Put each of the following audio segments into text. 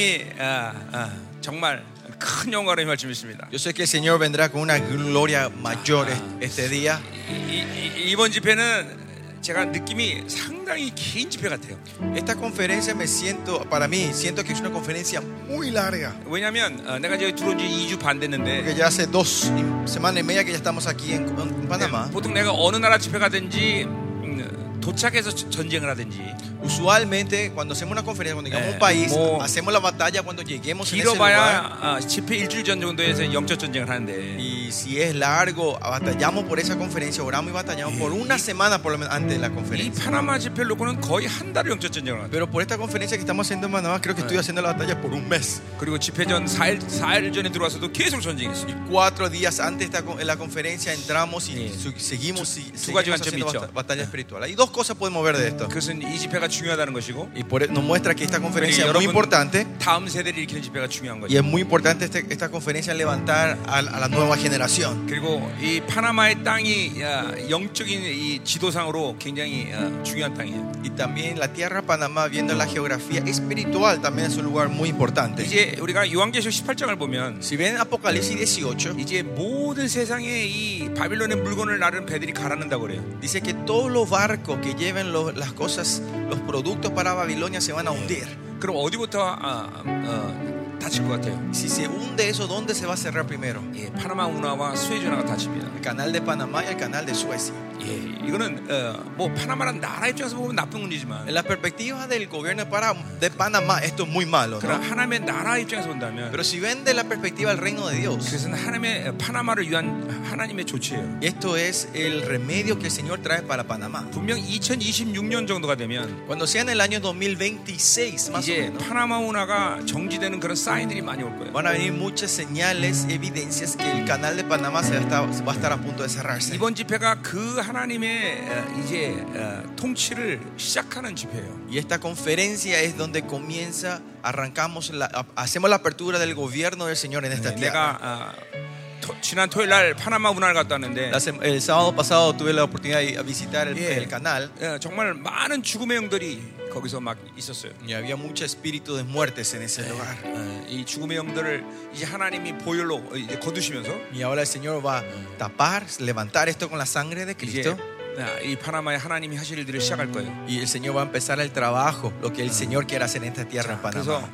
이, 아, 아, 정말 큰 영광을 힘을 주십니다. Yo sé que el Señor vendrá con una gloria mayor e- este día. 이, 번 집회는 제가 느낌이 상당히 긴 집회 같아요. Esta conferencia me siento, para mí, siento que es una conferencia muy larga. 왜냐하면 어, 내가 저기 들어온 지 2주 반 Porque 됐는데 ya hace dos y- semanas y media que ya estamos aquí en, en Panamá. 보통 내가 어느 나라 집회 가든지 음, 도착해서 저- 전쟁을 하든지 Usualmente, cuando hacemos una conferencia, cuando llegamos a un país, mo- hacemos la batalla cuando lleguemos en ese lugar. 길어봐야 아, 집회 일주일 전 정도에서 영적 전쟁을 하는데 Y si es largo, batallamos por esa conferencia, oramos y batallamos por una semana por lo menos antes de la 이 conferencia. 파나마 집회를 놓고는 거의 한 달을 영적 전쟁을 하고 Pero por esta conferencia que estamos haciendo en Panamá, creo que estoy haciendo la batalla por un mes. 그리고 집회 전 4일, 4일 전에 들어와서도 계속 전쟁했어요. Cuatro días antes de esta con- en la conferencia entramos y Sí. su- seguimos, Tú- y tú seguimos gancho, haciendo bicho. bata- batalla espiritual. Hay dos cosas podemos ver de esto. 그것은 이 집회가 중요하다는 것이고 Y por, e-, nos muestra que esta 우리 conferencia es 여러분 muy importante 다음 세대를 일으키는 집회가 중요한 y 거죠. es muy importante este- esta conferencia en levantar a, a la nueva generación. 그리고 이 파나마의 땅이 야, 영적인 이 지도상으로 굉장히 어, 중요한 땅이에요. Y también la tierra Panamá, viendo la geografía espiritual, también es un lugar muy importante. 이제 우리가 요한계시록 18장을 보면 Si ven Apocalipsis 18, 이제 모든 세상에 이 바빌론의 물건을 나른 배들이 가라앉는다고 그래요. dice que todos los barcos que lleven los- las cosas, los productos para Babilonia se van a hundir. 그럼 어디부터 아, 어, 다칠 것 같아요? Si se hunde eso, ¿dónde se va a cerrar primero? 예, 파나마 운하와 스웨즈 운하가 다칩니다. El canal de Panamá y el canal de Suecia. 예, 이거는 어, 뭐 파나마란 나라 입장에서 보면 나쁜 En 문제지만 la perspectiva del gobierno de Para- de Panamá, esto es muy malo. ¿no? 그러나 하나님의 나라 입장에서 본다면 Pero si ven de la perspectiva del reino de Dios, 그것은 하나님의 어, 파나마를 위한 하나님의 조치예요. esto es el remedio que el Señor trae para Panamá. 분명 2026년 정도가 되면 Cuando sea en el año 2026, más o 이제 menos, 파나마 운하가 정지되는 그런 사인들이 많이 올 거예요. van a venir muchas señales, evidencias que el canal de Panamá se va a estar, va a, estar a punto de cerrarse. 이번 집회가 그 하나님의 어, 이제 어, 통치를 시작하는 집회예요. Y esta conferencia es donde comienza, arrancamos, la- hacemos la apertura del gobierno del Señor en esta tierra. 네, 내가 어, 토- 지난 토요일 날 파나마 운하를 갔다 왔는데 La sem- el sábado pasado tuve la oportunidad de ir a visitar el, 예, el canal 예, 정말 많은 죽음의 영들이 거기서 막 있었어요. y había mucho espíritu de muertes en ese lugar. 예, 이 죽음의 영들을 이제 하나님이 보혈로 어, 이제 거두시면서 Y ahora el Señor va a tapar, levantar esto con la sangre de 이제 Cristo. 아, 이 파나마에 하나님이 하실 일들을 시작할 거예요. Y el Señor va a empezar el trabajo, lo que el Señor quiere hacer en esta tierra en 그래서 Panamá.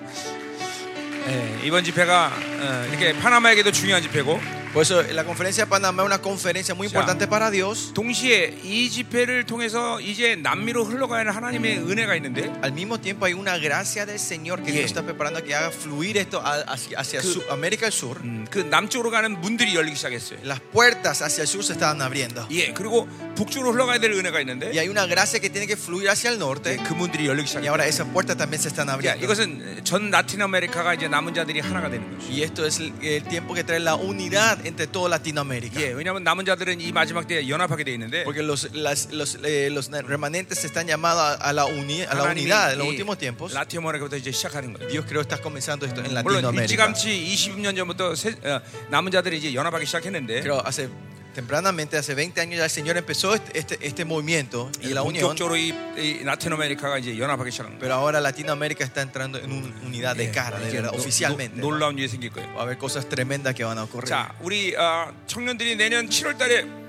예, 이번 집회가 어, 이렇게 파나마에게도 중요한 집회고 Por eso la conferencia de Panamá es una conferencia muy Ya. importante para Dios. 동시에 이 집회를 통해서 이제 남미로 흘러가는 하나님의 은혜가 있는데 Al mismo tiempo hay una gracia del Señor que Yeah. Dios está preparando que haga fluir esto a- hacia, hacia Good. Su- América del Sur. 음, 그 남쪽으로 가는 문들이 열리기 시작했어요. Las puertas hacia el sur se estaban abriendo. 예, 그리고 북쪽으로 흘러가야 될 은혜가 Y 있는데 hay una gracia que tiene que fluir hacia el norte. 그 문들이 열리기 Y 시작해요. ahora esas puertas también se están 야, abriendo. 이것은 전 라틴 아메리카가 이제 남은 자들이 하나가 되는 거죠. Y esto es el, el tiempo que trae la unidad entre toda Latinoamérica. 예, 왜냐하면 남은 자들은 이 마지막 때에 연합하게 돼 있는데 Porque los, las- los, eh, los remanentes están llamados a, a la, uni- a la 하나님이 unidad en los 이 últimos tiempos. 라틴 아메리카부터 이제 시작하는 거예요. Dios creo está comenzando esto en 물론 Latinoamérica. 일찌감치 20년 전부터 세- 어, 남은 자들이 이제 연합하기 시작했는데 Creo hace tempranamente, hace 20 años ya el Señor empezó este, este, este movimiento y la unión. 본격적으로 이, 이 라틴 아메리카가 이제 연합하기 시작한 거예요. Pero ahora Latinoamérica está entrando en una unidad 네, de cara, de 이제 verdad, 노- oficialmente. 노- 놀라운 일이 생길 거예요. Va a haber cosas tremendas que van a ocurrir. 자, 우리 어, 청년들이 내년 7월달에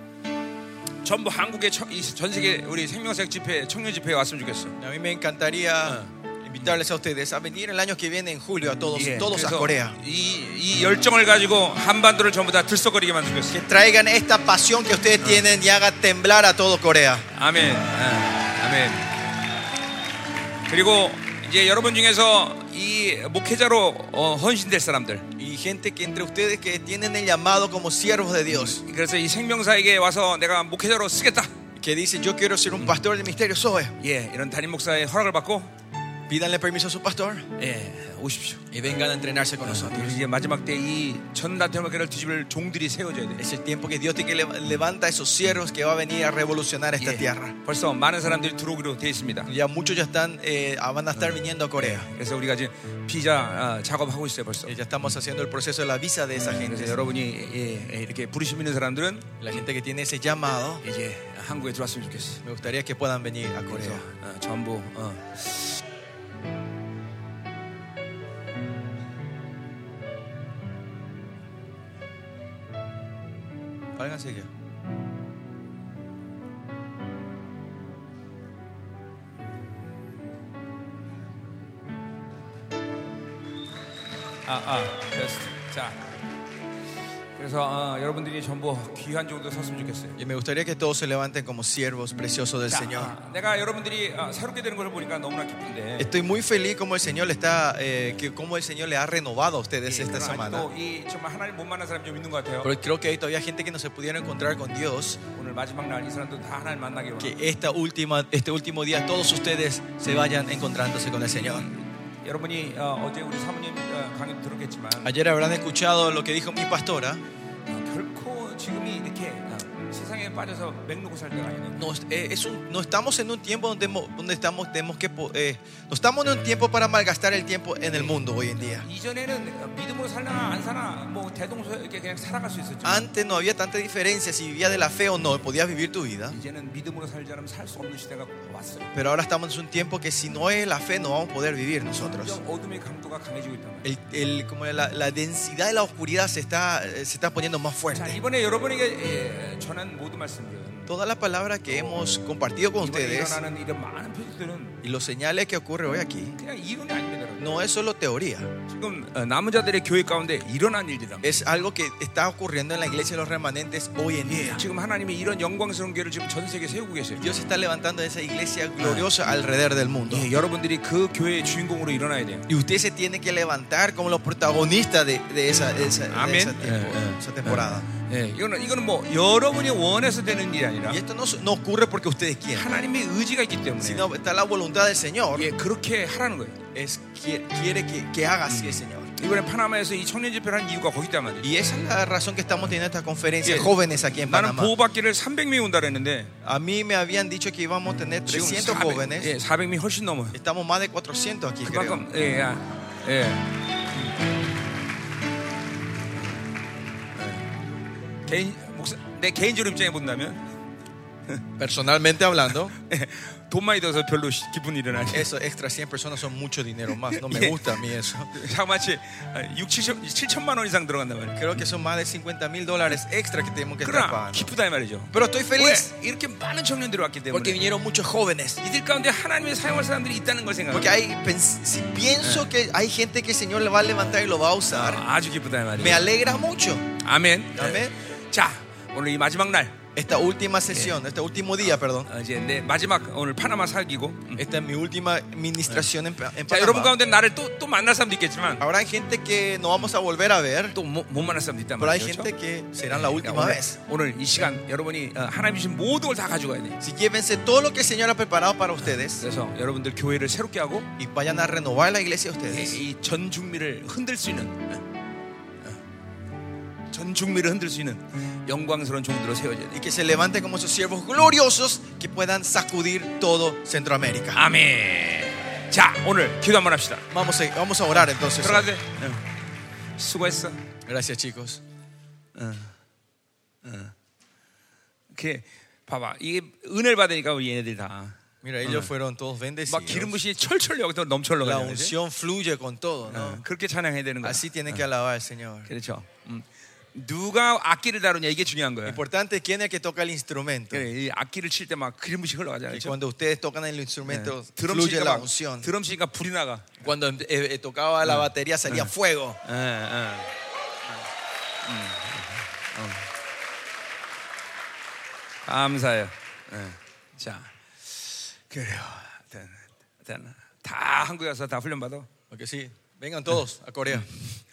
전부 한국의 처- 이- 전 세계 우리 생명색 집회 청년 집회에 왔으면 좋겠어. A mí me encantaría invitarles a ustedes a venir el año que viene en julio a todos, 예, todos a 그래서 Corea. 이, 이 열정을 가지고 한반도를 전부 다 들썩거리게 만들겠어 Que traigan esta pasión que ustedes tienen y haga temblar a todo Corea. 아멘. 예, 아멘. 그리고 이제 여러분 중에서 이 목회자로 어, 헌신될 사람들. Y gente que entre ustedes que tienen el llamado como siervos de Dios, 그래서 이 생명사에게 와서 내가 목회자로 쓰겠다. que dice yo quiero ser un pastor del misterio Zoe. 예, 이런 담임 목사의 허락을 받고 Pídanle permiso a su pastor 예, 오십시오. y vengan a entrenarse con 아, 그리고 nosotros. 이제 마지막 때 이 전 나태마교를 뒤집을 종들이 세워져야 돼. Es el tiempo que Dios tiene que lev- levanta a esos siervos que va a venir a revolucionar esta tierra. 예, 벌써 많은 사람들이 들어오기로 돼 있습니다. Ya muchos ya están, eh, van a estar viniendo a Corea. 그래서 우리가 지금 비자 아, 작업하고 있어요 벌써. Eh, Ya estamos haciendo el proceso de la visa de esa 그래서 gente. 여러분이 예, 예, 이렇게 부르심 있는 사람들은 La gente que tiene ese llamado, 이제 한국에 들어왔으면 좋겠어. me gustaría que puedan venir a 그래서 Corea. 어, 전부 어, 빨간색이야. 아, 아, 됐어. 자. 그래서 어, 여러분들이 전부 귀한 정도 섰으면 좋겠어요. Y me gustaría que todos se levanten como siervos preciosos del 자, Señor. 아, 내가 여러분들이 아, 새롭게 되는 걸 보니까 너무나 기쁜데. Estoy muy feliz como el Señor le está, eh, que como el Señor le ha renovado a ustedes esta semana. 또 예, 이 정말 하나님 못 만난 사람이 좀 있는 것 같아요. Pero creo que hay todavía gente que no se pudieron encontrar con Dios. 오늘 마지막 날 이 사람도 다 하나님 만나기 원해. Que esta última, este último día todos ustedes se vayan encontrándose con el Señor. 여러분이 어, 어제 우리 사모님 어, 강의 들었겠지만 Ayer habrán escuchado lo que dijo mi pastora. 어, 결코 지금이 이렇게 어, 세상에 빠져서 맥놓고 살 때가 아니에요. No, eh, es un- no estamos en un tiempo donde, mo- donde estamos, tenemos que, po- eh, no estamos en un tiempo para malgastar el tiempo en el mundo hoy en día. 이전에는 어, 믿음으로 살나 안 사나 뭐 대동소 이렇게 그냥 살아갈 수 있었죠. Antes no había tanta diferencia si vivías de la fe o no, podías vivir tu vida. 이제는 믿음으로 살지 않으면 살 수 없는 시대가 왔어요. Pero ahora estamos en un tiempo que si no es la fe no vamos a poder vivir nosotros. 점점 어둠의 강도가 강해지고 있단 말이에요. El, el- como la, la densidad de la oscuridad se está, eh, se está poniendo más 자 fuerte. 이번에 여러분에게 예, 전한 모든 말씀들은 Toda la palabra que hemos compartido con 이번에 ustedes 일어나는 이런 많은 표현들은 y los señales que ocurre hoy aquí 그냥 이론이 아닙니다. 여러분. no es solo teoría, 지금 어, 남은 자들의 교회 가운데 일어난 일들이란 말이에요. es algo que está ocurriendo en la iglesia de los remanentes hoy en día. 지금 하나님이 이런 영광스러운 교회를 지금 전 세계에 세우고 계세요. Dios está levantando esa iglesia Ah. gloriosa alrededor del mundo. 예, 여러분들이 그 교회의 주인공으로 일어나야 돼요. Y usted se tiene que levantar como los protagonistas de, de esa, de esa- de Amén. esa tiempo- Eh, eh, esa temporada. 예, 이거는 이거는 뭐 여러분이 원해서 되는 일이 아니라 Y esto no, su- no ocurre porque ustedes quieren, 하나님의 예. 의지가 있기 때문에 sino está la voluntad del Señor. 예, 그렇게 하라는 거예요. Es, quiere, quiere que, que haga así el Señor. 이번에 파나마에서 이 청년 집회를 한 이유가 거기 때문에 Y esa es la razón que estamos teniendo esta conferencia Sí. jóvenes aquí en 나는 Panamá. 보호받기를 300명이 온다 그랬는데 A mí me habían dicho que íbamos a tener 지금 300 jóvenes. 예, 400명이 훨씬 넘어요. Estamos más de 400 aquí, creo. 그만큼 예, 아, 예. 음. 예. 개인 목사, 내 개인적으로 입장에 본다면 Personalmente hablando, 돈 많이 들어서 별로 시- 기분이 일어나지. eso extra 100 personas son mucho dinero más. No me Yeah. gusta a mí eso. 장마치 6, 7천, 7천만 원 이상 들어간단 말이에요. Creo que son más de 50 mil dólares extra que tenemos que estar 그러나 pagando. 기쁘다 이 말이죠. Pero estoy 왜 feliz 이렇게 많은 청년들이 왔기 때문에 porque vinieron muchos jóvenes. 이들 가운데 하나님의 사용할 사람들이 있다는 걸 Porque 생각합니다. hay, pens- si pienso que hay gente que el Señor le va a levantar y lo va a usar. 아, 아주 기쁘다 이 Me 말이에요. alegra mucho. 아멘. 아멘. 자, 오늘 이 마지막 날 Esta última sesión, este último día, perdón. 어, 이제 내 마지막 오늘 파나마 사귀고. 음. Esta es mi última administración en, Pa- en 자, 여러분 Panamá. 가운데 나를 또 또 만날 사람도 있겠지만 Habrá gente que no vamos a volver a ver, 또 뭐, 못 만날 사람도 있단 pero hay 말이죠. gente 그렇죠? que serán la 그러니까 última 오늘, vez. 오늘 이 시간 여러분이 어, 하나님 주신 모든 걸 다 가져가야 돼. Si llévense todo lo que el Señor ha preparado para ustedes 그래서 여러분들 교회를 새롭게 하고 y vayan a renovar la iglesia de ustedes. 이 전 중미를 흔들 수 있는 어, 어, 전 중미를 흔들 수 있는 영광스러운 종들로 세워져야 돼. Y que se levanten como esos siervos gloriosos que puedan sacudir todo Centroamérica. 아멘. 자, 오늘 기도 한번 합시다. Vamos a, vamos a orar entonces. 들어가도 돼. 예. 수고했어. Gracias chicos. 이렇게 그, 봐봐. 이게 은혜를 받으니까 우리 얘네들이 다. Mira, ellos fueron 막 todos bendecidos. 기름부신이 철철 여기서 넘쳐 La 흘러가는 거지. unción fluye con todo, ¿no? 어, 그렇게 찬양해야 되는 거야. Así tiene que alabar al Señor. 그렇죠. 음. 누가 악기를 다루냐 이게 중요한 거야. Importante quién es el que toca el instrumento. 그래, 이 악기를 칠 때 막 기름부신 흘러가잖아. Y 그렇죠? cuando ustedes tocan el instrumento, 드럼 fluye 치니까 la 막- unción. 드럼 치니까 불이 나가. Cuando eh, eh, tocaba la batería salía fuego. 예, 예. 음. 어. 감사해요. 예. 자, 그래요. 하여튼, 하여튼 다 한국에 와서 다 훈련 받아. Porque sí, vengan todos a Corea.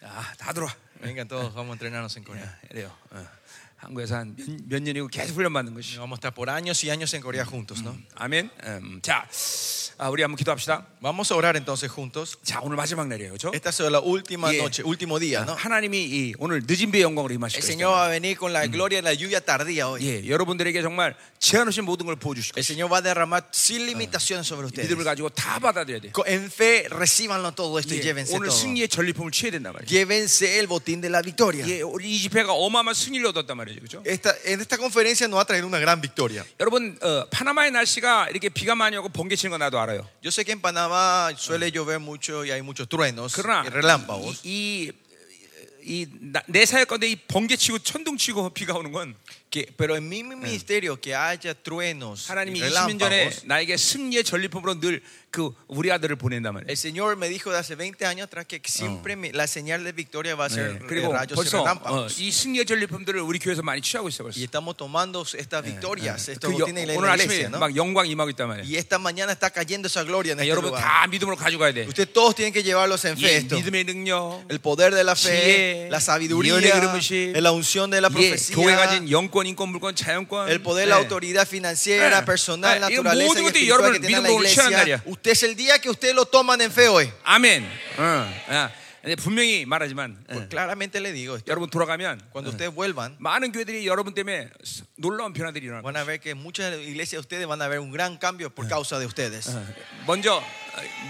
아, 다 들어와. Vengan todos, vamos a entrenarnos en Corea. 예, 그래요. 어. 한국에서 한 몇 년이고 계속 훈련 받는 것이. Vamos a estar por años y años en Corea juntos, ¿no? 아멘. 음, 자, 아, 우리 한번 기도합시다. Vamos a orar entonces juntos. 자, 오늘 마지막 날이에요, 그렇죠? Esta es la última Yeah. noche, último día, ¿no? 하나님이 이 오늘 늦은 비의 영광으로 임하실 El 것이다. Señor va a venir con la gloria de la lluvia tardía hoy. 예, 여러분들에게 정말 제한 없이 모든 걸 보여주실 El 것이다. Señor va a derramar sin limitación sobre 믿음을 ustedes. 가지고 다 받아들여야 돼. Co- En fe, recíbanlo todo esto y 예, llévense 오늘 todo. 승리의 전리품을 취해야 된단 말이죠. Llévense el botín de la victoria. 예, 우리 이 집회가 어마어마한 승리를 얻었단 말이죠, 그렇죠? Esta, en esta conferencia nos va a traer una gran victoria. 여러분, 어, 파나마의 날씨가 이렇게 비가 많이 오고 번개 치는 거 나도 알아요. Yo sé que en Ah. Panamá suele llover mucho y hay muchos truenos 그러나 y relámpagos. 이, 이 이내 사역 가운데 이 번개 치고 천둥 치고 비가 오는 건 que, pero en mi ministerio que haya truenos, y 하나님이 20년 전에 relámpagos. 나에게 승리의 전리품으로 늘 그 우리 아들을 보낸단 말이에요. El Señor me dijo de hace 20 años atrás que siempre me- la señal de victoria va a 네, ser Ah. eh, ah, 그리고 rayos y 벌써 어, relámpagos. 이 승리의 전리품들을 우리 교회에서 많이 취하고 있어 벌써. Y estamos tomando estas victorias. Esto 그 lo 여- tiene la 오늘 iglesia, 아침에 ¿no? 막 영광 임하고 있단 말이에요. Y esta mañana está cayendo esa gloria en este 여러분 lugar. 다 믿음으로 가져가야 돼. Ustedes todos tienen que llevarlos en fe 예, esto. 믿음의 능력, El poder de la fe, 지혜, la sabiduría, 예언의 그름이시, la unción de la 예, 교회 profecía, 가진 영권, 인권, 물권, 자연권, el poder, 예. la Eh. autoridad financiera, personal, Eh, 이거 naturaleza y 모든 것들이 espiritual 여러분을 que tiene la 믿음으로 취하는 iglesia. 날이야. Usted es el día que ustedes lo toman en fe Eh. hoy. 아멘. 어, 아, 근데 분명히 말하지만 Pues claramente le digo esto. 여러분 돌아가면 Cuando ustedes vuelvan, 많은 교회들이 여러분 때문에 놀라운 변화들이 일어나. van a ver que muchas iglesias de ustedes van a ver un gran cambio Eh. por causa de ustedes. 어, 먼저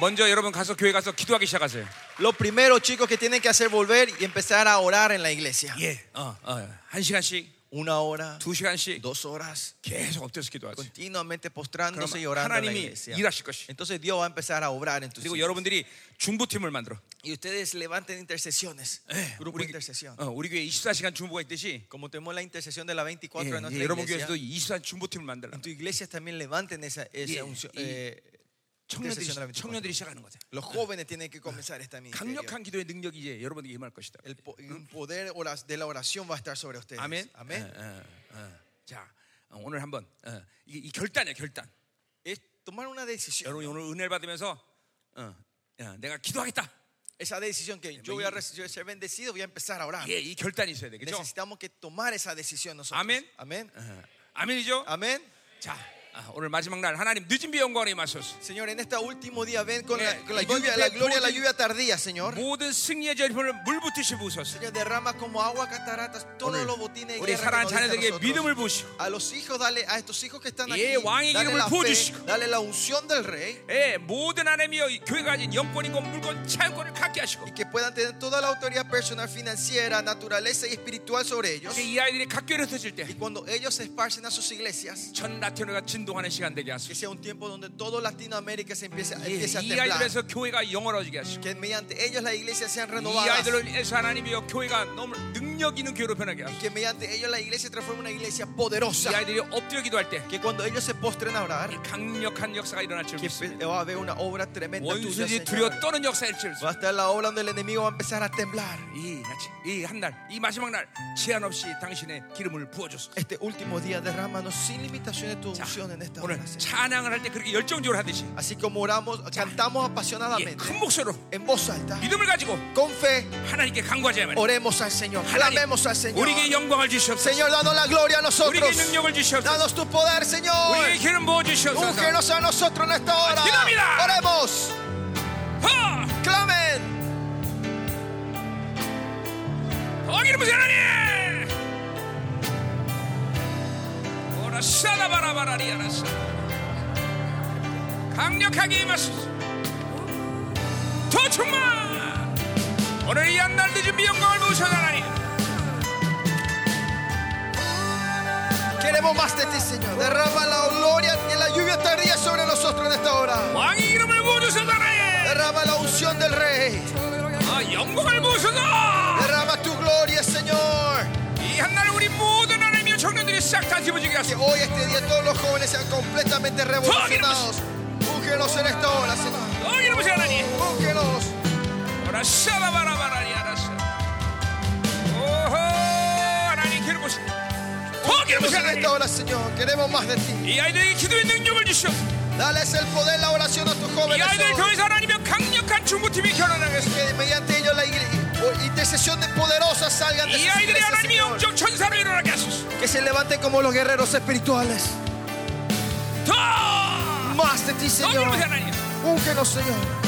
먼저 여러분 가서 교회 가서 기도하기 시작하세요. Lo primero, chicos, que tienen que hacer volver y empezar a orar en la iglesia. 예. 어, 어, 한 시간씩, Una hora, 두 시간씩 dos horas, 계속 엎드려서 기도하세요. continuamente 그럼 postrándose y orando en la 하나님이 iglesia. 일하실 것이. Entonces Dios va a empezar a obrar en tus 그리고 vidas. 여러분들이 중보팀을 만들어. Y ustedes levanten intercesiones. Grupo 우리, de intercesión. 어, 우리 교회 24시간 중보가 있듯이 Como tenemos la intercesión de la 24 예, en nuestra 예, 여러분 iglesia, 교회에서도 24시간 중보팀을 만들라. en tu iglesia también levanten esa, esa Yeah, unción, y- eh, 청년들이 intercesión de la 24. 청년들이 시작하는 거죠. Los jóvenes tienen que comenzar esta ministerio. 강력한 기도의 능력이 이제 여러분에게 임할 것이다. El po- un poder oras- de la oración va a estar sobre ustedes. 아멘. Amén. 어, 어, 어. 자, 어, 오늘 한번 어, 이게 이 결단이야, 결단. Eh. Es tomar una decisión. 여러분이 오늘 은혜를 받으면서 어, 야, 내가 기도하겠다. Esa decisión que yo voy a recibir, ser bendecido, voy a empezar a orar. 예, 이 결단이 있어야 되겠죠? Necesitamos que tomar esa decisión nosotros. Amén. Amén. 어, 아멘이죠? Amén. 자, 아, 오늘 마지막 날 하나님 늦은 비 영광에 맞서서 Señor, en este último día ven con, Yeah, la, con la Eh, y voy lluvia, a la ver gloria, de la todo- lluvia tardía, Señor. 모든 승리의 절편을 물붙이시고 웃었어. Señor, derrama como agua cataratas todos 오늘 los botines de 우리 사랑하는 guerra que nos diste a 자녀들에게 nosotros. 믿음을 부으시고 A los hijos, dale a estos hijos que están aquí, 예, 왕의 dale 이름을 la, fe, 부어주시고. dale la unción del rey 예, 모든 하나님이여 이 교회가 가진 영권인 건 물건 자유권을 갖게 하시고 y que puedan tener toda la autoridad personal, financiera, naturaleza y espiritual sobre ellos. 이제 이 아이들이 각교를 터질 Y cuando ellos se esparcen a sus 때 iglesias, 전 라틴어가 진동하는 시간 되게 que 하소서. sea un tiempo donde todo Latinoamérica se empiece, 예, empiece a 이 temblar. 아이들에서 교회가 영어로지게 하시고 Que mediante ellos las iglesias sean 이 renovadas. 아이들에서 하나님이여 교회가 너무 능력 있는 교회로 변하게 하소서. Que mediante ellos la iglesia se transforme en una iglesia 이 poderosa. 아이들이 엎드려 기도할 때 Que cuando ellos se postren a 이 orar, 강력한 역사가 일어날 줄 que 믿습니다. va a haber una obra tremenda tuya, 원수들이 Señor. 두려워 떠는 역사일 줄 믿습니다. Va a estar la obra donde el enemigo va a empezar a temblar. 이 같이 이한날이 마지막 날 제한 없이 당신의 기름을 부어줬어. Este último día derrámanos sin limitaciones tu 자, unción en esta hora. 오늘 Señor. 찬양을 할 때 그렇게 열정적으로 하듯이 Así como oramos, cantamos 예, apasionadamente, 큰 목소리로 en voz alta, 믿음을 가지고 con fe, 하나님께 간구하자 말이야. oremos al Señor, 하나님, clamemos al Señor. 우리에게 영광을 주시옵소서. Señor, danos la gloria 우리에게 a nosotros. 능력을 주시옵소서. Danos tu poder, Señor. 우리에게 기름 부어 주시옵소서. Úngenos a nosotros en esta hora. Dinamita. Oremos, clamen. 더 기름 부세 하나님. 오라 샤라바라바라리아라사. 강력하게 임하소서. 더 충만. 오늘 이 한 날 늦은 미영광을 부으셔서 하나님. Queremos más de ti, Señor. Derrama la gloria y la lluvia tardía sobre nosotros en esta hora. 왕의 이름을 부어 주소서 하나님. Derrama la unción del Rey. 아 영광을 부으소서. Derrama tu gloria, Señor. 이 한날 우리 모든 하나님의 청년들이 싹 다 집어지게 Que 하소서 hoy, este día, todos los jóvenes sean completamente revolucionados. Úngenos en esta hora, Señor. 어 이름 보세요 하나님 Úngenos. 오라 샤바바라바라니 알았어 오호 하나님 기름 보세요 어 기름 Úngenos 보세요 en 하나님 esta hora, Señor. Queremos más de ti. 이 아이들에게 기도의 능력을 주시옵소서 Dales el poder, la oración a tus 이 jóvenes. 아이들 Señor. 통해서 하나님의 강력한 중보팀이 결혼하겠습니다 Y Que mediante ellos la iglesia, intercesión de poderosas salgan de 이 sus 아이들이 iglesias, 하나님의 Señor. 영적 천사로 일어나게 하소서 Que se levanten como los guerreros espirituales. 더 Más de ti, 어, 기름 Señor. 보세요 하나님 Úngenos, Señor.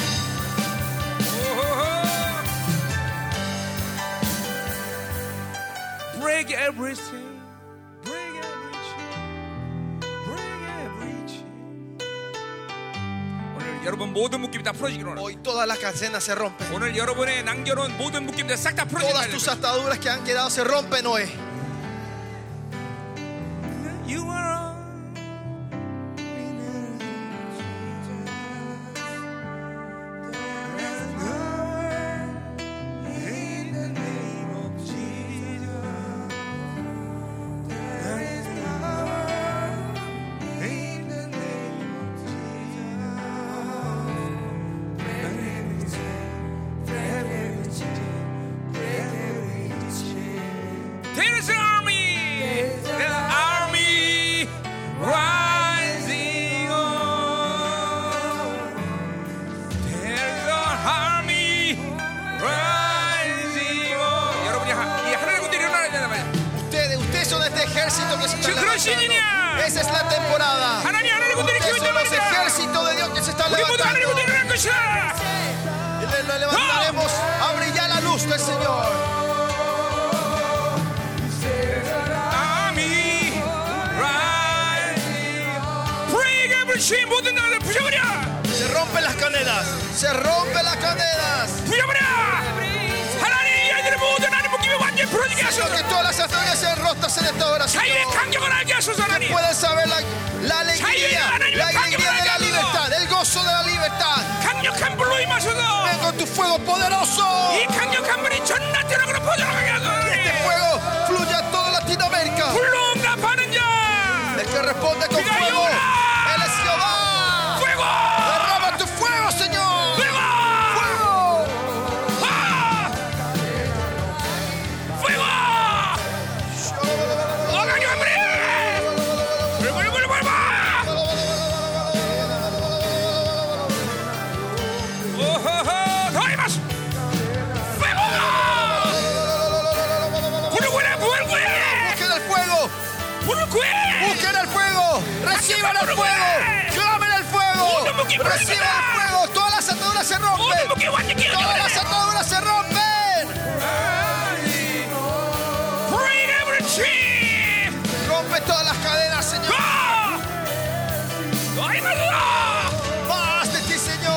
Break every chain, break every chain, break every chain. 오늘 여러분 모든 묶임이 다 풀어지기로 원합니다. Hoy todas las cadenas se rompen. 오늘 여러분의 남겨놓은 모든 묶임들 싹 다 Todas tus 풀어지기로 ataduras que han quedado se rompen hoy. You are all in the name of este ejército que se está 지금 그런 시즌이야. Esa es la temporada. 하나님 하나님 군대를 어, Ustedes son 키우는 네, los 말이다. ejércitos de Dios que se están 우리 모두 하나님 levantando. 군대를 일어날 것이다. Y le- le levantaremos a brillar la luz del Señor. Army, rise. Break every chain. 모든 나를 부셔버려. Se rompen las cadenas. Se rompen las cadenas. 부셔버려. 하나님 이 아이들의 모든 하나님 묶임이 완전히 풀어지게 Sino 하소서. que todas las acciones sean rotas en esta hora, 자유의 Señor. 강력을 알게 하소서 Que 그 하나님. puedan saber la, la alegría, la alegría de la libertad, el gozo de la libertad. 강력한 불로 임하소서. Ven con tu fuego poderoso. 이 강력한 불이 전 라틴어로 퍼져나가게 Que 그 este 하소서. fuego fluya a toda Latinoamérica. 불로 응답하는 자. 네. El que responde con Mira, fuego, llora. Él es Jehová. fuego. Derrama tu fuego, Señor. fuego. Fuego. ¡Ah! ¡Fuego! ¡Hagan yo hambre! ¡Fuego, fuego, fuego! ¡Ojojo! ¡No hay más! ¡Fuego! ¡Puro cuero, puro cuero! Busquen el fuego. ¡Puro cuero! Busquen el fuego. Reciban el fuego. Clamen el fuego. Reciban el fuego. Todas las ataduras se ¡Oye, rompen. porque igual te quiero Todas llorar! las ataduras se rompen. Bring every chief! Rompe todas las cadenas, Señor. ¡Ah! ¡No hay más! ¡Ah! Más de ti, Señor.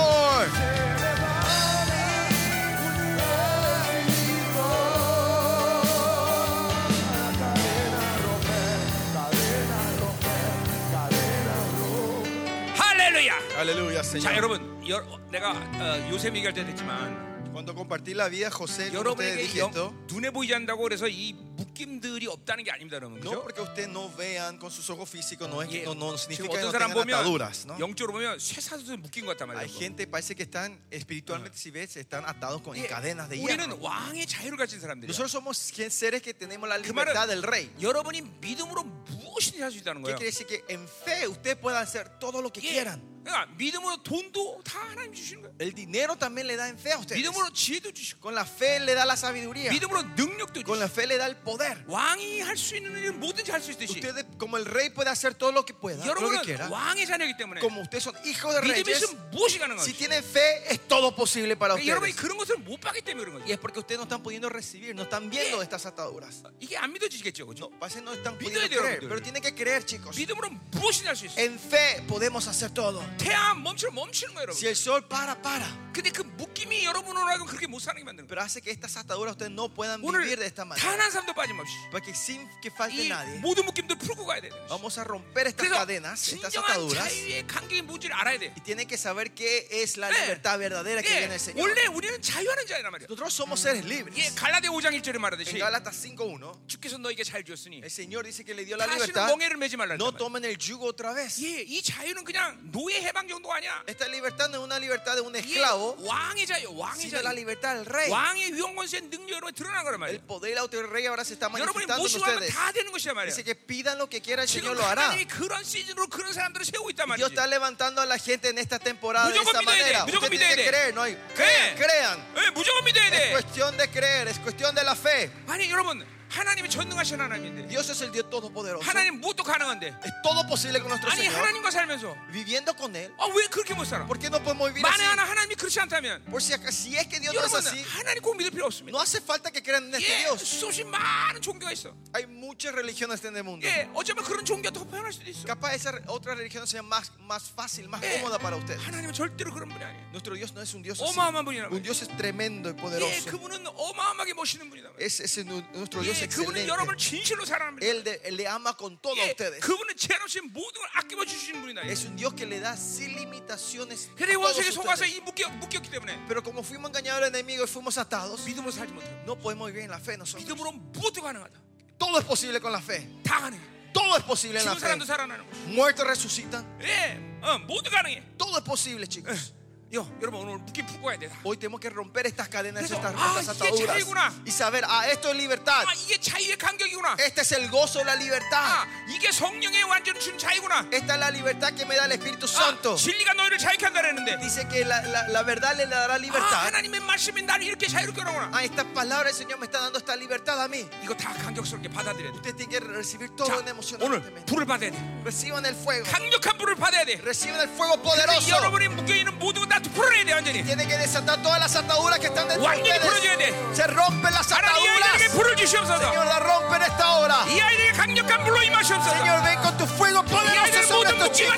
할렐루야! Aleluya, 자 Señor. 여러분 여- 어, 내가 어, 요셉 얘기할 때 됐지만 Cuando compartí la vida de José, con 여러분에게 ustedes dije 영- esto. 눈에 보이지 않는다고 그래서 이 묶임들이 없다는 게 아닙니다 여러분 No 그죠? porque ustedes no vean con sus ojos físicos, no, es 예, que, no, no 지금 significa 어떤 que no 사람 tengan 보면 ataduras. ¿no? 영적으로 보면 쇠사슬 묶인 것 같단 Hay 아, 말이에요 여러분. gente, parece que están Ah. espiritualmente, si ves, están atados con en 예, cadenas de hierro. 우리는 왕의 자유를 가진 사람들이야 Nosotros somos gen- seres que tenemos la 말은 libertad del rey. 여러분이 믿음으로 무엇이든지 할 수 있다는 ¿Qué 거예요 quiere decir? Que en fe ustedes puedan hacer todo lo que 예, quieran. 그러니까 믿음으로 돈도 다 하나님 주시는 거예요 El dinero también le da en fe a ustedes. 믿음으로 지혜도 주시고 Con la fe le da la sabiduría. 믿음으로 능력도 Con la 주시고 fe le da el poder. 왕이 할 수 있는 일은 뭐든지 할 수 있듯이 Ustedes, como el rey, puede hacer todo lo que pueda, lo que 여러분은 quiera. 왕의 자녀이기 때문에 Como ustedes son hijos de 뭐 믿음이 reyes, 있으면 무엇이 가능한 si 거죠? tienen fe, es todo posible para 그러니까 여러분이 ustedes. 그런 것을 못 받기 때문에 그런 Y 거죠. es porque ustedes no están pudiendo recibir, no están viendo estas ataduras. 이게 안 믿어지겠죠, 그죠? Pase no están Vida pudiendo de creer, Dios. pero tienen que creer, chicos. 믿음으로 무엇이나 할수 있어. 요 En fe podemos hacer todo. 태양 멈추면 멈추는 거예요, Si 여러분. el sol para, para. 근데 그 묶임이 여러분으로 하여금 그렇게 못 사는 게 만드는 거예요. Pero hace que estas ataduras ustedes no puedan 오늘 vivir de esta 단 manera. 한 사람도 빠짐없이 Para que sin que 이 falte nadie, 모든 묶임들 풀고 가야 돼요. vamos a romper estas 그래서 cadenas, estas 진정한 ataduras. 자유의 간격이 뭔지를 알아야 돼. Y tienen que saber qué es la 네. libertad verdadera que 예, viene del Señor. 원래 우리는 자유하는 자란 말이야. Nosotros somos seres 예, libres. 갈라디아 예, 5장 1절에 En 말하듯이 Gálatas 5.1, 주께서 너에게 자유 주었으니 el Señor dice que le dio la 다시는 libertad. 멍해를 매지 말라. 했단 No 말이야. tomen el yugo otra vez. 예, 이 자유는 그냥 노예 해방 정도가 아니야. Esta libertad no es una libertad de un 이게 esclavo, 왕의 자유, 왕의 sino la 자유. libertad del rey. 왕의 위험권세 능력으로 드러난 거란 El 말이야. poder y la autoridad del rey ahora se está 여러분이 manifestando en 무엇이면 ustedes. 다 되는 것이야 말이야. Dice que pidan lo que quiera, el 지금 Señor lo hará. 하나님이 그런 시즌으로 그런 사람들을 세우고 있단 Dios 말이지. está levantando a la gente en esta temporada de Mucho esta con mi manera. dedo, mucho Usted con mi tiene que dedo. creer, no hay. ¿Qué? Crean. 예, 무조건 믿어야 Es 돼. cuestión de creer, es cuestión de la fe. 아니 여러분, 하나님이 전능하신 하나님인데, Dios es el Dios todopoderoso. 하나님 무엇도 가능한데. Es todo posible con nuestro 아니 Señor. 하나님과 살면서, Viviendo con Él, 아 왜 그렇게 못 살아? ¿por qué no podemos vivir 만에 así? 하나 하나님이 그렇지 않다면, Por si acaso, si es que Dios no es 여러분 así, 하나님 꼭 믿을 필요 없습니다. no hace falta que crean en este 예, Dios. 수없이 많은 종교가 있어. Hay muchas religiones en el mundo. 예, 어쩌면 그런 종교가 더 편할 수도 있어. Capaz esa re- otra religión sea más, más fácil, más 예, cómoda para ustedes. 하나님은 절대로 그런 분이 아니에요. Nuestro Dios no es un Dios así. 어마어마한 분이란 Un 말이에요. Dios es tremendo y 예, poderoso. 그분은 어마어마하게 멋있는 분이다. 말이에요. Es, es nu- nuestro Dios 예, 그분은 excelente. 여러분을 진실로 사랑합니다. Él, de- él le ama con todo a 예, ustedes. 그분은 제한없이 모든 걸 아낌없이 주시는 분이다. Es un Dios que le da sin limitaciones. a 그래 todos 원수에게 속아서 ustedes. 이 묶여, 묶였기 때문에 Pero como fuimos engañados al enemigo y fuimos atados, 믿음으로 살지 못해요. no podemos vivir en la fe nosotros. 믿음으로 무엇도 가능하다. Todo es posible con la fe. 다 가능해. Todo es posible en la 죽은 fe. 사람도 살아나는 거죠. Muertos resucitan. 예, 어, 모두 가능해. Todo es posible, chicos. 여, 여러분 오늘 묶임 풀고 가야 돼. Hoy tenemos que romper estas cadenas, Eso, estas, ah, estas 이게 ataduras. 자유구나. Y saber, ah, esto es libertad. 아 이게 자유의 감격이구나. Este es el gozo, la libertad. 아 이게 성령의 완전 준 자유구나. Esta es la libertad que me da el 아, Espíritu Santo. 진리가 너희를 자유케 한다 그랬는데. Dice que la, la- la verdad le dará 아, libertad. 하나님의 말씀이 나를 이렇게 자유롭게 하는구나. Ah, esta palabra del Señor me está dando esta libertad a mí. 이거 다 감격스럽게 받아들여야 돼. Usted tiene que recibir 자, todo en 오늘 emocionalmente. 불을 받아야 돼. Reciban el fuego. 강력한 불을 받아야 돼. Reciban el fuego 근데 poderoso. 여러분이 묶여 있는 모든 건 다 풀어내야 돼 완전히. Tiene que desatar todas las ataduras que están dentro de 완전히 풀어줘야 ustedes. 돼. Se rompen las 하나님 이 아이들에게 ataduras. 불을 주시옵소서. Señor, la rompen esta hora. 이 아이들에게 강력한 불로 임하시옵소서. Señor, ven con tu fuego poderoso sobre estos chicos.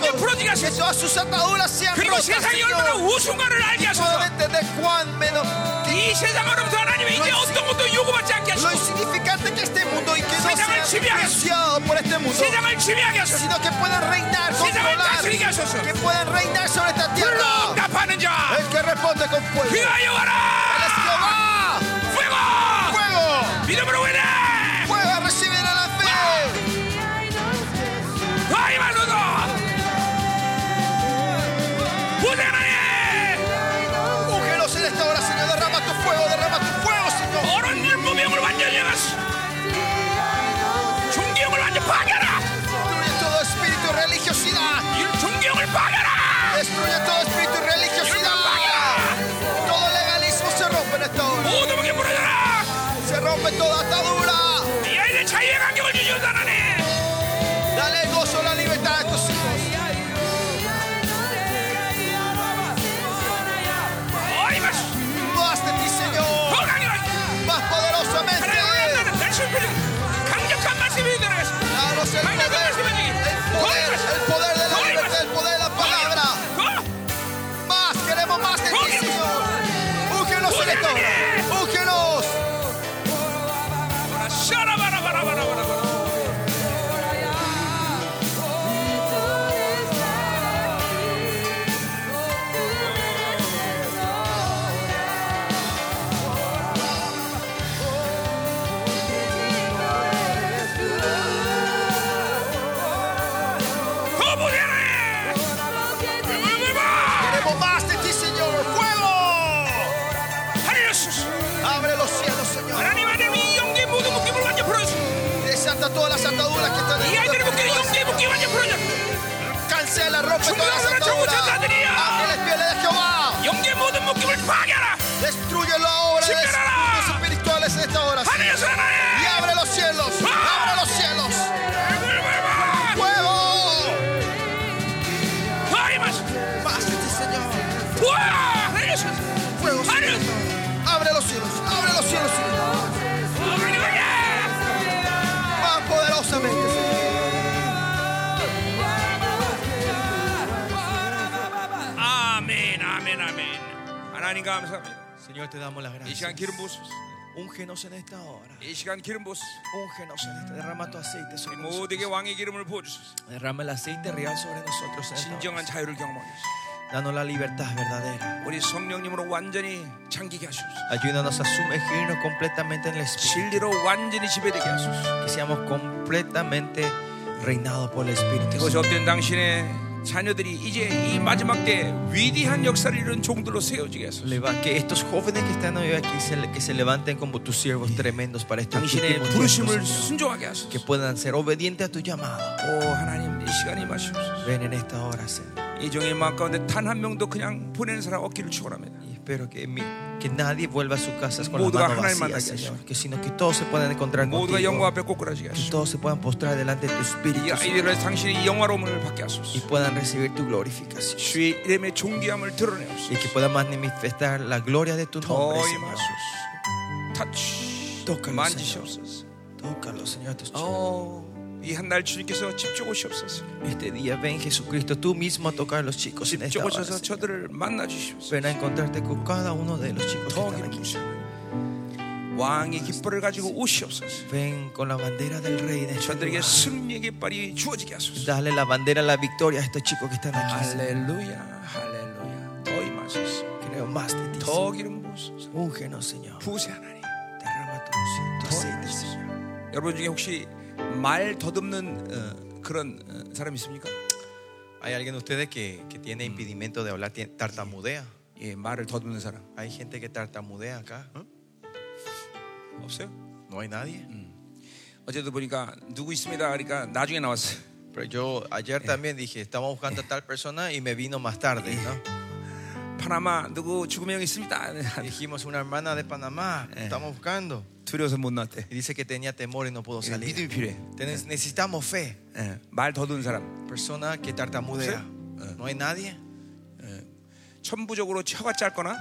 Que todas sus ataduras sean 그리고 rotas, 세상이 얼마나 Señor. 우승관을 알게 하소서. Solamente de Juan menos 이 세상으로부터 하나님의 이제 어떤 것도 요구받지 않게 lo 하시고 insignificante que este mundo y que no Señor, sea chiviar. influenciado por este mundo, 세상을 지배하게 하소서. sino que puedan reinar, Señor, controlar, daño, daño. que puedan reinar sobre esta 불로 tierra. 응답하는 자, El que responde con fuego, 그하여 와라. fuego, fuego, 믿음으로 오래. fuego recibirá la fe. 더 임하소서. 부자나의 Úngelos en esta hora, Señor, derrama tu fuego, derrama tu fuego, Señor. 어른 일무명을 완전히 하소서. 존경을 완전 파괴하라. Destruye todo espíritu de religiosidad. 이 존경을 파괴하라. Destruye todo espíritu de religiosidad. Todo legalismo se rompe en esta hora. 모든 무게 부러져라. Se rompe toda atadura. 이 아이들 자유의 감격을 주시옵소서 하나님. Dale el gozo, la libertad a estos hijos. 더 임하소서. Más de ti, 더 Señor. 강력하소서. Más poderosamente. 하나님 날씨를 강력한 말씀이 일어나겠습니다. Danos el poder. El poder, el poder de la libertad, el poder de la palabra. 어? Más, queremos más de ti, Señor. Úngenos en esta hora. Úngenos. 아, 샤라바라바라바라바라. 거부대라에 물물봐. Queremos más de ti, Señor. ¡Fuego! 하늘을 쑤시. Abre los cielos, Señor. 하나님 하나님 이 영계 모든 묶임을 완전 풀어주시고 Desata todas las ataduras que están 이 아이들의 en 묶임이 영계 묶임 완전 풀어주시고 Cancela, rompe todas las Chúpalo, ataduras. chúpalo, Ángeles fieles de Jehová. 영계 모든 묶임을 파괴하라 Destruye la obra de Liberará. espíritus espirituales en esta hora. 하늘을 Y 쏘라에 abre los cielos. Ah. Abre los cielos. 물물봐. ¡Fuego! 하나님 아, 말씀. Más de ti, Señor. 우와! 하늘을 쏘시. Fuego. Señor. 하늘을 쏘시. Abre los cielos. Abre los cielos, Señor. 하늘을 Más poderosamente, Señor. 쏘시. 아멘 아멘 아멘 하나님 감사합니다 Señor, te damos las 이 시간 기름 부으소서 Úngenos en esta hora. 이 시간 기름 부으소서 Úngenos en esta. Derrama tu aceite 우리 sobre 모두에게 왕의 기름을 부어주소서 Derrama el aceite real sobre nosotros. en esta hora. 진정한 자유를 경험하게 하소서 Danos la libertad verdadera. 우리 성령님으로 완전히 잠기게 하소서 Ayúdanos a sumergirnos completamente en el Espíritu. 진리로 완전히 지배되게 하소서 Que seamos completamente reinados por el Espíritu. 그것이 업된 당신의 자녀들이 이제 이 마지막 때 위대한 역사를 이룬 종들로 세워지게 하소서 Leva- que estos jóvenes que están hoy aquí se, le- que se levanten como tus siervos tremendos para estos 당신의 últimos tiempos, 부르심을 Señor. 순종하게 하소서 que puedan ser obedientes a tu llamado 오 하나님 이 시간이 마시옵소서 ven en esta hora Señor 이 종의 마음 가운데 단 한 명도 그냥 보내는 사람 없기를 축원합니다 y espero que, mi- que nadie vuelva a sus casas con las Moduga manos ha나님 vacías 만나게 Señor que sino que todos se puedan encontrar 모두가 contigo 영광 앞에 꼬꾸라지게 que 하소서 todos se puedan postrar delante de tu 이 Espíritu Señor, 아이들의 당신의 영화로움을 받게 y 하소서 puedan recibir tu glorificación 주의 이름의 존귀함을 y 드러내옵소서 que puedan manifestar la gloria de tu nombre 더 Señor 임하소서 터치 Tócalo, 만지시옵소서 tócalo Señor a tus chicos. 어, 이 한 날 주님께서 직접 오시옵소서 este día ven Jesucristo tú mismo a tocar a los chicos en esta 직접 hora 오셔서 Señor. 저들을 만나 주시옵소서 Ven a encontrarte con cada uno de los chicos que 더 están 기름 aquí. 부으시고 왕의 깃발을 가지고 오시옵소서 Ven con la bandera del Rey de este 저들에게 lugar. 승리의 깃발이 주어지게 하소서 Dale la bandera, la victoria a estos chicos que están aquí. 할렐루야 할렐루야 더 임하소서 Creo más de ti. 더 기름 부으소서 Úngenos, Señor. 부세 하나님 Derrama tu, unción, tu 더 aceite, 임하소서. Señor. 여러분 중에 혹시 말 더듬는 어, 그런 어, 사람 있습니까? Mm. ¿Hay alguien de ustedes que, que tiene impedimento de hablar, tiene- tartamudea? 예, 말을 더듬는 사람 Hay gente que tartamudea acá. ¿eh? 없어요? No hay nadie. 어제도 보니까 누구 있습니다. 그러니까 나중에 나왔어요. Pero yo Eh. ayer también dije, estamos buscando a tal persona y me vino más tarde, Eh. ¿no? 파나마 누구 죽음의 형 있습니다. Dijimos una hermana de Panamá, Eh. estamos buscando. 두려워서 못 나왔대. Y dice que tenía temor y no pudo 예, 믿음이 salir. 필요해. Tenés- necesitamos fe. 예, 말 더듬는 사람. Persona que tartamudea. Sí. Eh. ¿No hay nadie? 천부적으로 혀가 짧거나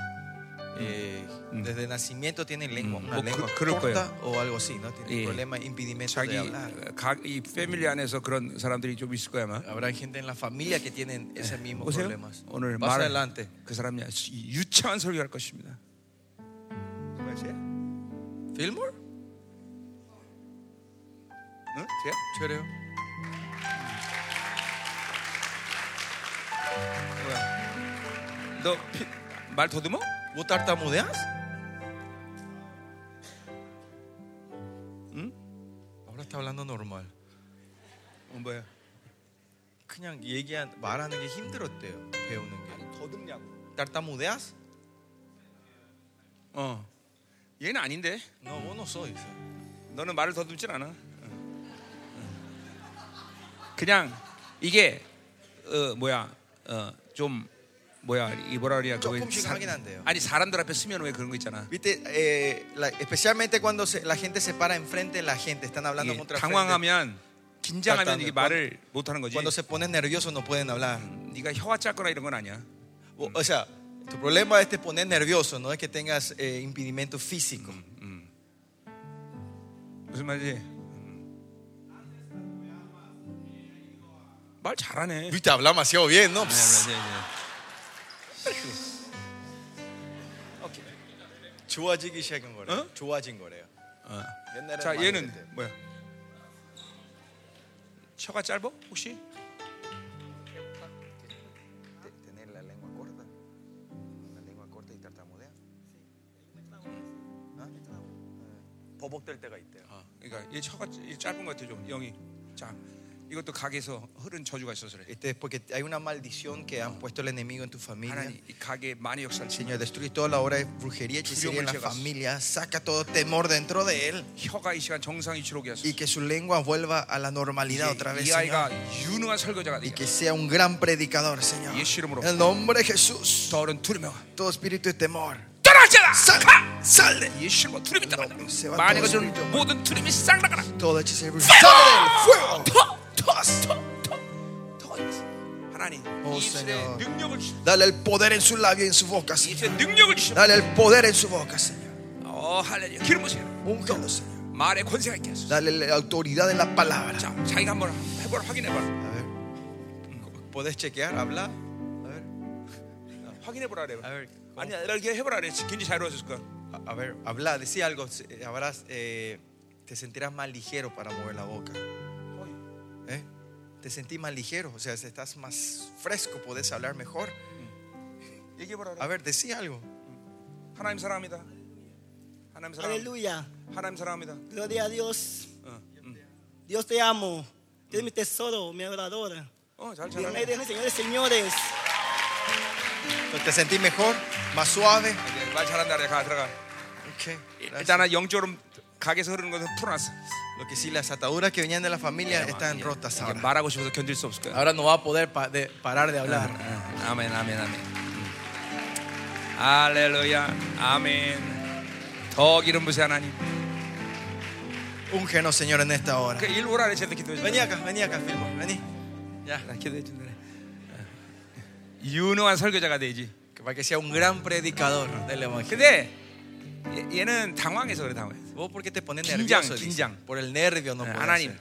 Eh, desde nacimiento tienen lengua, Mm. una O lengua cr- creo Eh. que- corta o algo así, ¿no? Tienen Sí. problema, impedimento 자기 아, de hablar. 각 이 패밀리 안에서 그런 사람들이 좀 있을 거야 아마. Habrá gente en la familia que tienen Eh. ese mismo 오세요. problemas. 오늘 Más 말을 adelante. 그 사람이 아주 유창한 설교할 것입니다. 누가 쟤? ¿Fillmore? 응? 쟤? Creo. 뭐야? 너말 더듬어? ¿Vos tartamudeas? ¿Mm? Ahora está hablando normal. 어, 뭐야? 그냥 얘기한 말하는 게 힘들었대요. 배우는 게. 더듬냐고? ¿Tartamudeas? 어. 얘는 아닌데. No, vos no sois. eh. 너는 말을 더듬진 않아. 응. 응. 그냥 이게 어, 뭐야 어, 좀 뭐야 이 뭐라 그래야 그거 조금씩 사- 하긴 한대요. 아니 사람들 앞에 쓰면 왜 그런 거 있잖아. Viste, eh, la- especialmente cuando se- la gente se para enfrente de la gente, están hablando 이게 contra frente. 당황하면 긴장하면 따뜻한 이게 거. 말을 못 하는 거지. Cuando se ponen nerviosos no pueden hablar. 네가 혀가 짧거나 이런 건 아니야. O, o sea, tu problema es te poner nervioso, no es que tengas eh, impedimento físico. 무슨 말이지? 음. 말 잘하네. Viste, habla demasiado bien, ¿no? 오케이. 좋아지기 시작한 거래요. 어? 좋아진 거래요. 어. 옛날에는 자 많이 얘는 그랬대요. 뭐야? 혀가 짧아 혹시? tener la lengua corta. La lengua corta y tartamudea. ¿Ah? 버벅될 때가 있대요. 그러니까 얘 혀가 이 짧은 것 같아 좀 영이. 자 이것도 가게에서 흐른 저주가 있어서 그래. Este es porque hay una maldición que han puesto el enemigo en tu familia. 하나님 이 가게 많이 역사를 치. Señor, destruye toda la obra de brujería, hechicería en la familia. Saca todo temor dentro de él 혀가 이 시간 정상 이치로게 하소서. y que su lengua vuelva a la normalidad otra 이제 vez. 이 아이가 Señor. 유능한 설교자가 Y 되게. que sea un gran predicador, Señor. Yes, 이름으로. En el nombre de Jesús, 더러운 두려움. todo espíritu de temor. 떠나잖아. ¡Sal! ¡Sal de! 예수님으로 두려움이 떠나라. 세워, 만일 또 것은 두려움. 모든 두려움이 싹 나가라. Todo hechicería. ¡Sal del fuego! 더더더더 하나님 오, 이스의 세요. 능력을 주시. Dale el poder en su labio y en su boca, Señor. 이스의 능력을 주시. Dale el poder en su boca, Señor. 어 할렐루야. 기름 부으세요. Úngelo, Señor. 말에 권세가 있게 하소서. Dale la autoridad en la palabra. 자, 자기가 한번 해보라 확인해봐. A ver. ¿Podés chequear, hablar? A ver. 확인해보라 그래. A ver. 아니 이렇게 해보라 그래. 굉장히 자유로워졌을 거야. A, a ver, habla, decía algo. eh, Habrás, eh, te sentirás más ligero para mover la boca. ¿eh? Te sentís más ligero, o sea, estás más fresco, podés hablar mejor. 얘기해보라 A 그래. ver, decía algo. 아. 하나님 사랑합니다. 하나님 사랑. Aleluya. 하나님 사랑합니다. Gloria a Dios. 어, Dios te amo. Dios es mi tesoro, mi adoradora. 어, 잘 Dios me 잘하네. deja, señores, señores. Entonces, ¿Te sentís mejor? ¿Más suave? 이제 말 잘한다 그래. 가 들어가. Ok, gracias. 일단은 영적으로 가게에서 흐르는 것은 풀어놨어. 예. Lo que sí, las ataduras que venían de la familia están rotas 이게 ahora. 말하고 싶어서 견딜 수 없을 거야. Ahora no va a poder pa- de- parar de hablar. 응, 아멘, 아멘, 아멘. 할렐루야, 아멘. 더 기름 부세 하나님. Úngenos, Señor, en esta hora. 그 일로 오라 그래. 제대 기도해. Vení acá, vení acá, Filmo, vení. Ya. 기도해 준다네. 유능한 설교자가 되지. Para que sea un gran predicador del Evangelio. 근데 얘- 얘는 당황해서 그래 당황해서. Vos porque te pones Kinjang, nervioso. dice. kinjang. Por el nervio no 네, puede 하나님 ser.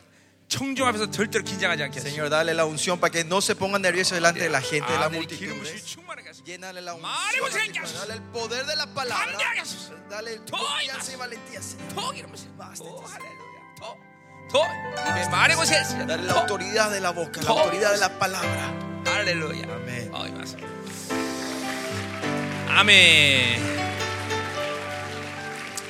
청중 앞에서 절대로 긴장하지 않게 하시고 Señor, dale la unción para que no se pongan nerviosos delante de la gente, de la 아들이 multitud. 기름 부심이 ¿ves? 충만하게 하시고 Llénale la Madre, unción. Señor, Señor. Dale el poder de la palabra. Cambia, Jesús. Dale Tú, confianza Jesús. y valentía, Señor. 더 기름 부세. Más de 오 ti, 할렐루야. 더. 더. Eh, 입에 말의 곳에 있으시다. Dale la 더. autoridad de la boca, la Tú, autoridad de la palabra. 할렐루야. 아멘. 어이 맞습 아멘.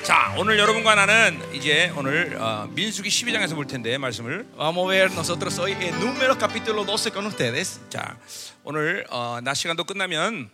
자, 오늘 여러분과 나는 이제 오늘 어, 민수기 12장에서 볼 텐데 말씀을 Vamos a ver nosotros hoy en Números capítulo 12 con ustedes. 자, 오늘 어, 낮 시간도 끝나면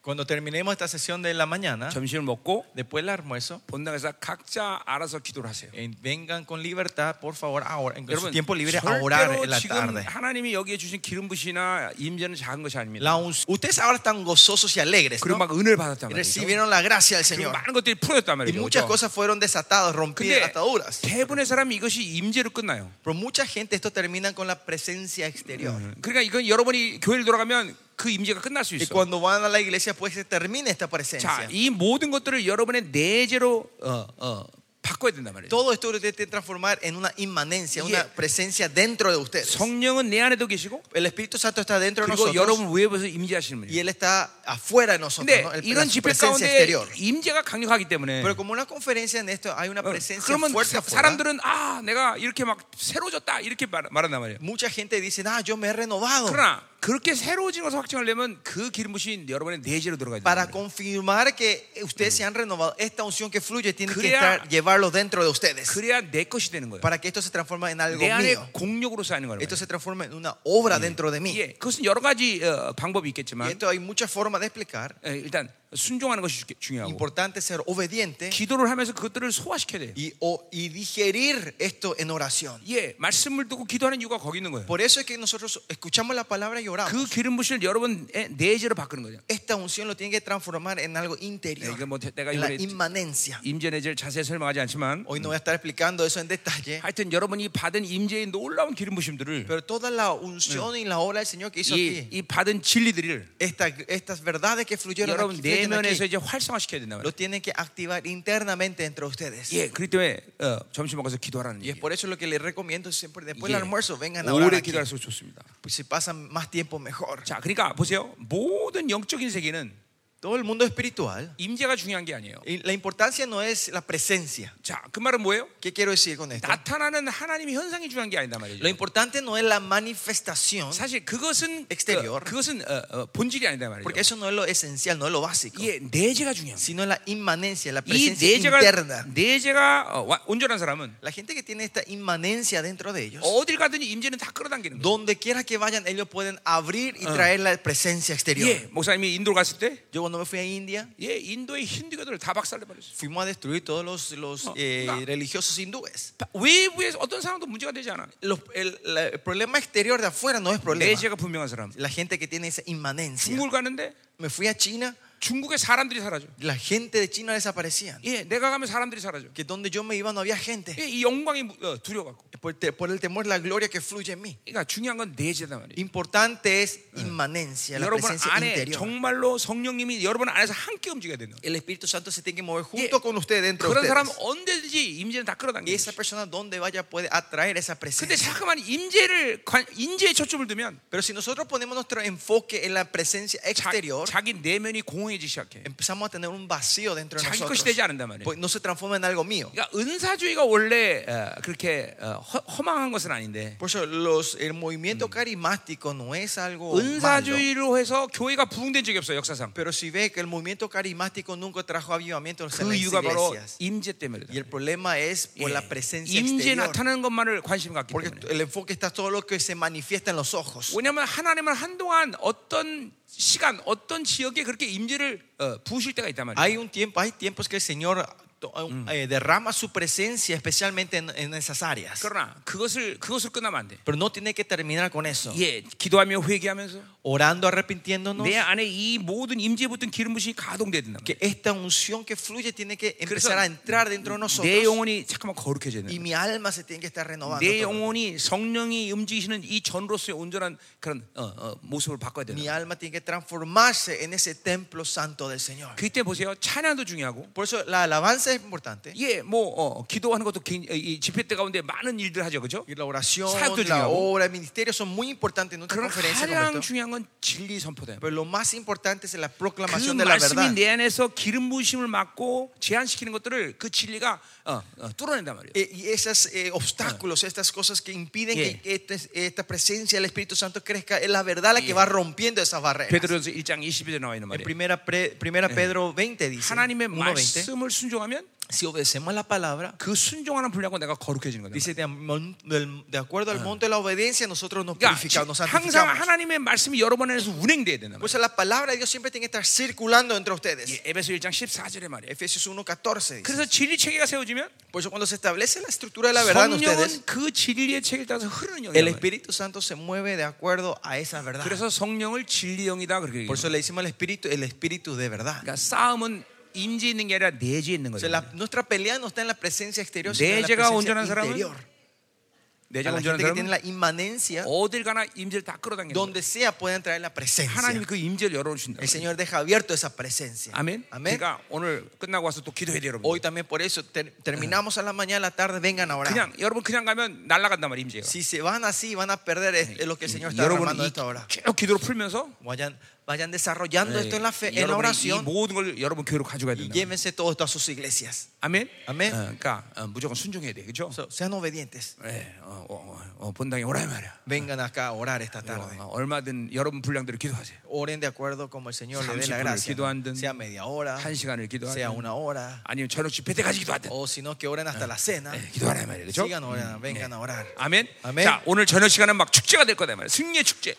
Cuando terminemos esta sesión de la mañana, 점심을 먹고 después del almuerzo, 본당에서 각자 알아서 기도를 하세요. eh, vengan con libertad, por favor, ahora, en su 여러분 tiempo libre, a orar en 절대로 la 지금 tarde. 하나님이 여기에 주신 기름 부시나 임재는 작은 것이 아닙니다. La unc- Ustedes ahora están gozosos y alegres, 그리고 ¿no? 막 은혜를 받았단 Y 말이죠. recibieron la gracia del 그리고 Señor. 많은 것들이 풀어졌단 Y 말이죠. muchas 그렇죠? cosas fueron desatadas, rompidas 근데 ataduras. 대부분의 사람이 이것이 임재로 끝나요. Pero mucha gente esto termina con la presencia exterior. 그러니까 이건 여러분이 교회를 돌아가면 그 임재가 끝날 수 Y 있어. cuando van a la iglesia, pues se termina esta 자, presencia. 이 모든 것들을 여러분의 내재로 어, 어, 바꿔야 된단 말이죠. Todo esto usted tiene que transformar en una inmanencia, Y- una presencia dentro de ustedes. 성령은 내 안에도 계시고 El Espíritu Santo está dentro de 그리고 nosotros 여러분 외부에서 임재하시는 y 분이에요. Él está afuera de nosotros, 근데 ¿no? El- la 이런 집회 presencia 가운데 exterior. 임재가 강력하기 때문에 Pero como una conferencia en esto, hay una 어, presencia 그러면 fuerte 사- afuera. 사람들은 아 내가 이렇게 막 새로졌다 이렇게 말, 말한단 말이에요. Mucha gente dice, ah, yo me he renovado. 그러나 그렇게 새로워진 것을 확증하려면 그 기름부신 여러분의 내재로 들어가야 Para 돼요. confirmar que ustedes se han renovado, esta unción que fluye tiene que Crea- estar- llevarlo dentro de ustedes. 그래야 내 것이 되는 거예요. Para que esto se transforme en algo 내 안에 mío. 공력으로 쌓이는 거예요. Esto se transforma en una obra dentro de mí. 예, 그것은 여러 가지 어, 방법이 Y 있겠지만 esto hay muchas formas de explicar. 예, 일단 순종하는 것이 주- 중요하고 Importante ser obediente 기도를 하면서 그것들을 소화시켜야 돼요. y, o- y digerir esto en oración. 예, 말씀을 듣고 기도하는 이유가 거기 있는 거예요. Por eso es que nosotros escuchamos la palabra y oramos. 그 기름부신을 여러분의 내재로 바꾸는 거죠. Esta unción lo tiene que transformar en algo 네, interior, 이게 뭐 대- 내가 en la 이번에 inmanencia. 임재내재를 자세히 설명하지 않지만 Hoy no voy a estar explicando eso en detalle, 하여튼 여러분이 받은 임재의 놀라운 기름부심들을 pero toda la unción y la obra del Señor que hizo 이, aquí, 이 받은 진리들을 esta- estas verdades que fluyeron 여러분 aquí, fluyen aquí, 내면에서 이제 활성화시켜야 된다 lo 말이에요. tienen que activar internamente entre ustedes. 예, 그렇기 때문에 어, 점심 먹어서 기도하라는 Y es 얘기예요. por eso lo que les recomiendo siempre, después 예, del almuerzo, vengan a orar 오래 aquí. 기도할수록 좋습니다. Pues si pasan más tiempo, mejor. 자, 그러니까 보세요. 모든 영적인 세계는 Todo el mundo espiritual. 임재가 중요한 게 아니에요. Y la importancia no es la presencia. 자, 그 말은 뭐예요? ¿Qué quiero decir con esto? 나타나는 하나님의 현상이 중요한 게 아니다 Lo 말이죠. importante no es la manifestación, 사실 그것은 Exterior. 어, 그것은 어, 어, 본질이 아니다 porque 말이죠. eso no es lo esencial, no es lo básico, 예, 내재가 중요해요. sino la inmanencia, la 이 presencia 내재가 interna. 내재가 어, 와- 온전한 사람은 La gente que tiene esta inmanencia dentro de ellos, 어딜 가든지 임재는 다 끌어당기는 거예요. donde quiera que vayan, ellos pueden abrir Ah. y traer la presencia exterior. 예, 목사님이 인도로 갔을 때, Yo cuando me fui a India, 예, 인도의 힌두교들을 다 박살내버렸어요. fuimos a destruir todos los, los No, eh, no. religiosos hindúes. 바- 외부에서 어떤 사람도 문제가 되지 않아. Los- el, la- el problema exterior de afuera no es problema. 내재가 분명한 사람. La gente que tiene esa inmanencia. 중국을 갔는데 Me fui a China, 중국의 사람들이 사라져. la gente de China desaparecía. 예, 내가 가면 사람들이 사라져. Que donde yo me iba no había gente. 예, 이 영광이 무- 어, 두려워갖고. Por, te- por el temor, la gloria que fluye en mí. 그러니까 중요한 건 내재다 말이에요. Importante es Ah. inmanencia, la 여러분 presencia 안에 interior. 정말로 성령님이 여러분 안에서 함께 움직여야 된다. El Espíritu Santo se tiene que mover Yeah. junto con usted dentro de 그런 사람 은 ustedes. 언제든지 임재는 다 Y 끌어당겨. esa persona donde vaya puede atraer esa 근데 presencia. 자꾸만 임재를 관- 임재에 초점을 두면 Pero si nosotros ponemos nuestro enfoque en la presencia 자, exterior, 자기 내면이 공허해지기 시작해. empezamos a tener un vacío dentro de 자기 것이 되지 nosotros. 않는단 말이에요. Pues no se transforma en algo mío. 그러니까 은사주의가 원래 어, 그렇게 어, 허- 허망한 것은 아닌데 Por eso los, el movimiento carismático no es 뭐 algo malo. 은사주의로 해서 교회가 부흥된 적이 없어요 역사상. 그 Pero si ve que el movimiento carismático nunca trajo avivamiento en las 그 이유가 바로 iglesias. 임재 때문에. Y el problema es por la presencia 예. 임재 exterior. 나타나는 것만을 관심 갖기 Porque 때문에. el enfoque está todo lo que se manifiesta en los ojos. 왜냐하면 하나님은 한동안 어떤 시간, 어떤 지역에 그렇게 임재를 어, 부으실 때가 있단 말이에요. Hay un tiempo, hay tiempos que el Señor to- eh, derrama su presencia especialmente en, en esas áreas. 그러나 그것을 그것을 끝나면 안 돼. Pero no tiene que terminar con eso. 예, 기도하며 회개하면서 Orando, arrepintiéndonos. 내 안에 이 모든 임재 붙은 기름 부심이 가동돼야 된다. Que esta unción que fluye tiene que 그래서 empezar a entrar dentro 내 de nosotros. 영혼이 잠깐만 거룩해져야 된다. Y mi alma se tiene que estar renovando. 내 todo. 영혼이 성령이 움직이시는 이 전로서의 온전한 그런 어, 어, 모습을 바꿔야 되는. Mi alma tiene que transformarse en ese templo santo del Señor. 그때 보세요. 찬양도 중요하고. Por eso la alabanza es importante. 예, 뭐 어, 기도하는 것도 굉- 이 집회 때 가운데 많은 일들 하죠, 그렇죠? Y la oración, Santo la 중요하고. obra, el ministerio son muy importantes en nuestra 그러나 conferencia. 가장 Roberto. 중요한 건 진리 선포다. Pero lo más importante es la 그 proclamación de la 말씀이 verdad. 내 안에서 기름 부심을 막고 제한시키는 것들을 그 진리가 어, 어, 뚫어낸단 말이에요. Eh, Y esos obstáculos, estas cosas que impiden Yeah. que este- esta, presencia del Espíritu Santo crezca, es la verdad la que va rompiendo esas barreras. 베드로전서 1장 20절에 나와 있는 En 말이에요. primera, pre- primera Pedro 20 dice, 하나님의 1:20, 예, 말씀을 순종하면 Si obedecemos la palabra, 그 순종하는 분량과 내가 거룩해지는 거다. dice de, amon- del- de acuerdo al monto de la obediencia, nosotros nos 그러니까 purificamos, nos 항상 santificamos. 하나님의 말씀이 여러분에게서 운행돼야 된다. Pues la palabra de Dios siempre tiene que estar circulando entre ustedes. 예, 에베소 1장 14절에 말이에요. Efesios 1.14 dice. 그래서 진리 체계가 세워지면 Por eso cuando se establece la estructura de la verdad en ustedes, 성령은 그 진리의 체계를 따라서 흐르는 영이란 el 말이에요. Espíritu Santo se mueve de acuerdo a esa verdad. 그래서 성령을 진리 영이다 그렇게 얘기해요. Por eso le decimos al Espíritu, el Espíritu de verdad. 그러니까 싸움은 인지 있는 게 아니라 내지 있는 O 거죠. sea, la- nuestra pelea no está en la presencia exterior, sino en la 내재가 온전한 presencia 사람은 interior. A 내재가 la 온전한 gente que tiene 사람은 la inmanencia, 어딜 가나 임재를 다 끌어당기는 거예요. donde sea pueden traer la presencia. 하나님이 그 임재를 열어주신다. El Señor deja abierto esa presencia. 아멘. 그러니까 오늘 끝나고 와서 또 기도해야 돼요, 여러분. Hoy también por eso ter- terminamos a la mañana, a la tarde, vengan a orar. 그냥 여러분 그냥 가면 날아간단 말이에요, 임재가. Si se van así, van a perder es- es 예, lo que el Señor está 여러분 derramando 이 esta hora. 쭉 기도로 풀면서 Vayan, vayan desarrollando 네. esto en la fe, en la 여러분 이 oración 모든 걸 여러분 교회로 가져가야 y 된다. llévense todo esto a sus iglesias. 아멘. 아멘. 어, 그러니까 어, 무조건 순종해야 돼, 그렇죠? So, sean obedientes. 예, 어, 어, 어, 어, 본당에 오라 이 말이야. Vengan acá a orar esta tarde. 어, 얼마든 여러분 분량대로 기도하세요. Oren de acuerdo como el Señor le dé 30 la 분을 gracia. 기도하든, Sea media hora, 한 어. 시간을 sea 기도하든, una hora, 아니면 저녁 집회 때까지 기도하든, o si no, que oren hasta la cena. 예, 기도하라 이 말이야, 그렇죠? Sigan orando, vengan a orar. 아멘. 아멘. 자, 오늘 저녁 시간은 막 축제가 될 거다 이 말이야. 승리의 축제.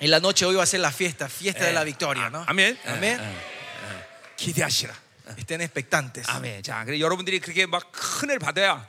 En la noche hoy va a ser la fiesta, fiesta de la victoria, ¿no? 아, 아멘. Eh, 예, Amén. Eh, 예, 예. 기대하시라. Estén expectantes. 아멘. 자, 그래 여러분들이 그렇게 막 큰을 받아야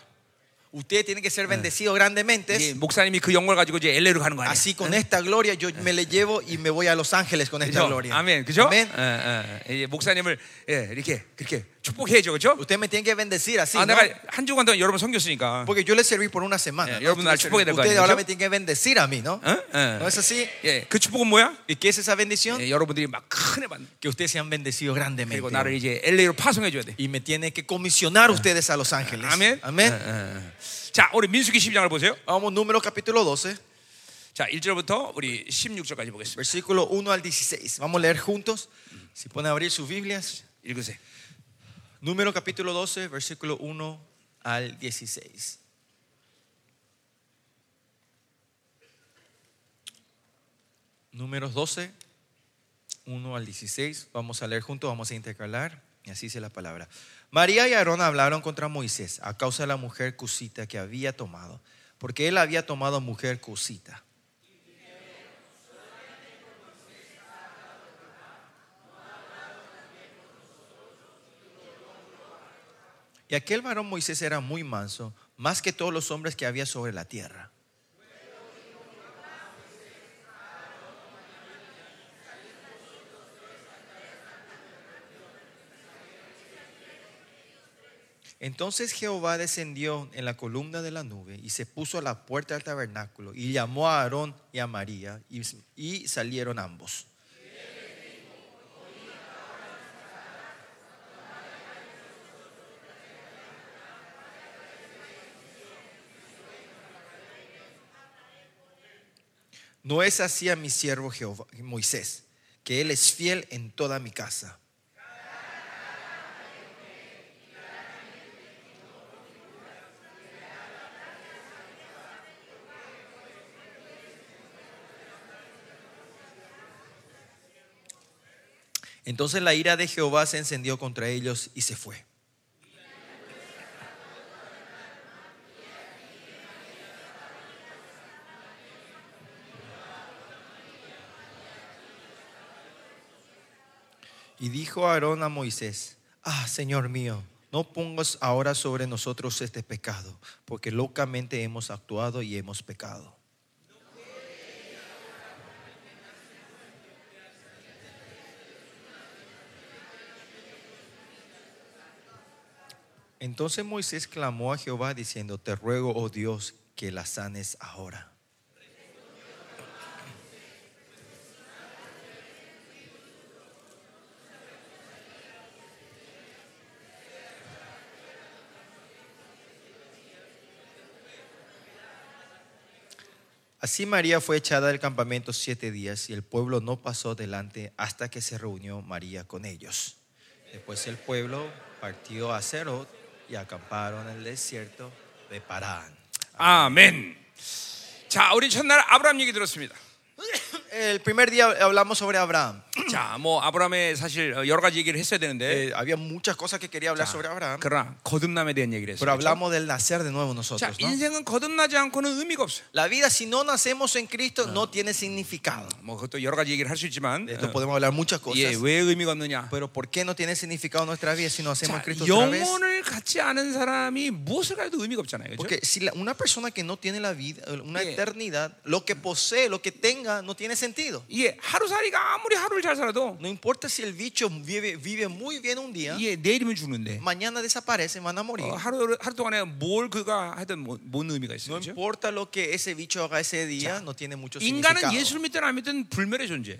Ustedes tienen que ser bendecidos grandemente. 이제 목사님이 그 영광을 가지고 이제 LA로 가는 거 아니야? Así con esta gloria yo me le llevo Eh. y me voy a Los Ángeles con esta 그죠? gloria. 아멘, 그죠? Amén. 예, 예, 예. 이제 목사님을 예, 이렇게 그렇게 축복해줘, 그죠? Ustedes me tienen que bendecir así. 아, ¿no? 내가 한 주간 동안 여러분 섬겼으니까. Porque yo les serví por una semana. Eh, 여러분 날 축복해야 될거 Ustedes 아니에요, ahora 그죠? me tienen que Eh, bendecir a mí, ¿no? 어? 예. ¿No es así? 예, 그 축복은 뭐야? ¿Y qué es esa bendición? 예, 여러분들이 막큰 해반 Que ustedes sean bendecidos 그리고 나를 grandemente. 이제 LA로 파송해 줘야 돼. Y me tienen que comisionar ustedes a Los Ángeles. 아멘. 예, 예, 예. 자, 우리 민수기 12장을 보세요. Vamos, número capítulo 12, 자, 1절부터 우리 16절까지 보겠습니다. versículo 1 al 16. Vamos a leer juntos. Si pueden abrir sus Biblias. 읽으세요. Número capítulo 12, versículo 1 al 16. Números 12, 1 al 16. Vamos a leer juntos, vamos a intercalar. Y así dice la palabra. María y Aarón hablaron contra Moisés a causa de la mujer cusita que había tomado, porque él había tomado mujer cusita. Y aquel varón Moisés era muy manso, más que todos los hombres que había sobre la tierra. Entonces Jehová descendió en la columna de la nube y se puso a la puerta del tabernáculo y llamó a Aarón y a María y, y salieron ambos. No es así a mi siervo Jehová, Moisés, que él es fiel en toda mi casa. Entonces la ira de Jehová se encendió contra ellos y se fue. Y dijo Aarón a Moisés, ah, Señor mío, no pongas ahora sobre nosotros este pecado, porque locamente hemos actuado y hemos pecado. Entonces Moisés clamó a Jehová diciendo, te ruego, oh Dios, que la sanes ahora. Así María fue echada del campamento siete días y el pueblo no pasó delante hasta que se reunió María con ellos. Después el pueblo partió a Cerot y acamparon en el desierto de Parán. 아멘. 자, 우리 첫날 아브라함 얘기 들었습니다. El primer día hablamos sobre Abraham. 자, 뭐 아브라함의 사실 어, 여러 가지 얘기를 했어야 되는데 Eh, había muchas cosas que quería hablar sobre Abraham, 그러나 거듭남에 대한 얘기를 pero 했어요. 그렇죠? hablamos del nacer de nuevo 자, nosotros. ¿no? 인생은 거듭나지 않고는 의미가 없어요. La vida si no nacemos en Cristo no tiene significado. 뭐 그것도 여러 가지 얘기를 할 수 있지만 De esto 어, podemos hablar muchas cosas. 예, 왜 의미가 없느냐? Pero ¿por qué no tiene significado nuestra vida si no hacemos en 자, Cristo otra vez? 영혼을 갖지 않은 사람이 무엇을 가져도 의미가 없잖아요. 그죠? Porque si la- una persona que no tiene la vida, una Yeah. eternidad, lo que posee, lo que tenga, no tiene sentido. 예, 하루살이가 아무리 하루를 잘 살아도 No importa si el bicho vive, vive muy bien un día, 예, 내일이면 죽는데 mañana desaparece, van a morir. 어, 하루 하루 동안에 뭘 그가 하든 뭐, 뭔 의미가 No 있어요. 그죠? importa lo que ese bicho haga ese día, no tiene mucho 인간은 significado. 예수를 믿든 안 믿든 불멸의 존재예요.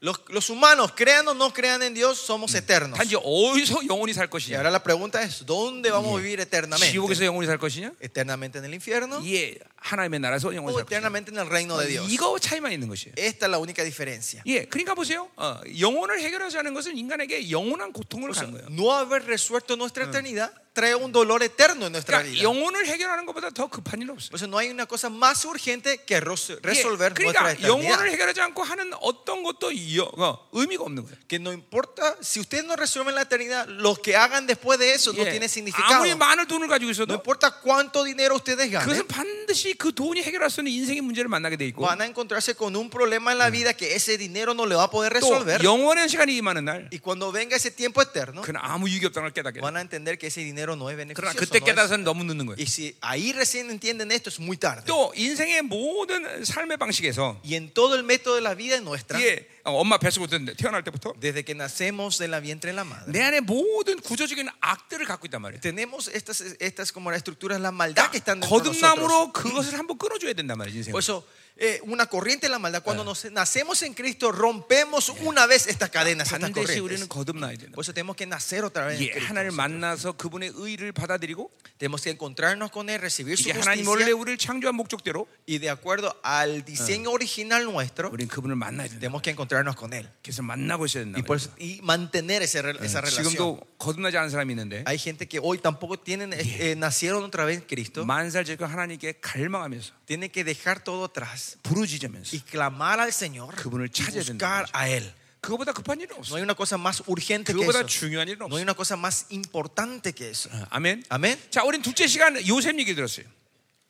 Los, los humanos, crean o no crean en Dios, somos eternos. 단지 어디서 영혼이 살 Y 것이냐? ahora la pregunta es, ¿dónde vamos a vivir eternamente? 지옥에서 영혼이 살 것이냐? ¿Eternamente en el infierno 예, 하나님의 예. 나라에서 영혼이 o 살 것이냐? eternamente en el reino de Dios? 이거 차이만 있는 것이에요. Esta es la única diferencia. 예, 그러니까 보세요. 어, 영혼을 해결하지 않은 것은 인간에게 영원한 고통을 가는 거예요. No haber resuelto nuestra eternidad trae un dolor eterno en nuestra 그러니까 vida. 영혼을 해결하는 것보다 더 급한 일 없어요. Entonces no hay una cosa más urgente que res- 예, resolver nuestra 그러니까 영혼을 eternidad. 해결하지 않고 하는 어떤 것도 여- 어, 의미가 없는 거예요. Que no importa, si ustedes no resuelven la eternidad, lo que hagan después de eso no 예, tiene significado. 아무리 많은 돈을 가지고 No 있어도 importa cuánto dinero ustedes ganen, 그것은 반드시 그 돈이 해결할 수 있는 인생의 문제를 만나게 돼 있고 van a encontrarse con un problema en la vida que ese dinero no le va a poder 또 resolver. 영원한 시간이 임하는 날 Y cuando venga ese tiempo eterno, 그는 아무 유익이 없다는 걸 깨닫게 돼. van a entender que ese dinero no es 그러나 beneficioso. 어? 그때 no es- 깨달아서는 네. 너무 늦는 거예요. Y si ahí recién entienden esto, es muy tarde. 또 인생의 모든 삶의 방식에서 Y en todo el método de la vida nuestra, 예, 어, 엄마 뱃속부터 태어날 때부터 desde que nacemos de la vientre de la madre, 내 안에 모든 구조적인 악들을 갖고 있단 말이에요. tenemos estas, estas como las estructuras, la maldad que están dentro de nosotros. 거듭남으로 그것을 한번 끊어줘야 된단 말이에요, 인생. Por eso, eh, una corriente de la maldad, cuando nos, nacemos en Cristo, rompemos una vez estas cadenas, estas 반드시 corrientes. 우리는 거듭나야 된다. Por eso tenemos que nacer otra vez en 예, Cristo. 하나님 만나서 그분의 의를 받아들이고 Tenemos que encontrarnos con Él, recibir su 이제 하나님 원래 justicia 우리를 창조한 목적대로 y de acuerdo al diseño original nuestro, 우리는 그분을 만나야 된다. tenemos que encontrarnos con Él. 계속 만나고 있어야 된다. Y, por eso- y mantener ese re- esa relación. 지금도 거듭나지 않은 사람이 있는데 Hay gente que hoy tampoco tienen, eh, eh, nacieron otra vez en Cristo. 만살 지금 하나님께 갈망하면서 Tiene que dejar todo atrás 부르짖으면서 y clamar al Señor, 그분을 y 찾아야 buscar 된다는 a Él. 그거보다 급한 일은 No 없어. hay una cosa más urgente que 그거보다 eso. 중요한 일은 No 없어. 어, hay una cosa más importante que eso. 아멘. Amén. 자, 우린 둘째 시간 요셉 얘기 들었어요.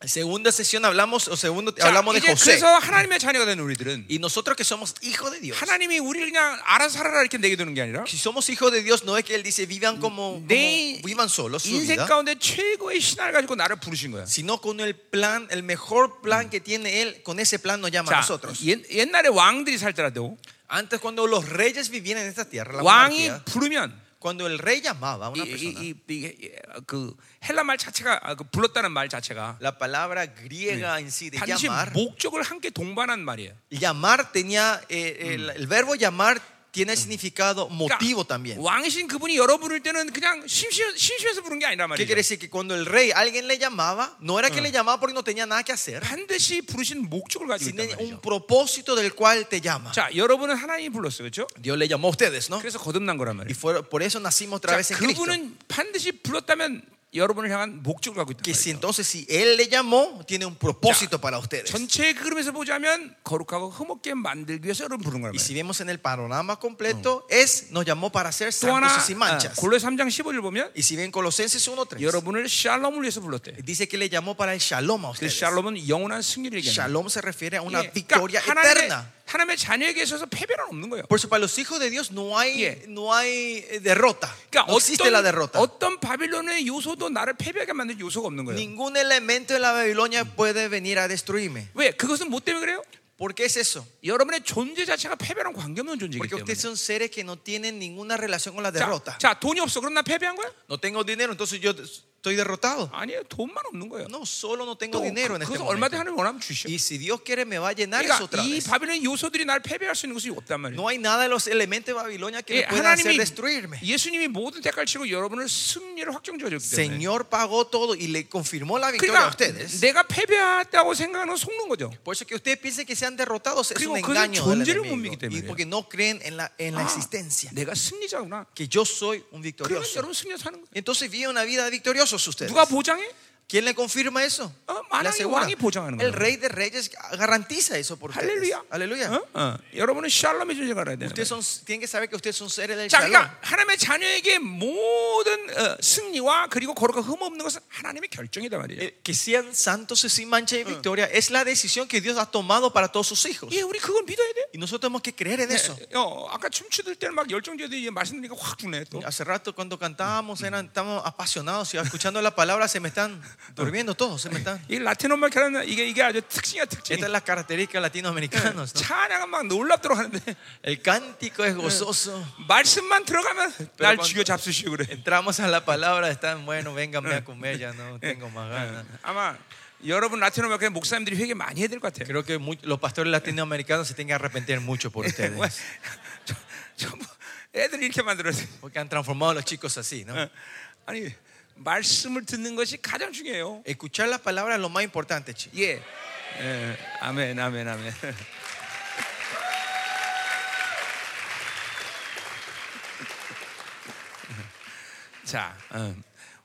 Segunda sesión hablamos, o segundo, 자, hablamos de 이제 José. 그래서 하나님의 자녀가 된 우리들은 Y nosotros que somos hijos de Dios. 하나님이 우리를 그냥 알아서 살아라 이렇게 내게두는 게 아니라 Si somos hijos de Dios, no es que Él dice vivan como, como 내 vivan solos, su 인생 vida", 가운데 최고의 신앙을 가지고 나를 부르신 거야. sino con el plan, el mejor plan que tiene Él, con ese plan nos llama a 자, nosotros. 옛, 옛날에 왕들이 살더라도 Antes, cuando los reyes vivían en esta tierra, la monarquía, 왕이 부르면 cuando el rey llamaba a una persona, 이이그 헬라 말 자체가 아, 그 불렀다는 말 자체가 la palabra griega en sí de 단지 llamar, 목적을 함께 동반한 말이에요. llamar tenía, eh, el, el verbo llamar tiene el significado motivo también. 그러니까 왕신 그분이 여러 부를 때는 그냥 심심 심심해서 부른 게 아니란 ¿Qué quiere 말이에요. decir? Que cuando el rey, alguien le llamaba, no era que le llamaba porque no tenía nada que hacer, 반드시 부르신 목적을 가지고 sino 있단 un 말이죠. propósito del cual te llama. 자, 여러분은 하나님이 불렀어요, 그렇죠? Dios le llamó a ustedes, ¿no? 그래서 거듭난 거란 Y 어? 말이에요. fue- por eso nacimos otra vez 자, en Cristo. 그분은 반드시 불렀다면 여러분을 향한 목적을 갖고 있단 Que si 말이에요. entonces, si Él le llamó, tiene un propósito para ustedes. 전체 그림에서 보자면 거룩하고 흠없게 만들기 위해서 여러분 부른 거란 Y si 말이에요. vemos en el panorama completo, es nos llamó para ser 또 하나 아, santos y sin manchas. 골로새 3장 15절 보면 Y si ven Colosenses 1:3, 여러분을 샬롬을 위해서 불렀대. dice que le llamó para el shalom a 그 ustedes. 샬롬은 영원한 승리를 얘기하는 Shalom se refiere a 거예요. una 예, 그러니까 victoria 하나님의, eterna. 하나님의 자녀에게 있어서 패배는 없는 거예요. Por eso para los hijos de Dios no hay Yeah. no hay eh, derrota. 그러니까 No existe la 어떤, derrota. 어떤 바빌론의 요소도 나를 패배하게 만드는 요소가 없는 거예요. Ningún elemento de la Babilonia puede venir a destruirme. 왜? 그것은 뭐 때문에 그래요? ¿Por qué es eso? 여러분의 존재 자체가 패배랑 관계없는 존재이기 Porque 때문에. ustedes son seres que no tienen ninguna relación con la 자, derrota. 자, 돈이 없어. 그럼 나 패배한 거야? No tengo dinero, entonces yo estoy derrotado. 아니에요. 돈만 없는 거예요. No, solo no tengo 또 dinero 그- en este 그것을 얼마든지 momento. 하나님 원하면 주시오. Y si Dios quiere me va a llenar 그러니까 eso otra 이 vez. 바빌론 요소들이 날 패배할 수 있는 것이 없단 말이에요. No hay nada de los elementos de Babilonia que 예, me puedan hacer 하나님이 destruirme. 예수님이 모든 대가를 치고 여러분을 승리를 확정지어줬기 때문에 Señor pagó todo y le confirmó la victoria 그러니까 a ustedes. 내가 패배했다고 생각하는 건 속는 거죠. Por eso que ustedes piensen que sean derrotados es 그리고 un 그것은 engaño del 존재를 못 enemigo. 믿기 Y 때문에요. porque no creen en la, en la 아, existencia. 내가 승리자구나. Que yo soy un 그러면 victorioso. 여러분 승리 사는 거예요. Entonces viven una vida victoriosos ustedes. 누가 보장해? ¿Quién le confirma eso? 어, Le 만왕의 asegura. 왕이 보장하는 El 거예요. rey de reyes garantiza eso por ustedes. 할렐루야. Aleluya. Ah, 어? 어. 여러분은 샬롬의 존재가 알아야 되는 Ustedes 거예요. son, tienen que saber que ustedes son seres del 자, shalom. 그러니까 하나님의 자녀에게 모든 어, 승리와 그리고 거룩과 흠 없는 것은 하나님의 결정이다 말이에요. Eh, Que sean Ah. santos y sin mancha y victoria es la decisión que Dios ha tomado para todos sus hijos. 예, 우리 그걸 믿어야 돼. Y nosotros tenemos que creer en eso. 예, 어, 아까 춤추들 때는 막 열정적이고 이제 말씀드리니까 확 주네 또. Hace rato cuando cantábamos, eran, estábamos apasionados y escuchando la palabra se me están durmiendo todos, se me están. 이 라틴 엄마 캐는 이게 이게 아주 특징이야 특징. Esta es la característica de latinoamericanos. ¿no? 찬양은 막 놀랍도록 하는데 El cántico es gozoso. 말씀만 들어가면 날 그러면- 죽여 잡수시고 그래. Entramos a la palabra, están, bueno, vénganme a comer, ya no tengo más ganas. 아마 여러분 라틴 엄마 캐 목사님들이 회개 많이 해야 될 것 같아요. Creo que mu- los pastores latinoamericanos se tienen que arrepentir mucho por 뭐, ustedes. 저- 전부 애들이 이렇게 만들었어요. Porque han transformado a los chicos así, ¿no? 어. 아니 말씀을 듣는 것이 가장 중요해요. Escuchar la palabra es lo más importante, chicos. 예. 예. 아멘, 아멘, 아멘. 자, 음.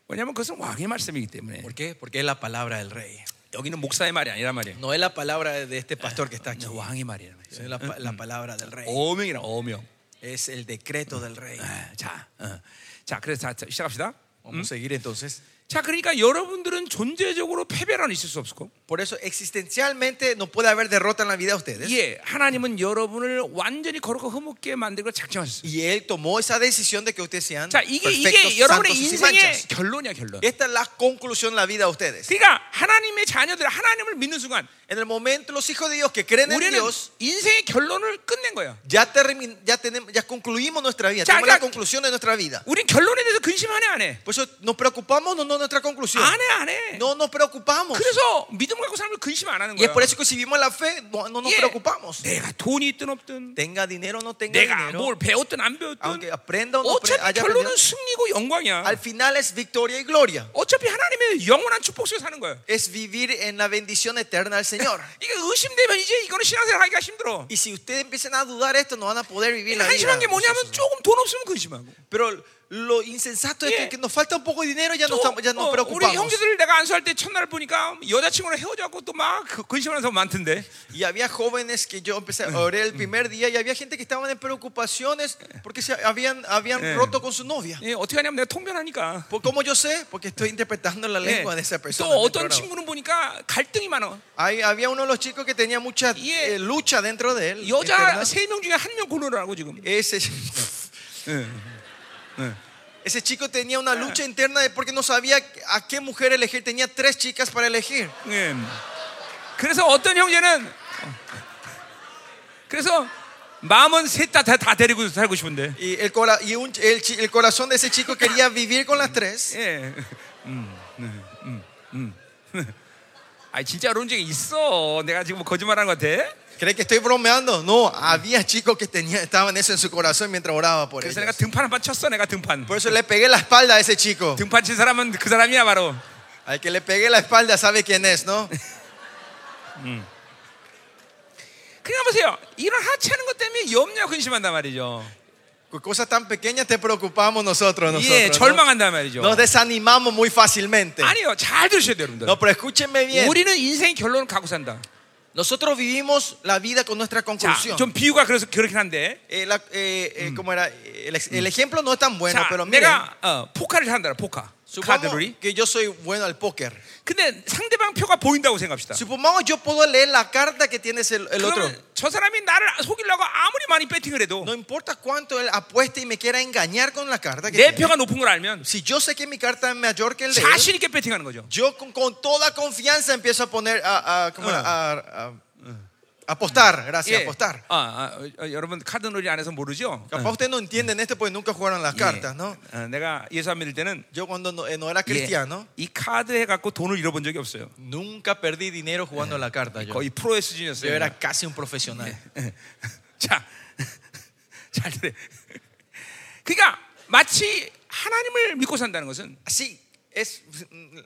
왜냐하면 그것은 왕의 말씀이기 때문에 ¿Por qué? Porque es la palabra del rey. 여기는 목사의 말이 아니란 말이에요. No es la palabra de este pastor que está aquí. 저 왕의 말이란 말이에요. Es la, pa- la palabra del rey. 어명이란 어명. Es el decreto del rey. 아, 자, 어. 자, 그래서 자, 자, 시작합시다. Vamos a seguir entonces. 자, 그러니까 여러분들은 존재적으로 패배라는 있을 수 없고, Por eso, existencialmente no puede haber derrota en la vida de ustedes. 예, 하나님은 여러분을 완전히 거룩하고 흠없게 만들고 작정하셨어요. Y él tomó esa decisión de que ustedes sean 자, 이게 perfectos, 이게 여러분의 santos y sin 인생의 manchas. 결론이야 결론. Esta es la conclusión de la vida de ustedes. 그러니까 하나님의 자녀들 하나님을 믿는 순간 En el momento los hijos de Dios que creen en 우리는 Dios 인생의 결론을 끝낸 거야. ya termin- ya tenemos ya concluimos nuestra vida, Ya, tenemos ya. la conclusión de nuestra vida. 우린 결론에 대해서 근심하네 안 해? Por eso nos preocupamos no, no de nuestra conclusión. 안 해, 안 해. No nos preocupamos. 그래서 믿음 갖고 사람을 근심 안 하는 Y es 거야. por eso que si vivimos la fe no, no nos Yeah. preocupamos. 네, 내가 돈이 있든 없든, Tenga dinero o 네, no 그러니까 tenga 내가 dinero, 뭘 배웠든 안 aunque 배웠든, aprenda o no apre- 어차피 haya 결론은 aprendido, 승리고 영광이야. al final es victoria y gloria. 어차피 하나님의 영원한 축복 속에 사는 거야. Es vivir en la bendición eterna del Señor. 이게 의심되면 이제 이거는 신앙생활 하기가 힘들어. Y si ustedes empiezan a dudar esto, no van a poder vivir la vida. 한심한 게 뭐냐면 조금 돈 없으면 근심하고. Pero lo insensato es Yeah. Oh, que, que nos falta un poco de dinero, ya, 또, no estamos- ya nos 어, 우리 preocupamos. 형제들 내가 안수할 때 첫날 보니까 여자친구랑 헤어져갖고 또막 그 근심하는 사람 많던데 Y había jóvenes que yo empecé Mm. a orar el primer día y había gente que estaban en preocupaciones porque se habían, habían Yeah. roto con su novia. 예, 어떻게 하냐면 내가 통변하니까 ¿Por ¿Cómo yo sé? Porque estoy interpretando la 예, lengua de esa persona. 또 en el 어떤 programa. 친구는 보니까 갈등이 많아 Hay- había uno de los chicos que tenía mucha Yeah. eh, lucha dentro de él. 여자 eterna. 세 명 중에 한 명 고르라고 지금 예. Ese, ese chico tenía una lucha interna de- porque no sabía a qué mujer elegir. Tenía tres chicas para elegir. 예. 그래서 어떤 형제는 그래서 마음은 셋 다 다 데리고 살고 싶은데 Y, el, cora- y un- el chi- el corazón de ese chico quería vivir con las tres. 예. 음, 네, 음, 음. 아 진짜 그런 적이 있어 내가 지금 뭐 거짓말하는 것 같아? ¿Cree que estoy bromeando? No, había chicos que tenía, estaban eso en su corazón mientras oraba por 그래서 ellos. 내가 등판 한 판 쳤어 내가 등판 Por eso le pegué la espalda a ese chico. 등판 친 사람은 그 사람이야 바로 Al que le pegué la espalda sabe quién es, ¿no? 그냥 보세요 이런 하찮은 것 때문에 염려 근심한단 말이죠 Con cosas tan pequeñas te preocupamos nosotros. 예 nosotros ¿no? 절망한단 말이죠 Nos desanimamos muy fácilmente. 아니요 잘 들으셔야 돼요 여러분들 No, pero escúchenme bien. 우리는 인생의 결론을 갖고 산다 Nosotros vivimos la vida con nuestra conclusión. 자좀 비유가 그래서 그렇긴 한데 Eh, la- eh, eh, ¿cómo era? El, ex- el ejemplo no es tan bueno, 자 pero miren, 내가 어, 포카를 산다 포카 supongamos 카드로리 que yo soy bueno al póker. 근데 상대방 표가 보인다고 생각합시다 Supongamos yo puedo leer la carta que tiene ese- el, otro. 그러면 저 사람이 나를 속이려고 아무리 많이 배팅을 해도 No importa cuánto él apueste y me quiera engañar con la carta que 내 tiene. 표가 높은 걸 알면 Si yo sé que mi carta es mayor que el de él, 자신 있게 배팅하는 거죠 yo con, con toda confianza empiezo a poner a, a- ¿cómo era? Ah. A- a- apostar, gracias, 예. apostar. 아, 아, 어, 여러분 카드 놀이 안에서 모르죠 Capaz ustedes no entienden esto porque nunca jugaron las 예. cartas, ¿no? 어, 내가 예수 안 믿을 때는 Yo cuando no, eh, no era 예, cristiano, 이 카드 해갖고 돈을 잃어본 적이 없어요. nunca perdí dinero jugando a la carta. Yo, 거의 프로의 수준이었어요. Yo era casi un profesional. 자, 잘 들어. 그러니까 마치 하나님을 믿고 산다는 것은 Así, es,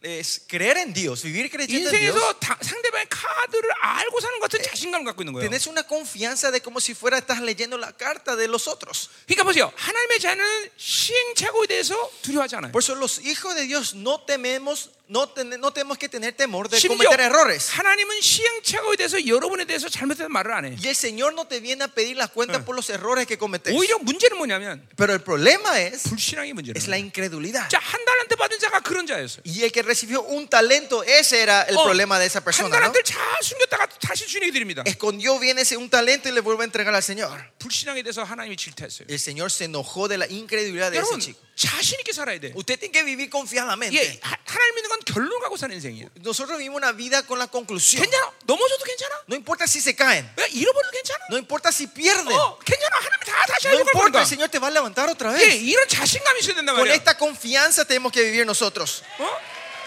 es creer en Dios, vivir creyendo en Dios. 인생에서 다- 상대방의 카드를 알고 사는 것 같은 자신감을 갖고 있는 거예요. Tienes una confianza de como si fuera estás leyendo la carta de los otros. 그러니까 보세요. 하나님의 자녀는 시행착오에 대해서 두려워하지 않아요. Por eso los hijos de Dios no tememos, no, ten- no tenemos que tener temor de 심지어 cometer errores. 하나님은 시행착오에 대해서 여러분에 대해서 잘못된 말을 안 해. Y el Señor no te viene a pedir las cuentas por los errores que cometes. 오히려 문제는 뭐냐면 Pero el problema es, 불신앙이 문제예요. es la incredulidad. 자, 한 달한테 받은 자가 그런 자였어요. Y el que recibió un talento, ese era el 어, problema de esa 한 persona. ¿no? 달한테 잘 숨겼다가 다시 주님이 드립니다. Escondió bien ese un talento y le vuelve a entregar al Señor. 불신앙에 대해서 하나님이 질타했어요. El Señor se enojó de la incredulidad de ese 여러분 chico. 자신 있게 살아야 돼. Usted tiene que vivir confiadamente. 예, 하- 하나님 믿는 건 결론 갖고 사는 인생이에요. Nosotros vivimos una vida con la conclusión. 괜찮아. 넘어져도 괜찮아. No importa si se caen, 왜 잃어버려도 괜찮아. no importa si pierden, 어, 괜찮아. 하나님 다 다시 no 알려줄 importa, 거니까. el Señor te va a levantar otra 예, vez. 이런 자신감이 있어야 된단 Con 말이야. esta confianza tenemos que vivir nosotros. 어?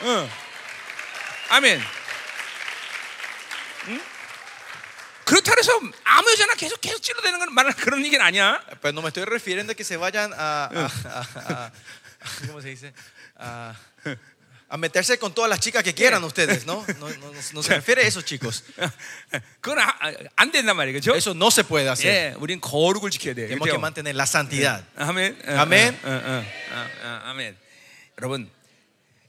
응. 아멘. 응? 그렇다고 해서 아무 여자나 계속 계속 찔러대는 건 말하는 그런 얘기는 아니야. Pero Pues no me estoy refiriendo a que se vayan a. a- a- a- ¿Cómo se dice? A, a meterse con todas las chicas que quieran ustedes, ¿no? No, no- no- no se refiere a esos chicos. 그건 아- 아, 안 된단 말이에요. 그죠? Eso no se puede hacer. 예, 우린 거룩을 지켜야 돼요. Tenemos que 그죠? 예. mantener la santidad. 아멘. 어, 아멘. 어, 어, 어, 어, 어, 아멘. 여러분,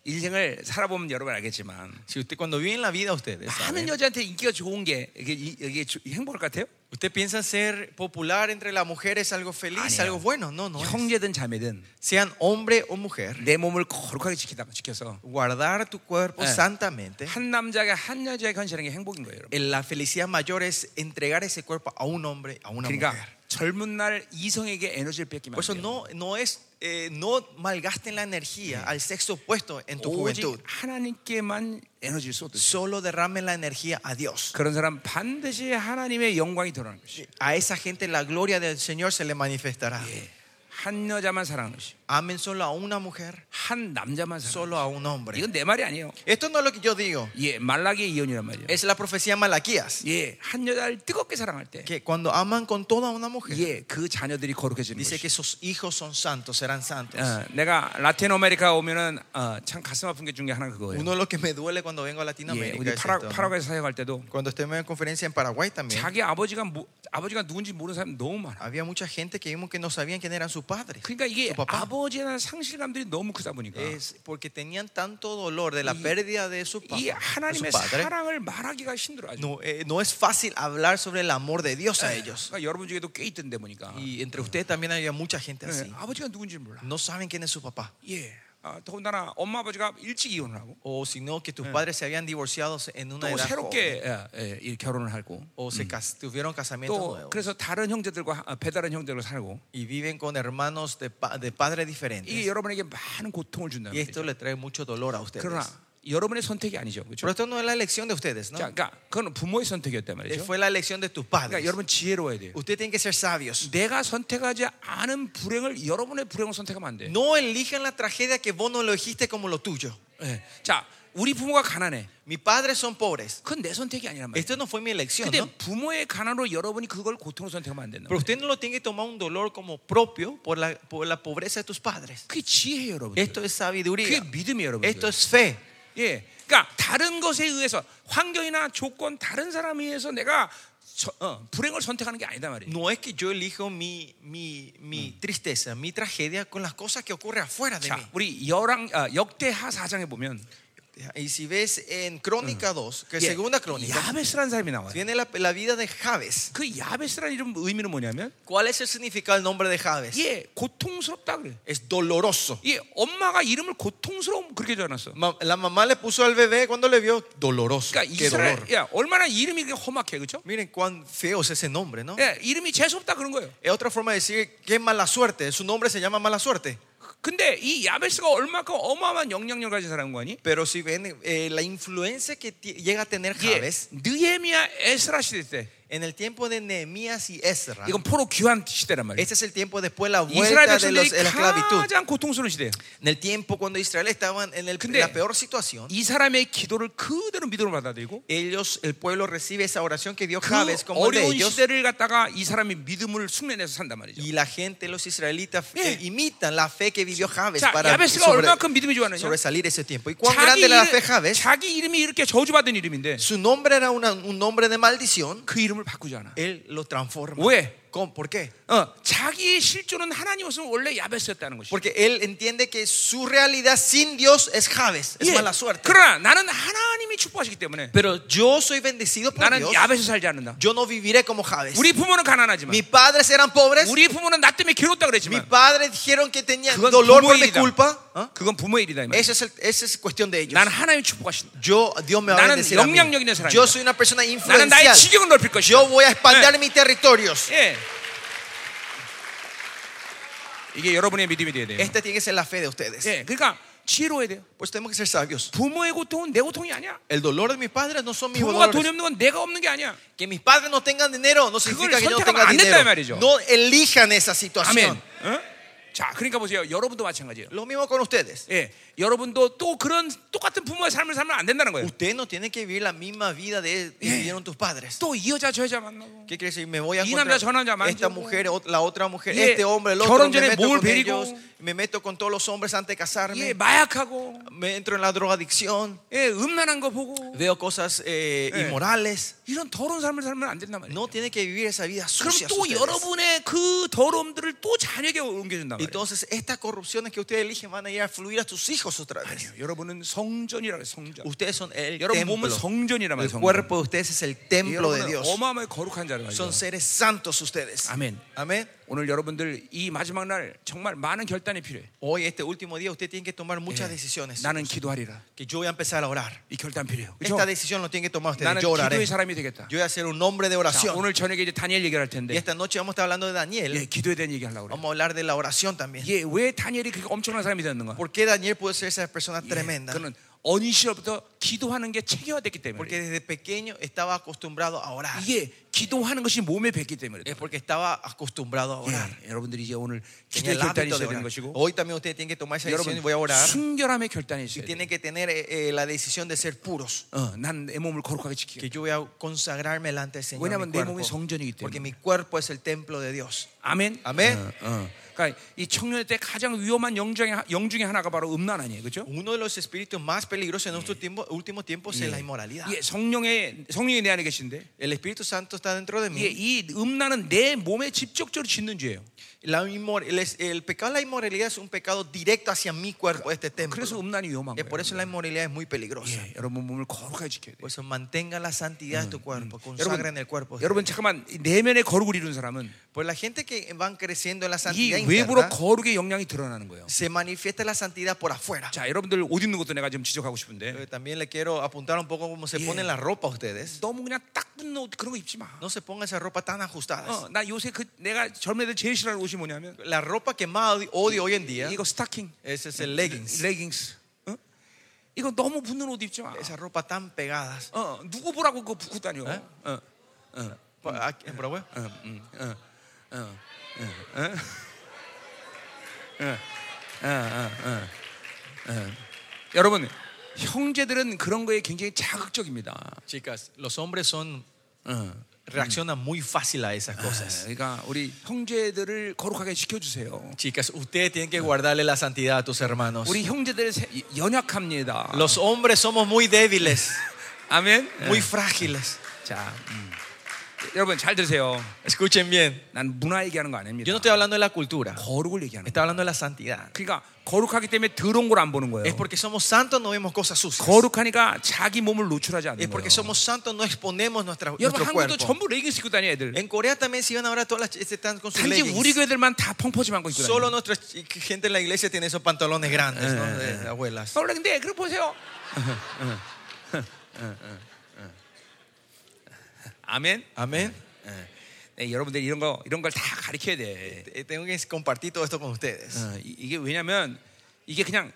인생을 살아보면 여러분 알겠지만 Si usted cuando viven la vida ustedes, 많은 ¿saben? 여자한테 인기가 좋은 게 이게 이- 이게 주- 행복할 것 같아요? usted piensa ser popular entre las mujeres algo feliz, 아니에요. algo bueno. No, no. es. 형제든 자매든 Sean hombre o mujer, 내 몸을 거룩하게 지키다 지켜서 guardar tu cuerpo Eh. santamente. 한 남자가 한 여자의 건실한 게 행복인 거예요, 여러분. La felicidad mayor es entregar ese cuerpo a un hombre, a una 그러니까 mujer. 젊은 날 이성에게 에너지를 뺏기면 Por eso 안 돼요. no, no es, eh, no malgasten la energía al sexo opuesto en tu 오직 juventud. 하나님께만 에너지를 쏟듯이 Solo derramen la energía a Dios. 그런 사람 반드시 하나님의 영광이 드러나는 것이 A esa gente la gloria del Señor se le manifestará. 예. 한 여자만 사랑하는 것이 Amen solo a una mujer, 한 남자만 사랑하는 solo a un 것이. hombre. 이건 내 말이 아니에요. Esto no es lo que yo digo. 예, 말라기의 이혼이란 말이에요. Es la profecía de Malaquías. 예, 한 여자를 뜨겁게 사랑할 때, Que cuando aman con toda una mujer, 예, 그 자녀들이 거룩해지는 dice 것이. que sus hijos son santos, serán santos. 어, 내가 라틴 아메리카 오면은 어, 참 가슴 아픈 게 중에 하나 그거예요. Uno de los que me duele cuando vengo a 예, Latinoamérica. 우리 es 파라, esto, ¿no? 파라과이에서 사역할 때도 Cuando estuve en una conferencia en Paraguay también, 자기 아버지가 뭐- 아버지가 누군지 모르는 사람이 너무 많아. había mucha gente que vimos que no sabían quién eran sus padres. 그러니까 이게 su papá. 아버지에 대한 상실감들이 너무 크다 보니까 Es porque tenían tanto dolor de la pérdida de su, papá, 이 de su 하나님의 padre. 사랑을 네. 말하기가 힘들어요. No, eh, no es fácil hablar sobre el amor de Dios a ellos. 그러니까 여러분 중에도 꽤 있던데 보니까 Y entre ustedes también había mucha gente 예, así. 아버지가 누군지 몰라. No saben quién es su papá. 예, 아, 더군다나 엄마 아버지가 일찍 이혼을 하고 O si no, que tus padres se habían divorciado en una 또 edad joven. 새롭게 예, 예, 이 결혼을 하고 O se cas- tuvieron casamientos 또 nuevos. 그래서 다른 형제들과 아, 배다른 형제들과 살고 Y viven con hermanos de, pa- de padres 이게 diferentes. 여러분에게 많은 고통을 준다는 Y esto 거죠. le trae mucho dolor a ustedes. 그러나 여러분의 선택이 아니죠, 네. 그렇죠? Pero esto no es la elección de ustedes, ¿no? 자, 그러니까 그건 네, 부모의 선택이었단 Eh, 말이죠. Fue la elección de tus 그러니까 padres. 여러분 지혜로워야 돼요. Ustedes tienen que ser sabios. 내가 선택하지 않은 불행을 여러분의 불행을 선택하면 안 돼. No elijan la tragedia que vos no elegiste como lo tuyo. 예. 자, 우리 부모가 가난해. Mis padres son pobres. 그건 내 선택이 아니란 말이야. Esto no fue mi elección, 근데 ¿no? 부모의 가난으로 여러분이 그걸 고통으로 선택하면 안 된다. Pero usted no lo tiene que tomar un dolor como propio por la, por la pobreza de tus padres. 그게 지혜예요, 여러분. Esto es 그게 sabiduría. 믿음이에요, 여러분. Esto es fe. 예. 그러니까 다른 것에 의해서 환경이나 조건 다른 사람에 의해서 내가 저- 어, 불행을 선택하는 게 아니다 말이에요. No es que yo elijo mi, mi, mi tristeza, mi tragedia con las cosas que ocurren afuera de 자, 우리 열왕 아, 역대하 사장에 보면 mí. Y si ves en Crónica 2, que 예, es segunda crónica, 야베스라는 사람이 나와요. viene la, la vida de Javes. 그 야베스라는 이름 의미는 뭐냐면 ¿Cuál es el significado del nombre de Javes? 예, 고통스럽다 그래. Es doloroso. 예, 엄마가 이름을 고통스러움 그렇게 전했어. Ma- La mamá le puso al bebé cuando le vio doloroso. 그러니까 Qué 이스라엘 dolor. 야, 얼마나 이름이 그렇게 험악해. 그렇죠? Miren cuán feo es ese nombre, ¿no? 예, 이름이 재수 없다 그런 거예요. Es otra forma de decir que es mala suerte. Su nombre se llama mala suerte. 근데 이 야베스가 얼마큼 어마어마한 영향력을 가진 사람인 거 아니? Pero si ven eh, la influencia que ti- llega a tener 예, Javes, 느헤미야 에스라 시대 때 En el tiempo de Nehemías y Ezra, 이건 포로 귀환 시대란 말이에요. este es el tiempo después de la 이스라엘 vuelta de, los- 백성들이 de la esclavitud. 가장 고통스러운 시대예요. En el tiempo cuando Israel estaban en el- 근데 la peor situación, 이 사람의 기도를 그대로 믿음으로 받아들이고 ellos, el pueblo recibe esa oración que dio 그 Jabes como de 어려운 ellos. 시대를 갖다가 이 사람이 믿음을 숙련해서 산단 말이죠. Y la gente, los israelitas, 예. eh, imitan la fe que vivió Jabes 자, para 야베스가 sobre- 얼마큼 믿음이 좋았느냐? sobresalir ese tiempo. ¿Y cuán 자기, grande era la fe 이름, Jabes? 자기 이름이 이렇게 저주받은 이름인데 Su nombre era una- un nombre de maldición. 그 이름을 바꾸지 않아. Él lo transforma. 왜? ¿Cómo? ¿Por qué? 어, 자기의 실존은 하나님으로서 원래 야베스였다는 것이. Porque él entiende que su realidad sin Dios es Jabes, es 예. mala suerte. 그러나 나는 하나님이 축복하시기 때문에 Pero yo soy bendecido por 나는 Dios. 야베스 살지 않는다. Yo no viviré como Jabes. 우리 부모는 가난하지만 Mis padres eran pobres. 우리 부모는 나 때문에 괴롭다 Mis 그랬지만 padres dijeron que tenían 그건 dolor por 부모의 mi 일이다. culpa. ¿Ah? 그건 부모의 일이다 이 말이야. Esa es, el- esa es cuestión de ellos. 나는 하나님이 축복하신다. Yo, Dios me va a 나는 bendecir. a mí. 영향력 있는 사람이다. Yo soy una persona 나는 나의 influencial. 지경을 넓힐 것이다. Yo voy a expandir mis territorios. 예. 이게 여러분의 믿음이 돼야 돼요. Esta Este tiene que ser la fe de ustedes. 예. 그러니까 지혜로워야 돼요. Pues tenemos que ser sabios. 부모의 고통은 내 고통이 아니야. El dolor de mis padres no son mis 부모가 돈이 dolores. 없는 건 내가 없는 게 아니야. Que mis padres no tengan dinero no significa que yo no 선택하면 tenga 안 된다, 이 dinero. 말이죠. No elijan esa 아멘. situación. 어? 자, 그러니까 보세요. 여러분도 마찬가지예요. Lo mismo con ustedes. 예. 여러분도 또 그런 똑같은 부모의 삶을 살면 안 된다는 거예요. Ustedes no tienen que vivir la misma vida de que vivieron tus padres. 또 이 여자 저 여자 만나고 ¿Qué quiere decir? Me voy a 이 남자, 저 남자 encontrar esta 만지고. mujer, ot- la otra mujer, 예, este hombre, el 결혼 otro. Me 전에 meto 몸을 con ellos, 베리고. me meto con todos los hombres antes de 예, casarme. 마약하고 Me entro en la drogadicción. 예, 음란한 거 보고 Veo cosas eh, 예. inmorales. 이런 더러운 삶을 살면 안 된단 말이에요. No tiene que vivir esa vida 그럼 sucia. 또 ustedes. 여러분의 그 더러움들을 또 자녀에게 옮겨준단 말이에요. Entonces, estas corrupciones que ustedes eligen van a ir a fluir a tus hijos otra vez. 여러분은 성전이라고 해요, 성전. Ustedes son el 여러분 templo. 몸은 성전이란 El 말이에요. cuerpo de ustedes es el templo 예, de 여러분은 Dios. 어마어마하게 거룩한 자를 말이죠. Son seres santos ustedes. 아멘. Amén. 오늘 여러분들 이 마지막 날 정말 많은 결단이 필요해. Hoy, este último día, usted tiene que tomar muchas decisiones. 나는 기도하리라. Que yo voy a empezar a orar. 이 결단 필요해요. 그죠? Esta decisión lo tiene que tomar ustedes. 나는 Yo oraré. 기도의 Yo 사람이 되겠다. voy a ser un hombre de 자, oración. 오늘 저녁에 이제 다니엘 얘기할 Y 텐데 esta noche vamos a estar hablando 예, de Daniel. 기도에 대한 얘기하려고 그래. Vamos a hablar de la oración también. 예, 왜 다니엘이 그렇게 엄청난 사람이 되었는가? ¿Por qué Daniel pudo ser esa persona 예, tremenda? 그는 어린 시절부터 기도하는 게 체계화됐기 Porque 때문에 desde pequeño estaba acostumbrado a orar. 이게 기도하는 것이 몸에 뱄기 때문에 Es porque estaba acostumbrado a orar. 예, 여러분들이 이제 오늘 기도의 Tenía el 결단이 hábito de 있어야 되는 orar. 것이고 Hoy también ustedes tienen que tomar esa decisión y 여러분 voy a orar. 순결함의 결단이 Y 있어야 돼. tienen que tener eh, eh, la decisión de ser puros. 어, 난내 몸을 거룩하게 지키게. Que yo voy a consagrarme delante del Señor. 왜냐하면 mi 내 cuerpo. 몸이 성전이기 때문에. porque mi cuerpo es el templo de Dios. 아멘. 아멘. 어, 어. 그러니까 이 청년의 때 가장 위험한 영정의 영 중에 하나가 바로 음란 아니에요, 그렇죠? Uno de los espíritus más peligrosos en nuestro tiempo, último tiempo es la inmoralidad. 예, 성령의 성령이 내 안에 계신데 El Espíritu Santo está dentro de mí. 예, 이 음란은 내 몸에 직접적으로 짓는 죄예요. La inmor- el, es- el pecado de la inmoralidad es un pecado directo hacia mi cuerpo, este templo. 그래서 음란이 위험한 Eh, por 거예요. eso la inmoralidad es muy peligrosa. 예, 여러분 몸을 거룩하게 지켜야 돼요. Por eso mantenga la santidad de tu cuerpo, consagren el cuerpo. 여러분, 여러분 잠깐만 이 내면의 거룩을 이룬 사람은 Pues la gente que van creciendo en la 이 santidad 외부로 interna, 거룩의 영향이 드러나는 거예요. se manifiesta la santidad por afuera. 자, 여러분들 옷 입는 것도 내가 좀 지적하고 싶은데 Eh, También le quiero apuntar un poco cómo se Yeah. ponen la ropa ustedes. 너무 그냥 딱 붙는 옷 그런 거 입지 마. No se pongan esa ropa tan ajustada. 어, 나 요새 그 내가 젊은 애들 제일 싫어하는 옷이 뭐냐면 La ropa que más odi- odio hoy en día, 이거 스타킹, ese es el 예, leggings. 레깅스. 어? 이거 너무 붙는 옷 입지 마. Esa ropa tan pegadas. 어, 누구 보라고 그거 붙고 다녀. 에? 어, 어. Pa- aquí- en Paraguay. Ah. 어, 음, 어, 어, 어, 어, 어, 어, 어, 어. 여러분 형제들은 그런 거에 굉장히 자극적입니다. Chicas, los hombres son 어. reaccionan muy fácil a esas cosas. 그러니까 우리 형제들을 거룩하게 지켜주세요. Chicas, ustedes tienen que guardarle la santidad a tus hermanos. 우리 형제들 세- 연약합니다. Los hombres somos muy débiles, 아멘. 뭐 muy frágiles. 네, 자, 음. 여러분 잘 들으세요. Escuchen bien. 난 문화 얘기하는 거 아닙니다. Yo no estoy hablando de la cultura, 거룩을 얘기하는 거. estoy 하blando de la santidad. 그러니까 거룩하기 때문에 더러운 걸 안 보는 Es 거예요. porque somos santos no vemos cosas sucias. 거룩하니까 자기 몸을 노출하지 않는 Es 거예요. porque somos santos no exponemos nuestra, 여러분 nuestro 한국도 cuerpo. 전부 레깅스 입고 다녀 애들. En Corea también si van ahora todas las chicas están con sus 단지 우리 leggings. 교회들만 다 펑퍼짐한 거 입고 Solo 다녀. nuestra ch- gente en la iglesia tiene esos pantalones grandes, ¿no? De- de abuelas. 원래 근데 그럼 보세요. 아멘. Amén. 네, 여러분들 이런 거 이런 걸 다 가르쳐야 돼. Eh, Tengo que compartir todo esto con ustedes. 어, 이- 이게 왜냐면 이게 그냥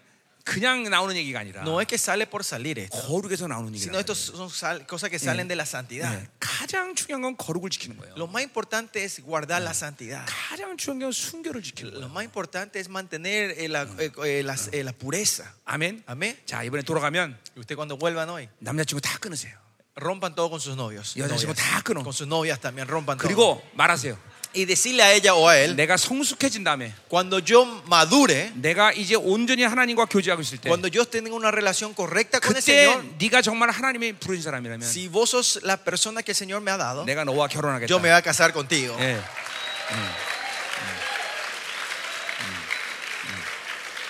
그냥 나오는 얘기가 아니라 No es que sale por salir esto, 거룩에서 나오는 얘기가 아니라 sino estos son sal- cosas Mm. que salen de la santidad. 가장 중요한 건 거룩을 지키는 거예요. Lo más importante es guardar Mm. la santidad. 가장 중요한 건 순결을 지키는 거예요. Lo más importante es mantener eh, la, Mm. eh, eh, la- eh, la pureza. 아멘. Amén. 자 이번에 돌아가면 Y usted cuando vuelvan hoy, 남자친구 다 끊으세요. rompan todo con sus novios. Y ahora novias. decimos, "Da, 끊어." Con sus novias también rompan todo. 그리고 말하세요. Y decirle a ella o a él, 내가 성숙해진 다음에 cuando yo madure, 내가 이제 온전히 하나님과 교제하고 있을 때 cuando yo tenga una relación correcta con el 그때 Señor, 네가 정말 하나님의 부르신 사람이라면 si vos sos la persona que el Señor me ha dado, 내가 너와 결혼하겠다. yo me voy a casar contigo. 예. 음. 음. 음. 음. 음. 음.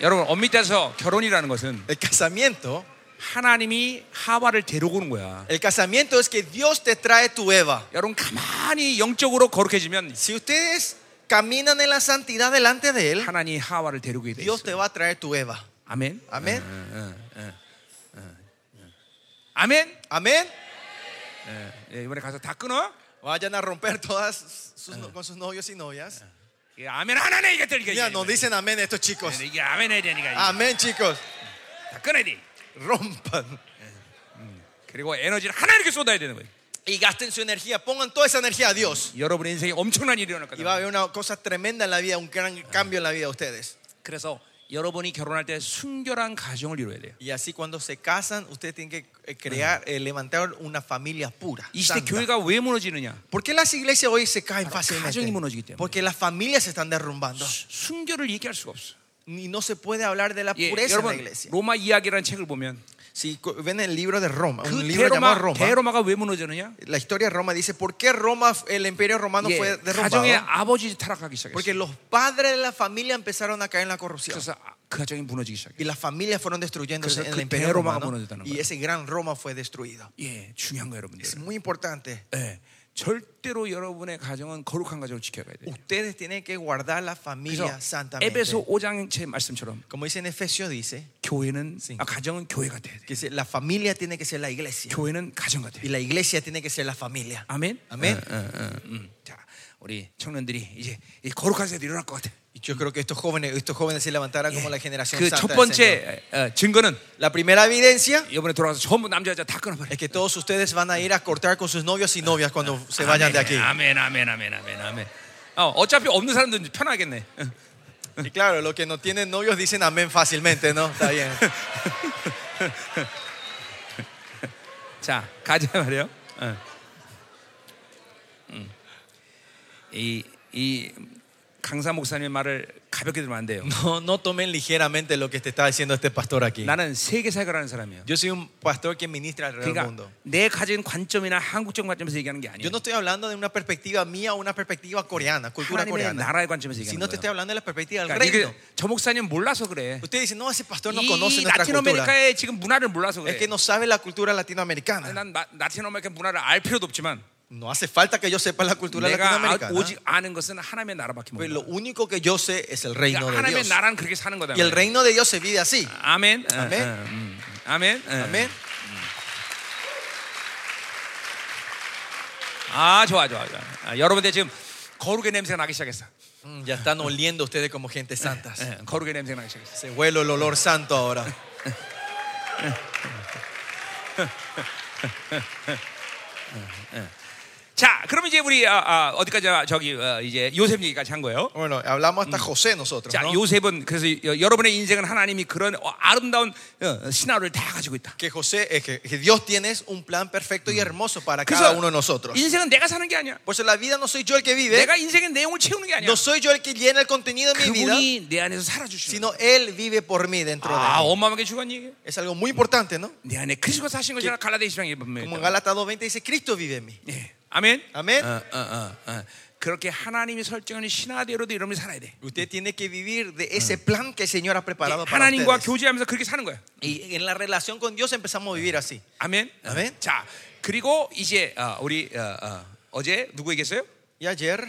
여러분 엄밑에서 결혼이라는 것은 El casamiento, 하나님이 하와를 데리고 오는 거야. el casamiento es que Dios te trae tu Eva. 여러분 가만히 영적으로 거룩해지면 Si ustedes caminan en la santidad delante de Él, 하나님 이 하와를 데리고 오게 돼 Dios 있어. te va a traer tu Eva. 아멘. Amén. 아멘. Amén. 예, 이번에 가서 다 끊어. Vayan a romper todas sus no- con sus novios y novias. 예, 아멘 하나네 이게 이게. Mira, nos 이게. dicen amén estos chicos. 이게 아멘 해야 되니까 이게. Amén, chicos. 다 끊어야 돼. Rompan. 그리고 에너지를 하나님께 쏟아야 되는 거예요. Y gasten su energía. Pongan toda esa energía a Dios. 여러분의 인생에 엄청난 일이 일어날 Y va a 거다. haber una cosa tremenda en la vida, un gran cambio en la vida de ustedes. 그래서 여러분이 결혼할 때 순결한 가정을 이루어야 돼요. Y así cuando se casan, ustedes tienen que eh, crear, eh, levantar una familia pura. 이 시대 santa. 교회가 왜 무너지느냐? ¿Por qué las iglesias hoy se caen Para 가정이 무너지기 fácilmente? 때문에. Porque las familias se están derrumbando. 순결을 얘기할 수가 없어. Y no se puede hablar de la 예, pureza en la 여러분 iglesia. 로마 이야기라는 책을 보면 eh, Si co- ven el libro de Roma, 그 un libro llamado 대로마, Roma. 대로마가 왜 무너지느냐? La historia de Roma dice por qué Roma, eh, el imperio romano 예, fue 가정의 derrumbado. 아버지 타락하기 시작했어. Porque los padres de la familia empezaron a caer en la corrupción. 그래서 아, 그 가정이 무너지기 Y 시작했어. las familias fueron destruyéndose 그래서 en el 그 imperio 대로마가 romano. 무너졌다는 Y 거예요. ese gran Roma fue destruido. 예, 중요한 거 Es 여러분들. muy importante. 예, 절대로 여러분의 가정은 거룩한 가정을 지켜가야 돼요. Ustedes tienen que guardar la 그래서 familia santamente. 에베소 5장 제 말씀처럼 Como dice en Efesios, dice 교회는 Sí. 아, 가정은 교회가 돼야 돼. que se- la familia tiene que ser la iglesia. 교회는 가정가 Y 돼. la iglesia tiene que ser la familia. 아멘. 아멘. 어, 어, 어, 음. 자, 우리 청년들이 이제 이 거룩한 세대 일어날 것 같아. Y yo creo que estos jóvenes, estos jóvenes se levantarán como la generación 그 첫 santa. del Señor. 번째 어, 증거는 La primera evidencia 이번에 돌아와서 전부 남자 여자 다 끊어버려. es que todos ustedes van a ir a cortar con sus novios y novias cuando se vayan de aquí. 아멘, 아멘, 아멘, 아멘, 아멘. 어, 어차피 없는 사람들은 편하겠네. Y claro, los que no tienen novios dicen amén fácilmente, ¿no? Está bien. 자, 가자 말이요. 어. 음. 이, 이 강사 목사님 말을 가볍게 들으면 안 돼요. No, no tomen ligeramente lo que te está diciendo este pastor aquí. 나는 세계 사역을하는 사람이에요. Yo soy un pastor que ministra alrededor del 그러니까 mundo. 내 가진 관점이나 한국적 관점에서 얘기하는 게 아니에요. Yo no estoy hablando de una perspectiva mía o una perspectiva coreana, cultura 하나님의 coreana. 나라의 관점에서 Si 얘기하는 no te 거예요. estoy hablando de la perspectiva del 그러니까 reino. 이게 저 목사님 몰라서 그래. Usted dice, no, ese pastor no conoce 이 nuestra 라틴 cultura. 아메리카의 지금 문화를 몰라서 그래. Es que no sabe la cultura latinoamericana. 난 마- 라틴 아메리카 문화를 알 필요도 없지만 No hace falta que yo sepa la cultura 내가 아- latinoamericana. 오직 아는 것은 하나님의 나라밖에 몰라. Pero lo único que yo sé es el reino 그러니까 하나님의 de Dios. 나라는 그렇게 사는 거다. Y el reino de Dios se vive así. 아멘. 어, 아멘. 어, 음. 아멘. 어. Amén. 아 좋아 좋아 좋아. 아, 여러분들 지금 거룩의 냄새가 나기 시작했어. Mm, Ya están oliendo ustedes como gente santa. 예, 거룩의 냄새가 나기 시작했어. Eh. Se huele el olor santo ahora. 자, 그럼 이제 우리 아, 아, 어디까지 와? 저기 어, 이제 요셉 얘기까지 한 거예요. Bueno, hablamos hasta José nosotros. 자, ¿no? 요셉은 그래서 여- 여러분의 인생은 하나님이 그런 어, 아름다운 어, 신화를 다 가지고 있다. Que José, eh, que, que Dios tiene un plan perfecto y hermoso para cada 그래서 uno de nosotros. 인생은 내가 사는 게 아니야. Por eso la vida no soy yo el que vive, 내가 인생의 내용을 채우는 게 아니야. no soy yo el que llena el contenido de mi vida, 네? 그분이 내 안에서 살아주시는 거야. sino Él vive por mí dentro de 아, mí. 어마어마하게 죽은 얘기. Es algo muy importante, ¿no? 내 안에 그리스도 사신 것이라 갈라디아시방에 분명히. Como 있다고. en Gálatas 2.20 dice, Cristo vive en mí. 예. 아멘. 아멘. 어, 어, 어, 어. 그렇게 하나님이 설정하는 신화대로도 여러분이 살아야 돼. Usted tiene que vivir de ese plan que el Señor ha 예, preparado para 하나님과 ustedes. 교제하면서 그렇게 사는 거야. Y en la relación con Dios empezamos a vivir así. 아멘. 아멘. 자, 그리고 이제 어, 우리 어, 제 어, 누구 얘기했어요? Y ayer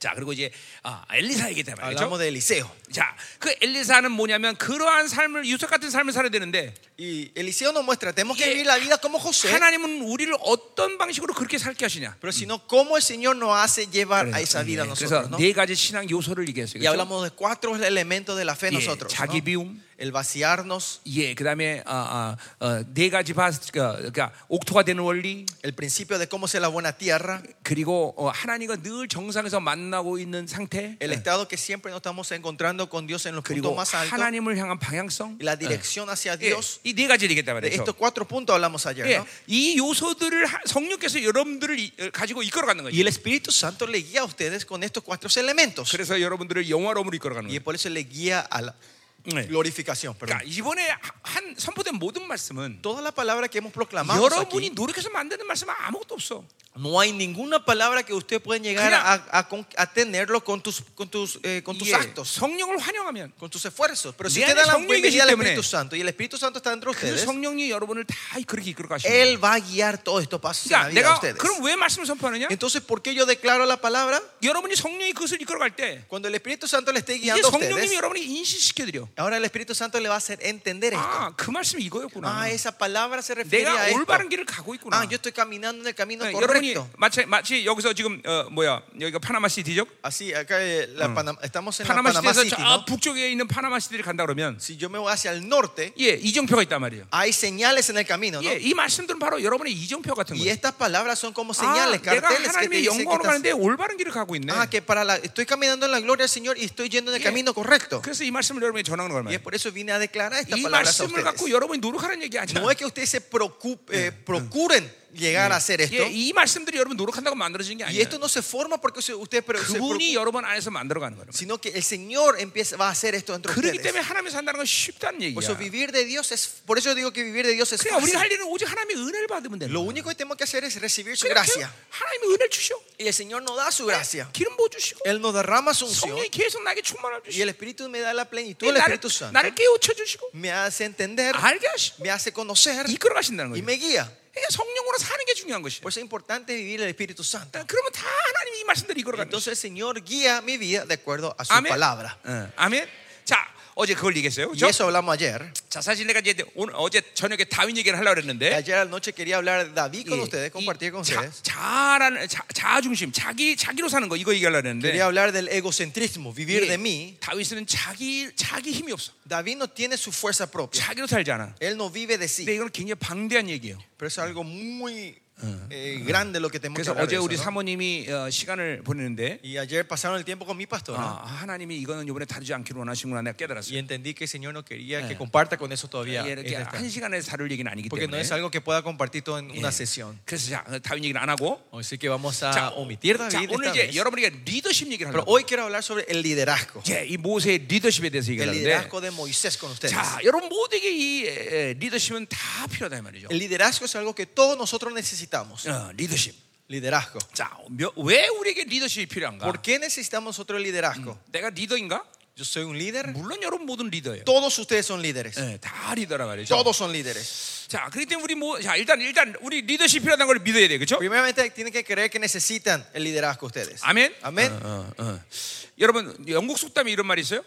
자, 그리고 이제 아, 엘리사 얘기 때문에 그죠? Hablamos de Eliseo. 자, 그 엘리사는 뭐냐면 그러한 삶을 유석 같은 삶을 살아야 되는데 Y Eliseo nos muestra, tenemos que Yeah. vivir la vida como 네? José, 하나님은 우리를 어떤 방식으로 그렇게 살게 하시냐? pero sino cómo el Señor nos hace llevar a esa vida a 예, nosotros. 그래서 ¿no? 네 가지 신앙 요소를 얘기했어요. Y 그렇죠? hablamos de cuatro elementos de la fe en Yeah, nosotros. ¿no? 자기 비움. El vaciarnos, 예, 그다음에 아, 아, 어, 네 가지 바, 그러니까, 그러니까 옥토가 되는 원리 el principio de cómo ser la buena tierra, 그리고 어, 하나님과 늘 정상에서 만나고 있는 상태 예, el estado que siempre nos estamos encontrando con Dios en los puntos 그리고 más altos, 하나님을 향한 방향성 y la dirección hacia Dios. 이 네 가지를 얘기했단 De 말이죠. estos cuatro puntos hablamos ayer. 예, ¿no? 이 요소들을 하- 성령께서 여러분들을 이- 어, 가지고 이끌어가는 Y 거예요. el Espíritu Santo le guía a ustedes con estos cuatro elementos. 그래서 여러분들을 영화로움으로 이끌어가는 Y 거예요. por eso le guía a la 네. glorificación. 그러니까 perdón. 이번에 하- 한 선포된 모든 말씀은 Toda la palabra que hemos proclamado 여러분이 aquí, 노력해서 만드는 말씀은 아무것도 없어. no hay ninguna palabra que ustedes pueden llegar a, a con- a tenerlo con tus, con tus, eh, con tus 이게 actos, 성령을 환영하면 con tus esfuerzos. Pero si 내 usted 안에 da la 성령이 buena 계시기 guía al 때문에 Espíritu Santo y el Espíritu Santo está dentro de 그 ustedes, 성령이 여러분을 다 그렇게 이끌어 가시는 Él va a guiar todos estos pasos en la 그러니까 vida de 내가 예. ustedes. 그럼 왜 말씀을 선포하느냐? Entonces, ¿por qué yo declaro la palabra? 여러분이 성령이 그것을 이끌어 갈때 Cuando el Espíritu Santo le esté 이제 guiando a 성령님이 ustedes, 여러분이 인식시켜 드려. ahora el Espíritu Santo le va a hacer entender esto. 아, 그 말씀이 이거였구나. Ah, esa palabra se refiere a 내가 esto. 올바른 길을 가고 있구나. Ah, yo estoy caminando en el camino 네, 아, 여러분이 correcto. 마치, 마치 여기서 지금 어, 뭐야 여기가 파나마 시티죠? Así, acá eh, la Panam- estamos en 네, 파나마 la Panamá 시티에서 City, 저 ¿no? 북쪽에 있는 파나마 시티를 간다 그러면 Si yo me voy hacia el norte, 예 이정표가 있단 말이에요. hay señales en el camino, ¿no? 예, 이 말씀들은 바로 여러분의 이정표 같은 Y 거예요. estas palabras son como 아, señales, 내가 carteles que te 하나님의 dicen que 영광으로 estás- 가는데 올바른 길을 가고 있네. Ah, que para la, estoy caminando en la gloria del Señor y estoy yendo en el 예. camino correcto. 그래서 이 말씀을 여러분이 전하는 걸 Y es 말이에요. por eso vine a declarar estas 이 palabras a 말씀을 갖고 ustedes. 여러분이 노력하는 얘기 아니야. No es que ustedes se preocup- eh, procuren llegar a hacer esto. 예, 이 말씀들이 여러분 노력한다고 만들어지는 게 Y 아니에요. esto no se forma porque se- ustedes pero se 그분이 preocupan, 여러분 안에서 만들어가는 거예요. sino que el Señor empieza, va a hacer esto dentro de 그렇기 때문에 ustedes. 하나님을 산다는 건 쉽다는 얘기야. Por eso vivir de Dios es, por eso digo que vivir de Dios es 그러니까 우리가 할 fácil. 일은 오직 하나님의 은혜를 받으면 되는 Lo 거야. único que tenemos que hacer es recibir su 그러니까 gracia. 하나님의 은혜를 주셔. Y el Señor nos da su gracia. 기름 부어 주시고 Él nos derrama su unción. 성령이 계속 나에게 충만해 Y 주시고 el Espíritu me da la plenitud 예, del 나를, Espíritu Santo. 나를 깨우쳐 주시고 Me hace entender, 알게 하시고 me hace conocer 이끌어 가신다는 y 거예요. me guía. 그러니까 성령으로 사는 게 중요한 것이에요. Por eso es importante vivir el Espíritu Santo. 그러니까 그러면 다 하나님이 이 말씀대로 이끌어 가는 거예요. Entonces el Señor guía mi vida de acuerdo a su 아멘. palabra. 응, 아멘. 자, 어제 그걸 얘기했어요. Y 그죠? eso hablamos ayer. 자, 사실 내가 이제 오늘 어제 저녁에 다윈 얘기를 하려고 그랬는데 Ayer a la noche quería hablar de David con 예, ustedes, compartir con 이 자, ustedes. 자라는 자, 자아 중심, 자기 자기로 사는 거 이거 얘기하려고 Quería 했는데 hablar del egocentrismo, vivir 예, de mí. 다윗은 자기 자기 힘이 없어. David no tiene su fuerza propia. 자기로 살지 않아. Él no vive de 근데 sí. 이건 굉장히 방대한 얘기예요. Pero es algo muy eh, grande lo que tenemos que 그래서 hablar. de 어제 우리 eso, ¿no? 사모님이 어, 시간을 보내는데 Y ayer pasaron el tiempo con mi pastor. 아, 하나님이 이거는 이번에 다루지 않기로 원하시는구나 내가 Y 깨달았어요. entendí que el Señor no quería que comparta con eso todavía. 예, en 이렇게 esta- 한 시간에 다룰 얘기는 아니기 Porque no 때문에. es algo que pueda compartir todo en una 예. sesión. 그래서 자, 다윈 얘기를 안 하고 Así que vamos a 자, omitir 자, David. 아, 오늘 esta 이제 vez. 여러분에게 리더십 얘기를 Pero 하려고. hoy quiero hablar sobre el liderazgo. 예, 이 모세의 리더십에 대해서 El 얘기하는데 liderazgo de Moisés con ustedes. 자, 여러분 모두에게 이 에, 에, 리더십은 다 필요하다 이 말이죠. El liderazgo es algo que todos nosotros necesitamos. 어, 리더십. Liderazgo. 자, 몇- 왜 우리에게 리더십이 필요한가? ¿Por qué necesitamos nosotros el liderazgo? 내가 리더인가? Yo soy un líder. 물론 여러분 모든 리더예요. Todos ustedes son líderes. 예, 다 리더라 말이죠. Todos son líderes. 자, 그렇기 때문에 우리 뭐, 자, 일단 일단 우리 리더십 필요하다는 걸 믿어야 돼, 그렇죠? Primeramente tienen que creer que necesitan el liderazgo ustedes. 아멘. Amén. 어, 어, 어. 여러분 영국 속담에 이런 말이 있어요.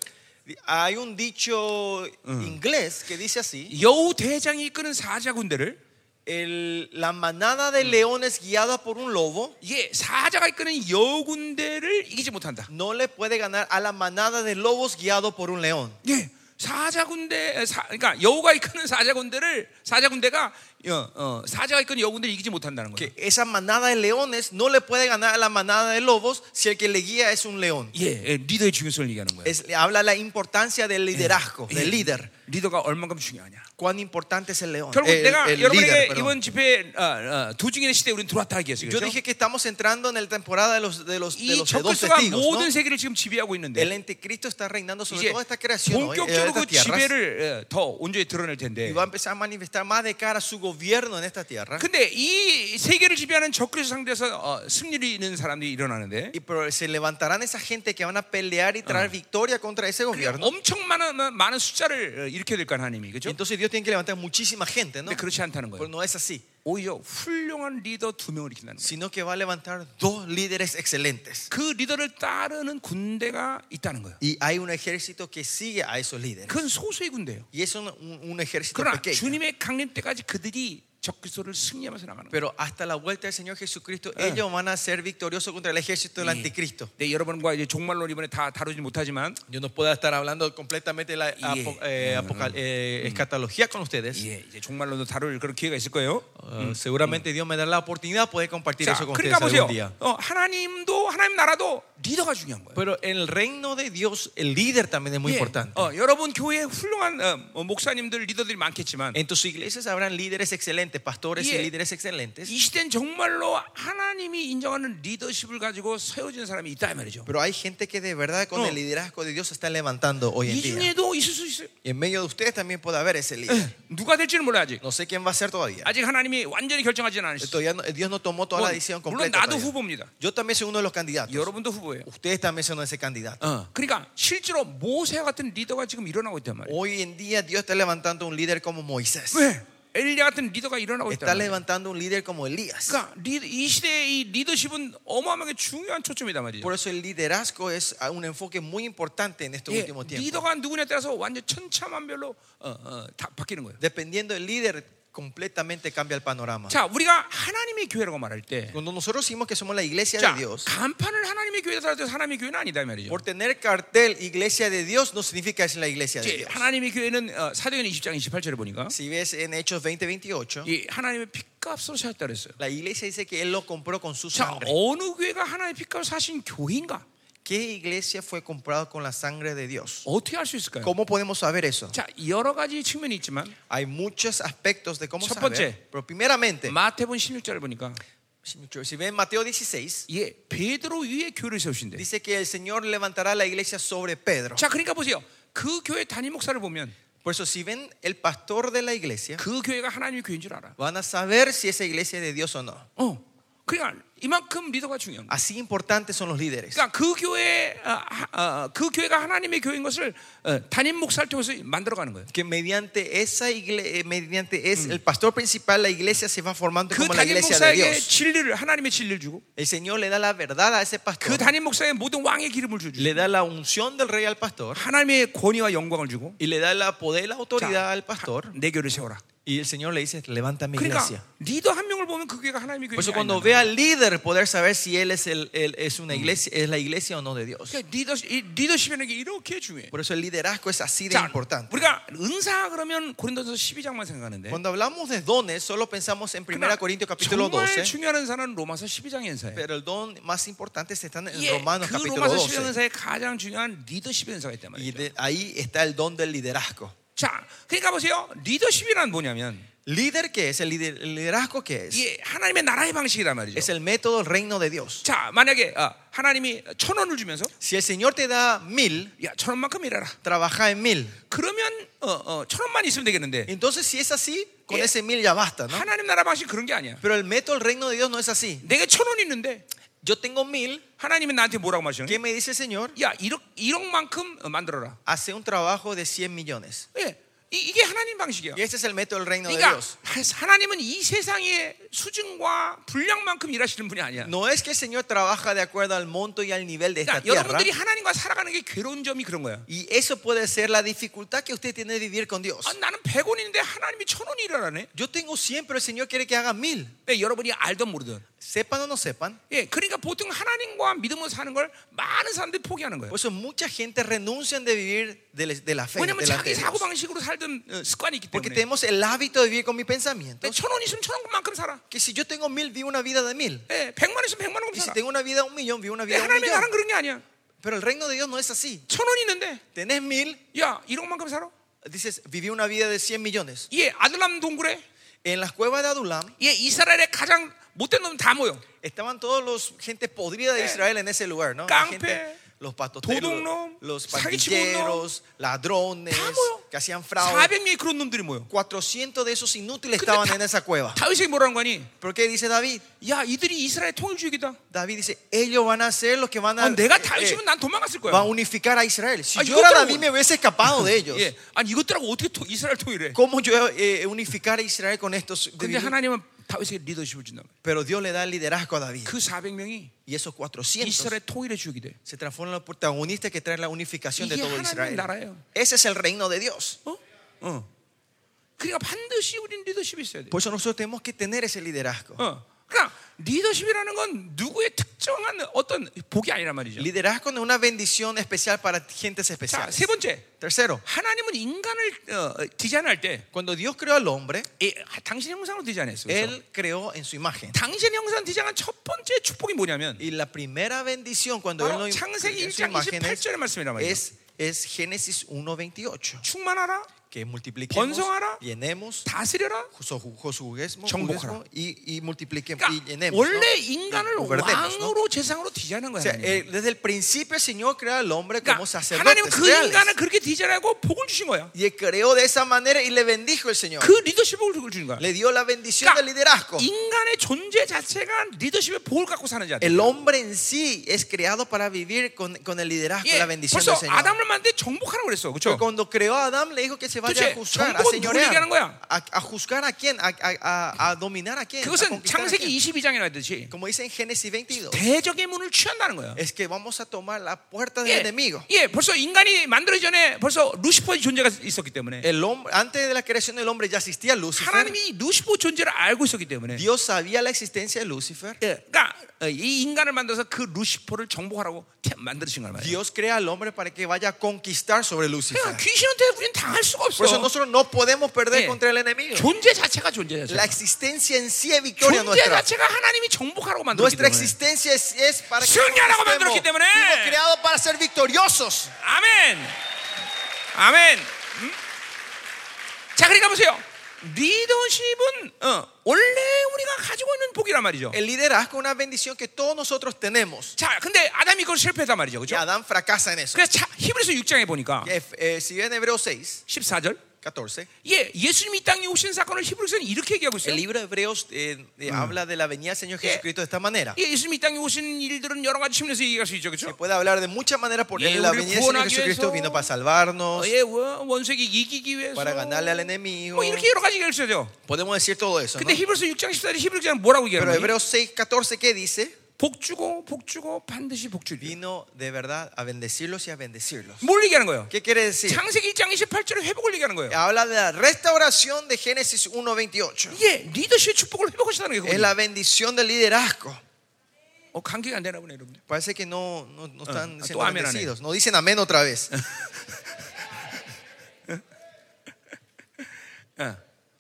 Hay un dicho inglés que dice así. 여우 대장이 이끄는 사자 군대를 el- la manada de leones guiada por un lobo 이게 사자가 이끄는 여우 군대를 이기지 못한다. no le puede ganar a la manada de lobos guiado por un león. 예. 사자 군대 사, 그러니까 여우가 이끄는 사자 군대를 사자 군대가 어, 어, 사자가 이끄는 여우 군대를 이기지 못한다는 거예요. Que esa manada de leones no le puede ganar a la manada de lobos si el que le guía es un león. 예, 예, 리더의 중요성을 얘기하는 거예요. Es- habla la importancia del liderazgo, 예, del líder. 리더가 얼만큼 중요하냐. Cuán importante es el león. 결국 el- 내가 el 어, 여러분에게 líder, perdón. 이번 집회 어, 어, 두 중인의 시대에 우리는 들어왔다 얘기했어요. Yo 그렇죠? dije que estamos entrando en la temporada de los, de los, de 이 los dos 적그리스도가 testigos. ¿no? 모든 세계를 지금 지배하고 있는데 El anticristo está reinando sobre 이제 toda esta creación hoy, eh, 본격적으로 그 estas tierras, 지배를 어, 더 온전히 드러낼 텐데. y va a empezar a manifestar más de cara su gobierno en esta tierra. 근데 이 세계를 지배하는 적그리스도 상대에서 어, 승리를 잇는 사람들이 일어나는데 Y pero se levantarán esa gente que van a pelear y traer victoria contra ese gobierno. 엄청 많은 많은 숫자를 어, 일으켜야 될 거 아니에요, 하나님이. Y 그렇죠? entonces Dios tiene que levantar muchísima gente, ¿no? 근데 그렇지 않다는 Pero 거예요. no es así, 오히려 훌륭한 리더 두 명을 일으킨다는 거예요. sino que va a levantar dos líderes excelentes. 그 리더를 따르는 군대가 있다는 거예요. Y hay un ejército que sigue a esos líderes. 그건 소수의 군대예요. Y es un, un- un ejército 네. 그러나 pequeño. 주님의 강림 때까지 그들이 적그리스도를 승리하면서 나가는 거예요. Pero hasta la vuelta del Señor Jesucristo, ellos van a ser victoriosos contra el ejército del anticristo. 네, 여러분과 이제 종말론 이번에 다 다루지 못하지만 Yo no puedo estar hablando completamente de la apo- eh, apocal- eh, escatología con ustedes. 예, 이제 종말론도 다룰 그런 기회가 있을 거예요. Uh, seguramente Dios me dará la oportunidad de poder compartir 자, eso con 그러니까 ustedes 보세요. algún día. 어, 하나님도 하나님 나라도 리더가 중요한 거예요. Pero en el reino de Dios, el líder también es muy 예, importante. 어, 여러분 교회에 훌륭한 어, 어, 목사님들 리더들이 많겠지만 En tus iglesias habrán líderes excelentes, pastores y Yeah. líderes excelentes. 이 시대는 정말로 하나님이 인정하는 리더십을 가지고 세워진 사람이 있다 이 말이죠. Pero hay gente que de verdad con No. el liderazgo de Dios se está levantando hoy 이 en día. 중에도 있을 수 있어요. Y en medio de ustedes también puede haber ese líder. 누가 될지는 몰라 아직. No sé quién va a ser todavía. 아직 하나님이 완전히 결정하지는 않으시죠. Todavía no- eh, Dios no tomó toda la decisión 물론 completa. 나도 todavía. 후보입니다. Yo también soy uno de los candidatos. 여러분도 후보예요. Ustedes también son ese candidato. 어, 그러니까 실제로 모세와 같은 리더가 지금 일어나고 있단 말이에요. Hoy en día Dios está levantando un líder como Moisés. 왜? 엘리야 같은 리더가 일어나고 Está 있단 말이에요. levantando un líder como Elías. 그러니까 리, 이 시대의 이 리더십은 어마어마하게 중요한 초점이단 말이죠. Por eso el liderazgo es un enfoque muy importante en este estos 예, últimos tiempos. 리더가 누구냐에 따라서 완전 천차만별로 어, 어, 다 바뀌는 거예요. Dependiendo del líder, completamente cambia el panorama. 자, 우리가 하나님의 교회라고 말할 때, Cuando nosotros decimos que somos la iglesia 자, de Dios, 간판을 하나님의 교회에서 할때 하나님의 교회는 아니다 이 말이죠. por tener cartel iglesia de Dios, no significa que es la iglesia de 이제 Dios. 예, 하나님의 교회는 어, 사도행 20장 28절에 보니까 Si ves en Hechos 20, 28, 이 하나님의 핏값으로 사셨다 그랬어요. la iglesia dice que Él lo compró con su 자, sangre. 어느 교회가 하나님의 핏값으로 사신 교회인가? ¿Qué iglesia fue comprada con la sangre de Dios? 어떻게 알 수 있을까요? ¿Cómo podemos saber eso? 자, 여러 가지 측면이 있지만 Hay muchos aspectos de cómo 첫 saber. 번째. Pero primeramente, 마태복음 16절을 보니까 si ven Mateo 16, 예, 베드로 위에 교회를 세우신대. dice que el Señor levantará la iglesia sobre Pedro. 자, 그러니까 보세요. 그 교회 단임 목사를 보면 Por eso, si ven el pastor de la iglesia, 그 교회가 하나님의 교회인 줄 알아. van a saber si esa iglesia es de Dios o no. 어. 그러니까 이만큼 리더가 중요한 거야. Así importantes son los líderes. 그러니까 그 교회 아, 아, 아, 그 교회가 하나님의 교회인 것을 어, 단임 목사를 통해서 만들어 가는 거예요. Que mediante esa iglesia, mediante es el pastor principal, la iglesia se va formando 그 como la 단임 iglesia de 목사에게 Dios. 진리를 하나님의 진리를 주고 El Señor le da la verdad a ese 그 pastor, 단임 목사의 모든 왕의 기름을 주고 le da la unción del rey al pastor 하나님의 권위와 영광을 주고 y le da la poder, la autoridad 자, 아, al pastor. 내 교회를 세워라. Y el Señor le dice, levanta mi iglesia. 그러니까 리더 한 명을 보면 그 교회가 하나님의 Por eso 교회가 cuando 아니야. ve al líder poder saber si él es, el, él es una iglesia, es la iglesia o no de Dios. 그러니까 리더 이 리더십이라는 게 이렇게 중요해. Por eso el liderazgo es así de 자, importante. 우리가 은사 그러면 고린도서 12장만 생각하는데 Cuando hablamos de dones, solo pensamos en 1 그러나 Corintios capítulo 정말 12, 중요한 은사는 로마서 12장 은사예요. pero el don más importante se está en 예, Romanos 그 capítulo 로마서 12장 12. 은사의 가장 중요한 리더십의 은사가 있단 Y 말이에요. de- ahí está el don del liderazgo. 자, 그러니까 보세요. 리더십이란 뭐냐면 ¿Líder qué es? ¿El, lider- el liderazgo qué es? 예, 하나님의 나라의 방식이란 말이죠. Es el método del reino de Dios. 자, 만약에 아, 하나님이 천 원을 주면서 Si el Señor te da mil, 야, 천 원만큼 일하라. trabaja en mil. 그러면 어, 어, 천 원만 있으면 되겠는데 Entonces, si es así, con Yeah. ese mil ya basta, ¿no? 하나님 나라 방식 그런 게 아니야. Pero el método del reino de Dios no es así. 내가 천 원 있는데 Yo tengo mil, 하나님이 나한테 뭐라고 말씀하시냐? ¿qué me dice el Señor? 야, 1억 일억만큼 만들어라. Hace un trabajo de 100 millones. 예, 이, 게 하나님 방식이야. Y este es el método del reino de 그러니까 Dios. 하나님은 이 세상의 수준과 분량만큼 일하시는 분이 아니야. No es que el Señor trabaja de acuerdo al monto y al nivel de esta 그러니까 tierra. 여러분들이 하나님과 살아가는 게 괴로운 점이 그런 거야. Y eso puede ser la dificultad que usted tiene de vivir con Dios. 아, 나는 100원 있는데 하나님이 1000원 일하라네. Yo tengo 100, pero el Señor quiere que haga mil. 예, 여러분이 알든 모르든. Sepan o no sepan. 예, 그러니까 보통 하나님과 믿음으로 사는 걸 많은 사람들이 포기하는 거예요. Por eso mucha gente renuncian de vivir de, la- de la fe. 왜냐면 delante 자기 de Dios. 사고 방식으로 살던 어, 습관이 있기 Porque 때문에. 네, tenemos el hábito de vivir con mis pensamientos. 1000원 있으면 1000원만큼 살아. Que si yo tengo mil, vivo una vida de mil. 예, 100만 있으면 100만원만큼 Y si 살아. tengo una vida de un millón, vivo una 예, vida de un 하나님의 나라는 millón. 그런 게 아니야. Pero el reino de Dios no es así. 1000원 있는데 Tenés mil, 야, 1억만큼 살아. dices, viví una vida de 100 millones. 예, 아들람 동굴에 En las cuevas de Adulam 예, 이스라엘의 가장 못된 놈 다 모여. estaban todos los gente podrida de Israel en ese lugar, ¿no? La Campe. gente los patoteros, 도둑놈, los 사기치고 있는 pandilleros, ladrones 다 모여. que hacían fraude. 400명의 그런 놈들이 모여. 400 de esos inútiles 근데 estaban 다- en esa cueva. 다윗이 뭐라는 거니? ¿Por qué dice David? 야, 이들이 이스라엘 통일주의다. David dice, ellos van a ser los que van a, 아, 내가 eh, eh, 다윗이면 난 도망갔을 va a 거야. unificar a Israel. Si Ay, yo era ¿cómo? David me hubiese escapado de ellos. 예, 아니 이것들하고 어떻게 통- 이스라엘 통일해? ¿Cómo yo eh, unificar a Israel con estos? 근데 debilu- 하나님은 다윗에게 리더십을 준다. 말이야. Pero Dios le da el liderazgo a David. 그 400명이 Y esos 400 이스라엘 통일의 주역이 돼. se transforman en los protagonistas que traen la unificación de Iye, todo ha나님 Israel. 나라예요. Ese es el reino de Dios. 어? 어. 그러니까 반드시 우리는 리더십이 있어야 돼. Por eso nosotros tenemos que tener ese liderazgo. 어. 그러니까 리더십이라는 건 누구의 특정한 어떤 복이 아니란 말이죠. Liderazgo no es una bendición especial para gentes 자, especiales. 세 번째. Tercero, 하나님은 인간을 어, 어, 디자인할 때 cuando Dios creó al hombre, 이, 하- 당신 형상으로 디자인했어요. 그래서 Él creó en su imagen. 당신 형상 디자인한 첫 번째 축복이 뭐냐면 Y la primera bendición cuando Él 바로 nos 창세기 en su 1장 imagen 28절의 말씀이란 말이죠. es, es Génesis 1.28. 충만하라, Que multipliquemos, 번성하라, llenemos, 다스려라. soju- sojuguemos, 정복하라. juguemos y, y multipliquemos y 그러니까 llenemos. ¿no? 원래 Y 인간을 gobernemos, ¿no? 왕으로 재상으로 어? 디자인한 O 거야. sea, 하나님은. eh, desde el principio el Señor creó al hombre como 그러니까 sacerdote. 하나님은 그 인간을 그렇게 디자인하고 복을 주신 거야. Y él creó de esa manera y le bendijo el Señor. 그 리더십을 복을 주는 거야. Le dio la bendición del liderazgo. 그러니까 인간의 존재 자체가 리더십의 복을 갖고 사는 자들. El hombre en sí es creado para vivir con, con el liderazgo, 예, la bendición 벌써 del Señor. 아담을 만들 때 정복하라고 그랬어, Pero 그렇죠? cuando creó a Adán le dijo que se vaya 도대체 a juzgar, a 정복은 누구를 señorear, 얘기하는 거야? a, a juzgar a quién, a, a- a- a dominar a quién, a 그것은 conquistar a 창세기 quién. 22장에 나듯이 Como dice en Génesis 22, 대적의 문을 취한다는 거야. es que vamos a tomar la puerta del 예, enemigo. 예, 벌써 인간이 만들어지 전에 벌써 루시퍼의 존재가 있었기 때문에 El hombre, antes de la creación del hombre ya existía Lucifer. 하나님이 루시퍼 존재를 알고 있었기 때문에 Dios sabía la existencia de Lucifer. 예, 그러니까 어, 이 인간을 만들어서 그 루시퍼를 정복하라고 태- 만드신 거란 말이에요. Dios crea al hombre para que vaya a conquistar sobre 그러니까 Lucifer. 귀신한테 우리는 당할 수가 Por eso 없어. nosotros no podemos perder 예. contra el enemigo. 존재 자체가 존재 La 자체. existencia en sí es victoria 존재 nuestra. 자체가 하나님이 정복하라고 만들었기 Nuestra 때문에. existencia es, es para que 승리하라고 conquistemos. 만들었기 때문에. Fuimos creados para ser victoriosos. 아멘. 아멘. 음? 자, 그러니까 보세요. 리더십은 어, 원래 우리가 가지고 있는 복이란 말이죠. El liderazgo es una bendición que todos nosotros tenemos. 자, 근데 아담이 그걸 실패했단 말이죠. Y 그렇죠? Adán fracasa en eso. 그래서 자, 히브리서 6장에 보니까 Eh, eh, si ven Hebreos 6, 14절. 14, 예, 예수님이 이 땅에 오신 사건을 히브리서는 이렇게 얘기하고 el 있어요. libro de Hebreos eh, eh, habla de la venida del Señor Yeah. Jesucristo de esta manera. 예, 예수님이 이 땅에 오신 일들은 여러 가지 측면에서 얘기할 수 있죠. Se 그렇죠? puede hablar de muchas maneras por Yeah, la 우리를 venida del Señor 구원하기 Jesucristo 위해서, vino para salvarnos, 예, 원- 원색이 이기기 위해서 para ganarle al enemigo. 뭐 이렇게 여러 가지 얘기할 수 있죠. Podemos decir todo eso. ¿no? 근데 히브리서 6장 14절 히브리서는 뭐라고 Pero 얘기하는 거예요? Hebreos 6, 14, ¿qué dice? 복 주고 복 주고 반드시 복 주리. Vino de verdad a bendecirlos y a bendecirlos. 뭘 얘기하는 거예요? ¿Qué quiere decir? 창세기 1장 28절의 회복을 얘기하는 거예요. Habla de la restauración de Génesis 1.28. 이게 예, 리더십의 축복을 회복하시다는 Es 거예요. la bendición del liderazgo. 어, 감기가 안 되나 보네, 여러분. Parece que no, no, no están Ah, siendo tú amén, bendecidos. No dicen amén otra vez.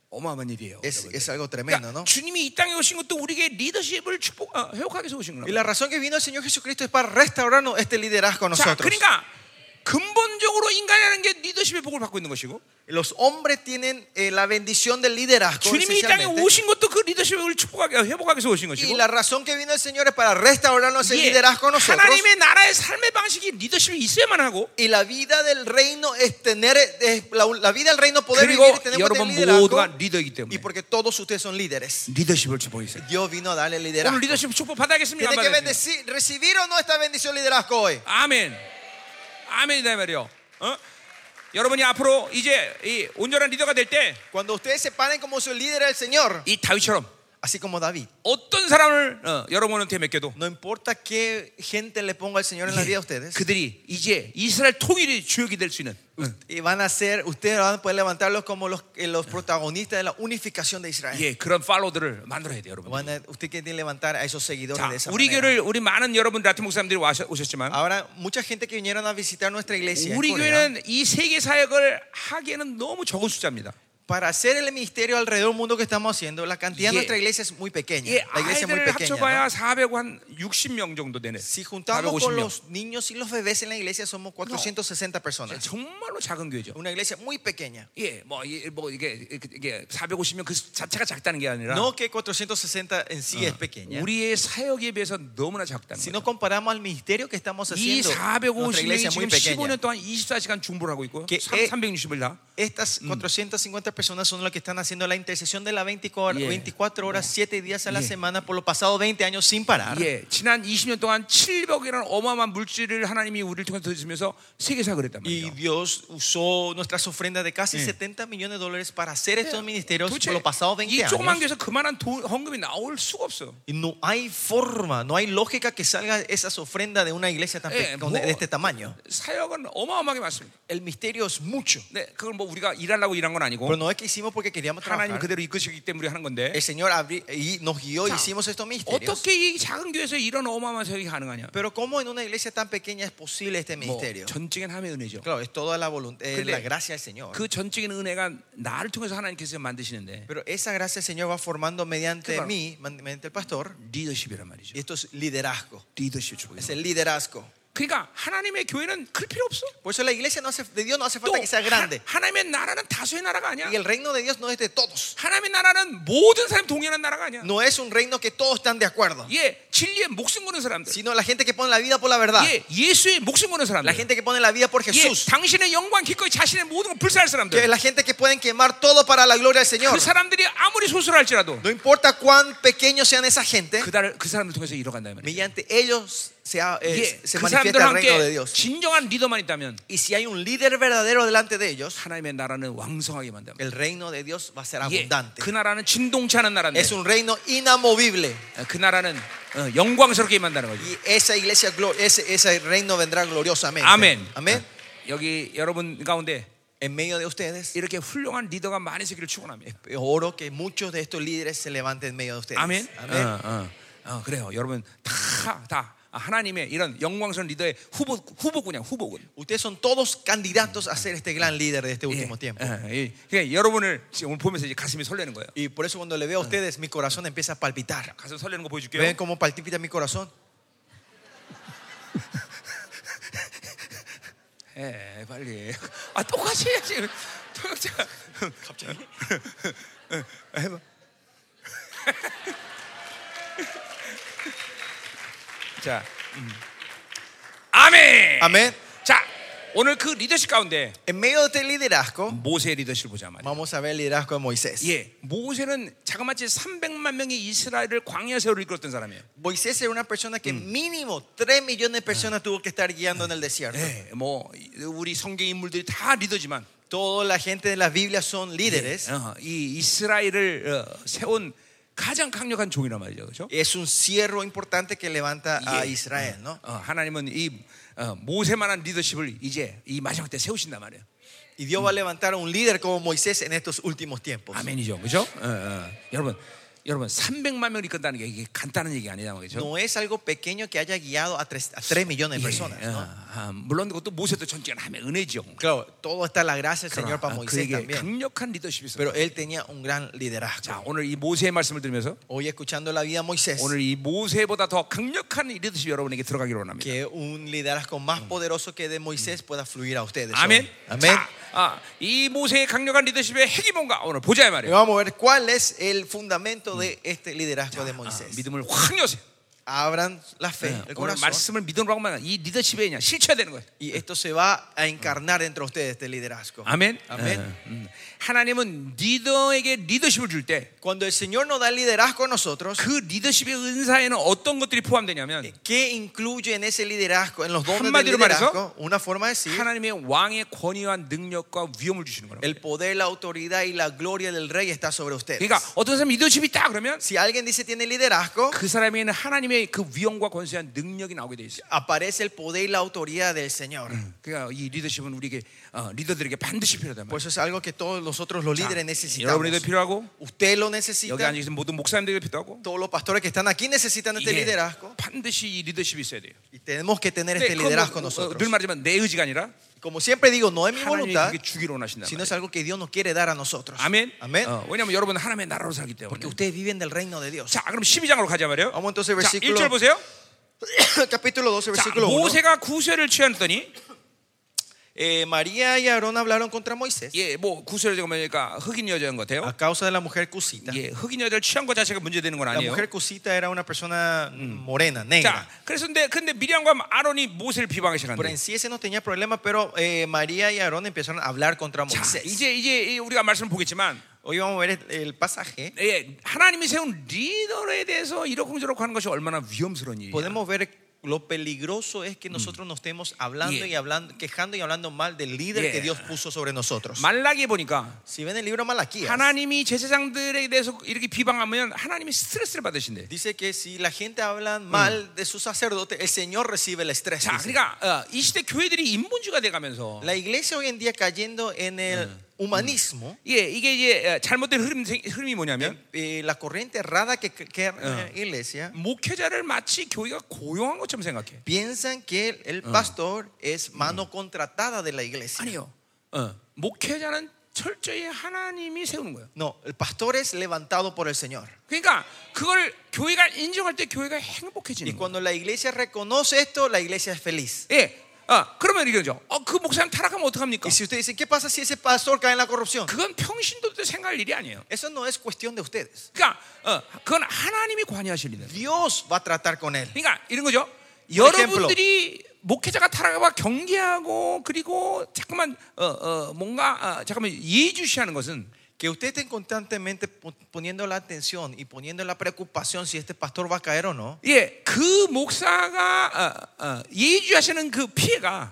어마어마한 일이에요. Es, 여러분. es algo tremendo, 예. 그러니까 ¿no? 주님이 이 땅에 오신 것도 우리에게 리더십을 축복 어, 회복하기 위해서 오신 Y 거예요. la razón que vino el Señor Jesucristo es para restaurarnos este liderazgo 자, a nosotros. 그러니까 근본적으로 인간이라는 게 리더십의 복을 받고 있는 것이고 Los hombres tienen eh, la bendición del liderazgo. 주님이 이 땅에 esencialmente. 오신 것도 그 리더십을 축복하기 회복하기 위해서 오신 Y 것이고 la razón que vino el Señor es para restaurarnos el 예, liderazgo a nosotros. 하나님의 나라의 삶의 방식이 리더십이 있어야만 하고 Y la vida del reino es tener es la, la vida del reino poder 그리고 vivir tenemos que 여러분 tener liderazgo 모두가 리더이기 y 때문에 porque todos ustedes son líderes. 리더십을 축복했어요. Dios vino a darle el 오늘 liderazgo. 리더십 축복 받아야겠습니다. Tiene que 받아야 돼요. bendecir, recibir o no esta bendición liderazgo hoy. 아멘. 아멘이다 이 말이요. 어? 여러분이 앞으로 이제 이 온전한 리더가 될 때 이 Cuando ustedes se paren como su líder el Señor, 다윗처럼 así como David. 어떤 사람을 어, 여러분한테 맡겨도 No importa qué gente le ponga el Señor en la vida a ustedes, 그들이 이제 이스라엘 통일의 주역이 될 수 있는 y van a ser, ustedes van a poder levantarlos como los, eh, los protagonistas de la unificación de Israel. 예 그런 팔로들을 만들어야 돼요, 여러분. Van a- usted tiene que levantar a esos seguidores 자, de esa 우리 manera. 교를 우리 많은 여러분 라틴 목사님들이 와셔- 오셨지만 Ahora, mucha gente que vinieron a visitar nuestra iglesia. en 우리 Corea, 교회는 이 세계 사역을 하기에는 너무 적은 숫자입니다. para hacer el ministerio alrededor del mundo que estamos haciendo, la cantidad de Yeah. nuestra iglesia es muy pequeña. 예, la iglesia es muy 아이들을 pequeña. ¿no? 합쳐봐야 460명 정도 되네. Si juntamos con 450명. los niños y los bebés en la iglesia, somos 460 personas. 정말로 작은 교회죠. Una iglesia muy pequeña. 예, 뭐, 이- 뭐 이게 이게 450명 그 자체가 작다는 게 아니라 No que 460 en sí es pequeña. 우리의 사역에 비해서 너무나 작다는 Si 거예요. nos comparamos al ministerio que estamos 이 haciendo, nuestra 450명이 iglesia es muy 지금 pequeña. 15년 동안 24시간 중보를 하고 있고 Que- 360일 다. Estas Mm. 450 personas son las que están haciendo la intercesión de las 24, Yeah. 24 horas, 7 días a la Yeah. semana por los pasados 20 años sin parar. 예, 지난 20년 동안 700이라는 어마어마한 물질을 하나님이 우리를 통해서 주시면서 세계사 그랬단 Y 말이에요. Dios usó nuestras ofrendas de casi 70 millones de dólares para hacer estos ministerios por 도대체 los pasados 이 20 조그만 años. 교회에서 그만한 돈, 헌금이 나올 수가 없어. Y no hay forma, no hay lógica que salga esas ofrendas de una iglesia tan Eh, pe- mo- de este tamaño. 사역은 어마어마하게 많습니다. El misterio es mucho. 네, 그걸 뭐 우리가 일하려고 일한 건 아니고 Pero no es que hicimos porque queríamos 하나님 trabajar. 그대로 이끄시기 때문에 하는 건데 El Señor abri- y nos guió y 자, hicimos estos misterios. 어떻게 이 작은 교회에서 이런 어마어마한 사역이 가능하냐? Pero ¿cómo en una iglesia tan pequeña es posible este 뭐 ministerio? 전적인 함의 은혜죠. Claro, es toda la voluntad, eh, 근데 la gracia del Señor. 그 전적인 은혜가 나를 통해서 하나님께서 만드시는데 Pero esa gracia del Señor va formando mediante Claro. mí, man- mediante el pastor. 리더십이란 말이죠. Y esto es liderazgo. 리더십 주고. Es el liderazgo. 그러니까 하나님의 교회는 클 필요 없어. Por eso la iglesia no hace, de Dios no hace 또 falta que sea grande. 하, 나님의 나라는 다수의 나라가 아니야. Y el reino de Dios no es de todos. 하나님의 나라는 모든 사람 이 동의하는 나라가 아니야. No es un reino que todos están de acuerdo. 예, 진리에 목숨 거는 사람들. Sino la gente que pone la vida por la verdad. 예, 예수의 목숨 거는 사람들. La gente que pone la vida por 예, Jesús. 당신의 그 영광 기꺼이 자신의 모든 걸 불사할 Que es 사람들. la gente que pueden quemar todo para la gloria del Señor. 그 사람들이 아무리 소설할지라도 No importa cuán pequeños sean esa gente, 그달 그 사람을 통해서 이뤄간다는 말이야. mediante ellos se, ha- eh, 예, se 그 사람들과 manifiesta el reino de 함께 Dios. 진정한 리더만 있다면 Y si hay un líder verdadero delante de ellos, 하나님의 나라는 왕성하게 만다. el reino de Dios va a ser 예, abundante. 그 나라는 진동치 않은 나라인데 Es un reino inamovible. 그 나라는 어, 영광스럽게 만다는 거죠. Y esa iglesia, glo- ese, ese reino vendrá gloriosamente. 예. 아멘. 어, Amén. 여기 여러분 가운데 En medio de ustedes, 이렇게 훌륭한 리더가 많이 생기를 축원합니다. oro que muchos de estos líderes se levanten en medio de ustedes. 아멘. Amén. Ah. 어, 어, 어, 그래요. 여러분 다 다 하나님의 이런 영광스러운 리더의 후보 후보군이야 후보군. Ustedes son todos candidatos a ser este gran líder de este 예, último tiempo. 어, 예. 그러니까 여러분을 지금 오늘 보면서 이제 가슴이 설레는 거예요. Y por eso cuando le veo a ustedes, mi corazón empieza a palpitar. 가슴 설레는 거 보여줄게요. ¿Ven cómo palpita mi corazón? 예, 빨리. 아 똑같이 해야지. 도영자. 갑자기. 해봐. 자, 음. 아멘. Amén. 자, 오늘 그 리더십 가운데 En medio de este liderazgo, 모세의 리더십을 보자 말이야. vamos a ver el liderazgo de Moisés. 예, 모세는 자그마치 300만 명의 이스라엘을 광야 세월을 이끌었던 사람이에요. Moisés era una persona que mínimo 3 millones de personas tuvo que estar guiando en el desierto. 예, 뭐 우리 성경 인물들이 다 리더지만 Toda la gente de la Biblia son líderes. 어, 이 이스라엘을 어, 세운 가장 강력한 종이란 말이죠, 그렇죠? Es un ciervo importante que levanta a 예. Israel, ¿no? 어, 하나님은 이 어, 모세만한 리더십을 이제 이 마지막 때 세우신단 말이에요. Y Dios va a levantar a un líder como Moisés en estos últimos tiempos. 아멘이죠, 그렇죠? 어, 어. 여러분, 여러분 300만 명을 이끈다는 게 이게 간단한 얘기 아니잖아요, 그렇죠? 예, No es algo pequeño que haya guiado a 3, a tres millones de personas, ¿no? 어, 아, 물론 그것도 모세도 전쟁을 하면 은혜죠. Claro, todo está en la gracia del Señor para 그렇죠. 아, 그러나 Moisés 그에게 también. 강력한 리더십이 있어요. Pero él tenía un gran liderazgo. 자, 오늘 이 모세의 말씀을 들으면서 Hoy escuchando la vida de Moisés, 오늘 이 모세보다 더 강력한 리더십이 여러분에게 들어가기로 합니다. que un liderazgo más poderoso que de Moisés pueda fluir a ustedes. hoy. 아멘. Mm. Amén. Ah. 자, 아, 이 모세의 강력한 리더십의 핵이 뭔가 오늘 보자 이 Y 말이에요. vamos a ver cuál es el fundamento de este liderazgo de 아, Moisés. 믿음을 확 여세요. Abran la fe, 네, el 오늘 corazón. 말씀을 믿음으로 하면 이 리더십에 그냥 실체가 되는 거예요. Y esto se va a encarnar dentro de ustedes, este liderazgo. 아멘. Amén. 예, 음. 하나님은 리더에게 리더십을 줄 때 그 Cuando el Señor nos da el liderazgo a nosotros, 리더십의 은사에는 어떤 것들이 포함되냐면 ¿qué incluye en ese liderazgo, en los dones del 한마디로 liderazgo? Una forma de decir, 하나님의 왕의 권위와 능력과 위엄을 주시는 거라고. el poder, la autoridad y la gloria del rey está sobre ustedes. 그러니까 어떤 사람이 리더십이 있다 그러면 Si alguien dice tiene liderazgo, 그 사람에게는 하나님의 그 위엄과 권세한 능력이 나오게 돼 있어요. aparece el poder y la autoridad del Señor. 그러니까 이 리더십은 우리에게 어, 리더들에게 반드시 필요하다 말이에요. Por Pues eso es algo que todos nosotros los líderes 자, necesitamos. 여러분에도 필요하고 Usted lo 여기 necesita. 앉아 계신 모든 목사님들에게 필요하고 Todos los pastores que están aquí necesitan este 이게 liderazgo. 반드시 이 리더십이 있어야 돼요. Y tenemos que tener este 그건 liderazgo 뭐, 어, nosotros. 늘 말하지만 내 의지가 아니라 Como siempre digo, no es mi 하나님이 voluntad, 그게 주기로 원하신다. sino es algo que Dios nos quiere dar a nosotros. 아멘. Amén. 어, 왜냐하면 여러분 하나님의 나라로 살기 Porque 때문에. ustedes viven del reino de Dios. 자, 그럼 12장으로 가자 말이에요. Vamos entonces 자, versículo- 1절 보세요. Capítulo 12, 자, versículo 1. 모세가 구세를 취하였더니 Eh, María y Aarón hablaron contra Moisés 예, 뭐 구세를 지금 보니까 흑인 여자인 것 같아요. a causa de la mujer cusita. 예, 흑인 여자를 취한 것 자체가 문제되는 건 La 아니에요. mujer cusita era una persona morena, 자, negra. 그래서 근데 근데 미리암과 아론이 모세를 비방하기 Pero 시작한대. en sí ese no tenía problema, pero eh, María y Aarón empezaron a hablar contra 자, Moisés. 이제 이제 이 우리가 말씀을 보겠지만 Hoy vamos a ver el- el pasaje. 예, 하나님이 세운 리더에 대해서 이러쿵저러쿵 하는 것이 얼마나 위험스러운 일이야. Podemos ver lo peligroso es que nosotros nos estemos hablando Yeah. y hablando, quejando y hablando mal del líder Yeah. que Dios puso sobre nosotros. 말라기 보니까 si ven el libro de Malaquías, 하나님이 제사장들에 대해서 이렇게 비방하면 하나님이 스트레스를 받으신대. dice que si la gente habla mal de su sacerdote, el Señor recibe el estrés. 자, dice. 그러니까 어, 이 시대 교회들이 인본주의가 돼가면서 La iglesia hoy en día cayendo en el humanismo, 예, 이게 이제 어, 잘못된 흐름, 생- 흐름이 뭐냐면 eh, la corriente errada que crea la Mm. iglesia, 목회자를 마치 교회가 고용한 것처럼 생각해. piensan que el pastor es mano contratada de la iglesia. 아니요. 어, 목회자는 철저히 하나님이 세우는 거예요. No, el pastor es levantado por el Señor. 그러니까 그걸 교회가 인정할 때 교회가 행복해지는 Y 거예요. cuando la iglesia reconoce esto, la iglesia es feliz. 예. 어, 그러면 이거죠. 어, 그 목사님 타락하면 어떡합니까? Y si usted dice, ¿qué pasa si ese pastor cae en la corrupción? 그건 평신도들 생각할 일이 아니에요. Eso no es cuestión de ustedes. 그러니까 어, 그건 하나님이 관여하실 일이에요. Dios va a tratar con él. 그러니까 이런 거죠. For example. 여러분들이 목회자가 타락하고 경계하고 그리고 자꾸만 어, 어, 뭔가 어, 잠깐만 예주시하는 것은 Que usted estén constantemente po- poniendo la atención y poniendo la preocupación si este pastor va a caer o no. 예, 그 목사가 어, 어, 예주하시는 그 피해가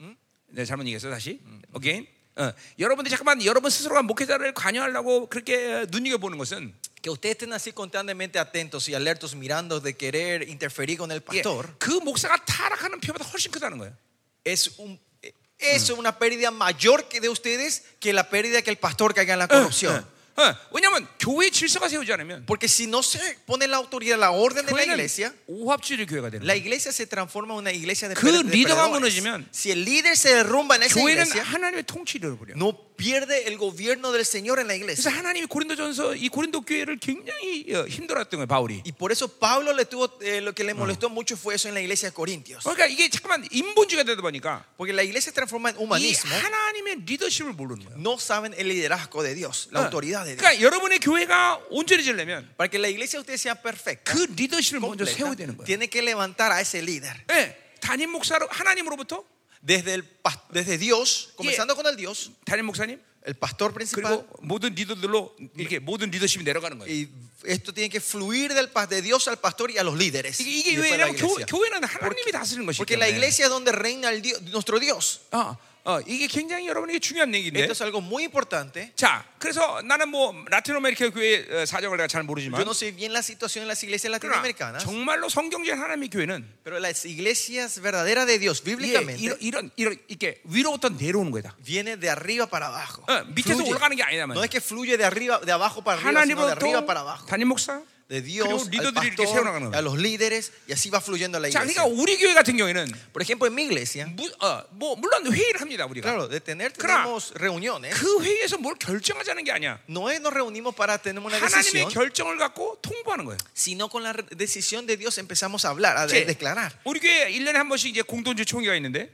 음? 네, 잘못 얘기했어 다시. 음. again. 어, 여러분들이 잠깐만 여러분 스스로가 목회자를 관여하려고 그렇게 눈여겨 보는 것은 Que ustedes estén así constantemente atentos y alertos mirando de querer interferir con el 예, pastor. 어, 그 목사가 타락하는 피해보다 훨씬 크다는 거예요. Es, un, eh, es una pérdida mayor que de ustedes que la pérdida que el pastor caiga en la corrupción. 어, 왜냐하면 교회 질서가 세우지 않으면 Porque si no se pone la autoridad, la orden de la 교회는 iglesia, 오합주의 교회가 되는 la 거예요. iglesia se transforma en una iglesia de, 그 per- de 리더가 perdedores. 무너지면 Si el líder se derrumba en esa 교회는 iglesia, 하나님의 통치를 잃어버려. 요 no pierde el gobierno del Señor en la 그래서 iglesia. 하나님이 고린도전서 이 고린도 교회를 굉장히 어, 힘들었던 거예요, 바울이. Y por eso Pablo le tuvo, eh, lo que le molestó mucho fue eso en la iglesia de Corintios. 그러니까 이게 잠깐만 인본주의가 되다 보니까 Porque la iglesia se transforma en 이 humanismo. 하나님의 리더십을 모르는 거예요. No saben el liderazgo de Dios, Ah. la autoridad de Dios. 그러니까 여러분의 교회가 온전해지려면 Para que la iglesia de ustedes sea perfecta, 그 리더십을 먼저 세워야 completa, 되는 거예요. tiene que levantar a ese líder. 예, 담임 목사로 하나님으로부터 Desde, el, pas- desde Dios, eh, comenzando con el Dios, 담임 목사님 el pastor principal. 그리고 모든 리더들로 이렇게 모든 리더십이 내려가는 거예요. Y esto tiene que fluir del pas- de Dios al pastor y a los líderes. 이게, y 이게 después a la 왜냐면 교, iglesia. 교회는 하나님이 다스리는 것이기 Porque la 때문에. iglesia es donde reina el Dios- nuestro Dios. 어, 어, 이게 굉장히 여러분에게 중요한 얘기인데. Esto es algo muy importante. 자, 그래서 나는 뭐 라틴 아메리카 교회 어, 사정을 내가 잘 모르지만 Yo no sé bien la situación en las iglesias 그러나 latinoamericanas, 정말로 성경적인 하나님의 교회는 pero las iglesias verdaderas de Dios, 이게 bíblicamente, 이런 이런 이런 이렇게 위로부터 내려오는 거다. viene de arriba para abajo. 어, 밑에서 Fluye. 올라가는 게 아니란 말이야. No es que fluye de arriba, de abajo 아, para arriba, sino de arriba para 하나님으로부터 abajo. 담임 목사 De 그리고 Dios al 리더들이 이렇게 세워나가는 pastor, 거야. a los líderes, y así va fluyendo la 자, iglesia. 그러니까 우리 교회 같은 경우에는 Por ejemplo, en mi iglesia, 무, 어, 뭐 물론 회의를 합니다 우리가. claro, de tener 그러나 tenemos reuniones. 그 회의에서 뭘 결정하자는 게 아니야. No es nos reunimos para tener una 하나님의 decisión, 결정을 갖고 통보하는 거예요. sino con la re- decisión de Dios empezamos a hablar, a de- 이제 declarar. 우리 교회 1년에 한 번씩 이제 공동체 총회가 있는데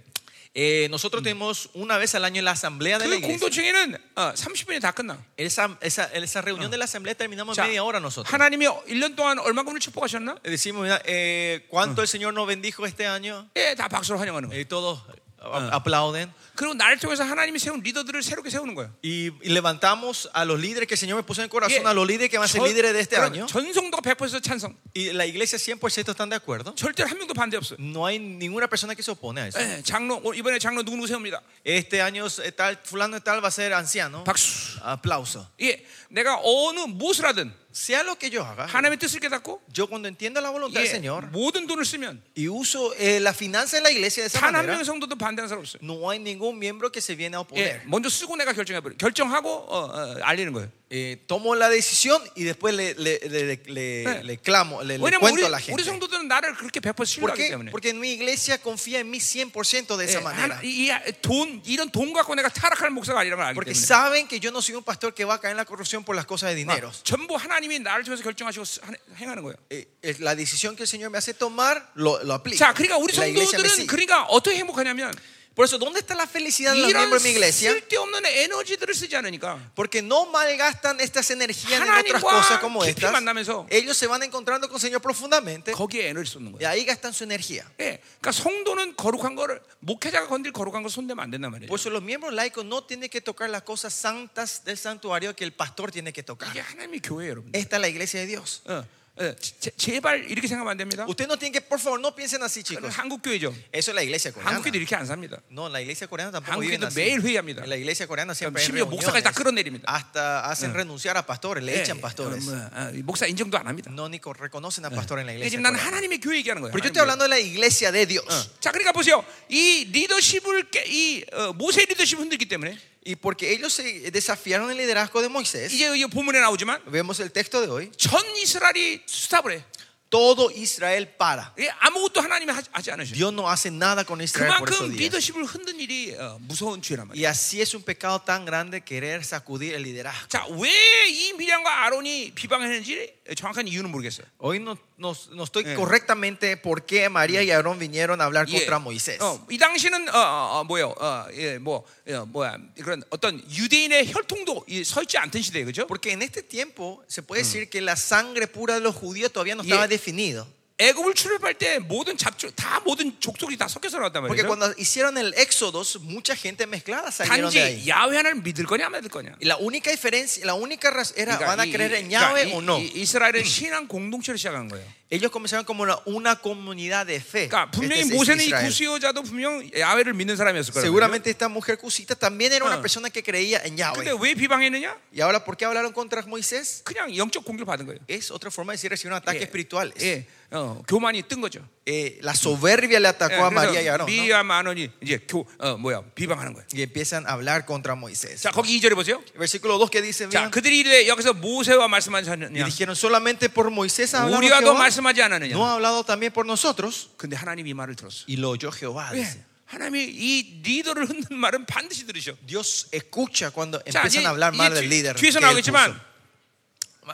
Eh, nosotros tenemos una vez al año la asamblea de la 그 iglesia. 공동체는 어, 30분이 다 끝나. Esa, esa, esa reunión de la asamblea terminamos 자, en media hora nosotros. 하나님이 1년 동안 얼마큼을 축복하셨나? Eh, Decimos, mira, eh, ¿cuánto el Señor nos bendijo este año? 예, 다 박수로 환영하는 거예요. Eh, todos a- aplauden. 그리고 나를 통해서 하나님이 세운 리더들을 새롭게 세우는 거예요. Y, y levantamos a los líderes que el Señor me puso en el corazón, 예, a los líderes que van a ser 전- líderes de este 그럼 año. 전성도가 100% 찬성. Y la iglesia 100% están de acuerdo. 절대로 한 명도 반대 없어요. No hay ninguna persona que se opone a eso. 예, 장로 오, 이번에 장로 누구누구 세웁니다. Este año eh, tal, fulano de tal va a ser anciano. 박수. Aplauso. 예, 내가 어느 무엇을 하든 Sea lo que yo haga, 하나님의 뜻을 깨닫고 yo cuando entiendo la voluntad 예, del Señor 모든 돈을 쓰면 y uso eh, la finanza de la iglesia de esa 단 한 manera, 명의 성도도 반대하는 사람 없어요. no hay ningún miembro que se viene a 예, oponer. 먼저 쓰고 내가 결정해 버려. 결정하고 어, 어, 알리는 거예요. eh, tomo la decisión y después le, le- le- le- 네. le clamo, le, le 왜냐면 우리, cuento a la 우리 gente. 성도들은 나를 그렇게 베풀어 ¿Por 신뢰하기 qué? 때문에 Porque en mi iglesia confía en mí 100% de 예, esa 하나, manera. 이, 이 돈, 이런 돈 갖고 내가 타락하는 목사가 아니라는 걸 알기 Porque 때문에 saben que yo no soy un pastor que va a caer en la corrupción por las cosas de dinero. 전부 하나님이 나를 통해서 결정하시고 스- 하- 행하는 거예요 Eh, eh, La decisión que el Señor me hace tomar, lo, lo aplica. 자, 그러니까 우리 La iglesia me 성도들은 sigue. 그러니까 어떻게 행복하냐면 Por eso, ¿dónde está la felicidad de los 이런 miembros de mi iglesia? 쓸데없는 에너지들을 쓰지 않으니까 Porque no malgastan estas energías en 하나님과 otras cosas como 깊이 estas. 만나면서 Ellos se van encontrando con el Señor profundamente 거기에 에너지 쏟는 y 거예요. ahí gastan su energía. 예, 그러니까 성도는 거룩한 거를 목회자가 건들 거룩한 걸 손대면 안 된단 말이에요. Por eso los miembros laicos no tienen que tocar las cosas santas del santuario que el pastor tiene que tocar. 그러니까 이게 하나님의 교회예요, 여러분. Esta es la iglesia de Dios. 어, 어, 제- 제발 이렇게 생각하면 안 됩니다. Ustedes no tienen que, por favor, no piensen así, 그건 chicos. 한국 교회죠. Eso es la iglesia coreana. 한국교도 이렇게 안 삽니다. No, en la iglesia coreana tampoco viven 한국교도 así. 매일 회의합니다. En la iglesia coreana siempre hay 심지어 목사까지 다 reuniones. 끌어내립니다. Hasta hacen renunciar a pastores, Eh, le echan pastores. 어, 뭐, 어, 목사 인정도 안 합니다. No ni co- reconocen a pastores en la iglesia. 지금 난 coreana. 하나님의 교회 얘기하는 거예요. Pero yo estoy 하나님의 hablando de la iglesia de Dios. 교회. 자, 그러니까 보세요. 이 리더십을 깨, 이 어, 모세 리더십을 흔들기 때문에 Y porque ellos se desafiaron el liderazgo de Moisés, 이제 이 본문에 나오지만 vemos el texto de hoy, 전 이스라엘이 수탑을 해. todo Israel para. 예, 아무것도 하나님이 하- 하지 않으셔. Dios no hace nada con Israel por esos 네, 그만큼 días. 리더십을 흔든 일이 어, 무서운 죄란 말이야. Y así es un pecado tan grande querer sacudir el liderazgo. 자, 왜 이 미량과 아론이 비방했는지 정확한 이유는 모르겠어요. Hoy no, nos- no estoy Eh. correctamente por qué María y Aarón vinieron a hablar 예. contra Moisés. 어, 이 당시는 어, 어, 어, 뭐요? 어, 예, 뭐, 예, 뭐야? 그런 어떤 유대인의 혈통도 이, 서 있지 않던 시대 그죠? Porque en este tiempo se puede decir que la sangre pura de los judíos todavía no Y- estaba definido. 애굽을 출입할 때 모든 잡족 다 모든 족속이 다 섞여서 나왔단 Porque 말이죠. cuando hicieron el éxodo, mucha gente mezclada salieron de 단지 ahí. 야훼 하나님 믿을 거냐 안 믿을 거냐. Y la única diferencia, la única razón era, 그러니까 ¿van a 이- creer en 이- Yahweh 그러니까 o no? 이- 이- 이스라엘은 신앙 공동체를 시작한 거예요. Ellos comenzaron como una, una comunidad de fe. 그러니까 분명히 Este es 모세는 이 Israel. 구수여자도 분명 야훼를 믿는 사람이었을 거예요. Seguramente esta mujer cusita también era Ah. una persona que creía en 근데 Yahweh. 왜 비방했느냐? ¿Y ahora por qué hablaron contra Moisés? 그냥 영적 공격을 받은 거예요. Es otra forma de decir recibieron ataques 예, espirituales. 예, 어, 교만이 뜬 거죠. Eh, la soberbia le 예, atacó a María y 그래서 Aarón. ¿no? 미야 만원이 이제 교, 어, 뭐야 비방하는 거예요. Y empiezan a hablar contra Moisés. 자 거기 2절에 보세요. Versículo 2 que dice: 자 mira, 그들이 이르되 여기서 모세와 말씀하셨느냐? Y dijeron solamente por Moisés ha hablado 우리와도 Jehová, 말씀하지 않았느냐? no ha hablado también por nosotros. 근데 하나님 이 말을 들었어. Y lo oyó Jehová. 예, dice. 하나님이 이 리더를 흔든 말은 반드시 들으셔. Dios escucha cuando 자 이제 empiezan a hablar mal del 이게 líder. 뒤- 뒤에서 que él 나오겠지만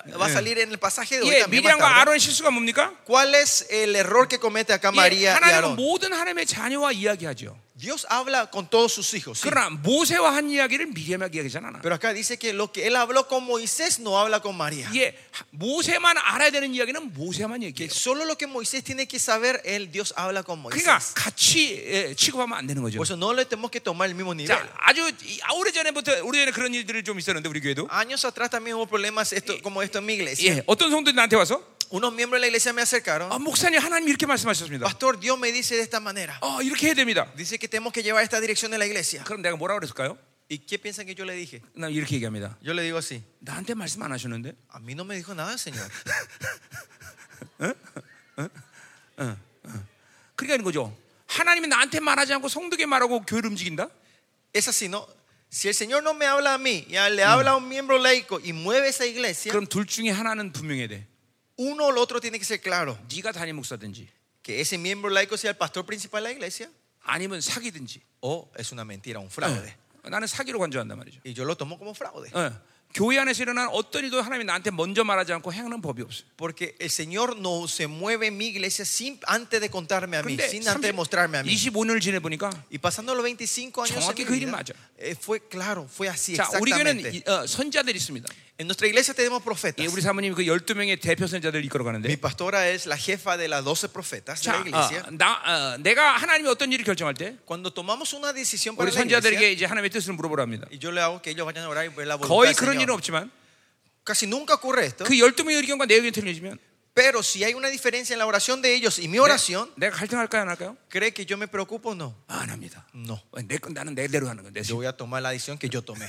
puso. va a salir en el pasaje de hoy 예, también. más 미리암과 tarde. 아론의 실수가 뭡니까? ¿Cuál es el error que comete acá 예, María y 하나님은 Aarón? 모든 하나님의 자녀와 이야기하죠. Dios habla con todos sus hijos. sí. 그러나 모세와 한 이야기를 미리암에게 얘기하잖아. Pero acá dice que lo que él habló con Moisés no habla con María. 예, 하- 모세만 알아야 되는 이야기는 모세만 Que 얘기해요. solo lo que Moisés tiene que saber, él Dios habla con Moisés. 그러니까 같이 예, 취급하면 안 되는 거죠. Por eso no le tenemos que tomar el mismo nivel. 자, 아주 이- 오래전에부터 오래전에 그런 일들이 좀 있었는데 우리 교회도. Años atrás también hubo problemas esto, como esto en mi iglesia. 아, 예, 어떤 성도들이 나한테 와서 Unos miembros de la iglesia me acercaron. 아, 목사님 하나님 이렇게 말씀하셨습니다. Pastor, Dios me dice de esta manera. 어, 이렇게 해야 됩니다. Dice que tenemos que llevar esta dirección de la iglesia. 그럼 내가 뭐라 그랬을까요? ¿Y qué piensan que yo le dije? 나 이렇게 얘기합니다. Yo le digo así. 나한테 말씀 안 하셨는데? A mí no me dijo nada el Señor. 그러니까 이런 거죠. 하나님이 나한테 말하지 않고 성도에게 말하고 교회를 움직인다? Es así, ¿no? Si el Señor no me habla a mí, ya le habla a un miembro laico y mueve esa iglesia, 그럼 둘 중에 하나는 분명해야 돼. uno o el otro tiene que ser claro. 네가 단임 목사든지 Que ese miembro laico sea el pastor principal de la iglesia 아니면 사귀든지. o es una mentira, un fraude. 어, 나는 사기로 간주한단 말이죠. Y yo lo tomo como fraude. 어, 교회 안에서 일어난 어떤 일도 하나님이 나한테 먼저 말하지 않고 행하는 법이 없어요. Porque el Señor no se mueve en mi iglesia sin, antes de contarme a mí, 근데 sin antes de mostrarme a mí. 25년을 지내보니까 Y pasando los 25 años, 정확히 en 그 mi 일이 vida, 맞아. eh, fue claro, fue así. 자, 우리 교회는 Exactamente. 이- 어, 선자들이 있습니다. En nuestra iglesia tenemos 예, profetas. 우리 사모님이 그 12명의 대표 선자들을 이끌어 Mi 가는데 pastora es la jefa de las 12 profetas de la 자, iglesia. 어, 나, 어, 내가 하나님이 어떤 일을 결정할 때 Cuando tomamos una decisión para 우리 la iglesia, 선자들에게 이제 하나님의 뜻을 물어보라 합니다. y yo le hago que ellos vayan a orar y ver la voluntad 거의 del 그런 Señor. 일은 없지만 Casi nunca ocurre esto. 그 12명의 의견과 내 의견이 틀려지면 Pero si hay una diferencia en la oración de ellos Eh. y mi oración, 내, 가 갈등할까요, 안 할까요? ¿cree que yo me preocupo o no? 안 합니다. No. 내, 건 나는 내대로 하는 건데. Yo voy a tomar la decisión que yo tomé.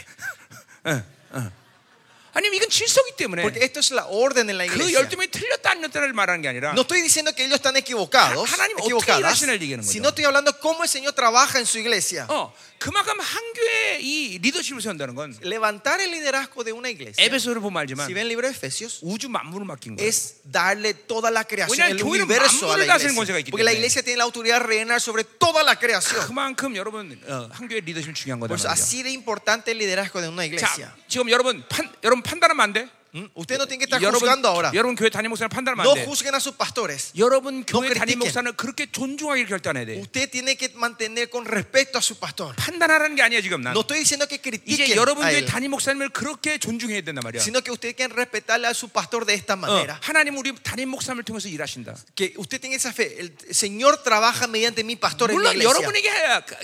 아니면 이건 질서기 때문에 Porque esto es la orden en la 그 iglesia. 열두 명이 틀렸다 안 틀렸다를 말하는 게 아니라 No estoy diciendo que ellos están equivocados, Ha- 하나님 어떻게 equivocadas, 일하시나 얘기하는 거죠. sino estoy hablando cómo el Señor trabaja en su iglesia. 어, 그만큼 한 교회의 이 리더십을 세운다는 건 Levantar el liderazgo de una iglesia, 에베소를 보면 알지만 si ven el libro de Efesios, 우주 만물을 맡긴 거예요. es darle toda la creación, 왜냐하면 el 교회는 universo a 만물을 la 다스리는 권세가 iglesia. 있기 Porque la 때문에. iglesia tiene la autoridad de reinar sobre toda la creación. 그만큼 여러분 어, 한 교회 리더십이 중요한 Por eso, 거다. así de importante el liderazgo de una iglesia. 자, 지금 여러분 판, 여러분 판단하면 안 돼. ¿Mm? Usted no tiene que estar 여러분 juzgando ahora. 여러분 교회 담임 목사를 판단하면 No 안 돼. juzguen a sus pastores. 여러분 교회 critiquen. 담임 목사는 그렇게 존중하게 결단해야 돼. Usted tiene que mantener con respeto a su pastor. 판단하라는 게 아니야 지금 난. No estoy diciendo que 이제 critiquen 여러분 a 교회 él, 담임 목사님을 그렇게 존중해야 된단 말이야. sino que usted tiene que respetarle a su pastor de esta 어, manera. 하나님 우리 담임 목사님을 통해서 일하신다. Que usted tenga esa fe. El Señor trabaja mediante mi pastor en la 물론 iglesia. 여러분에게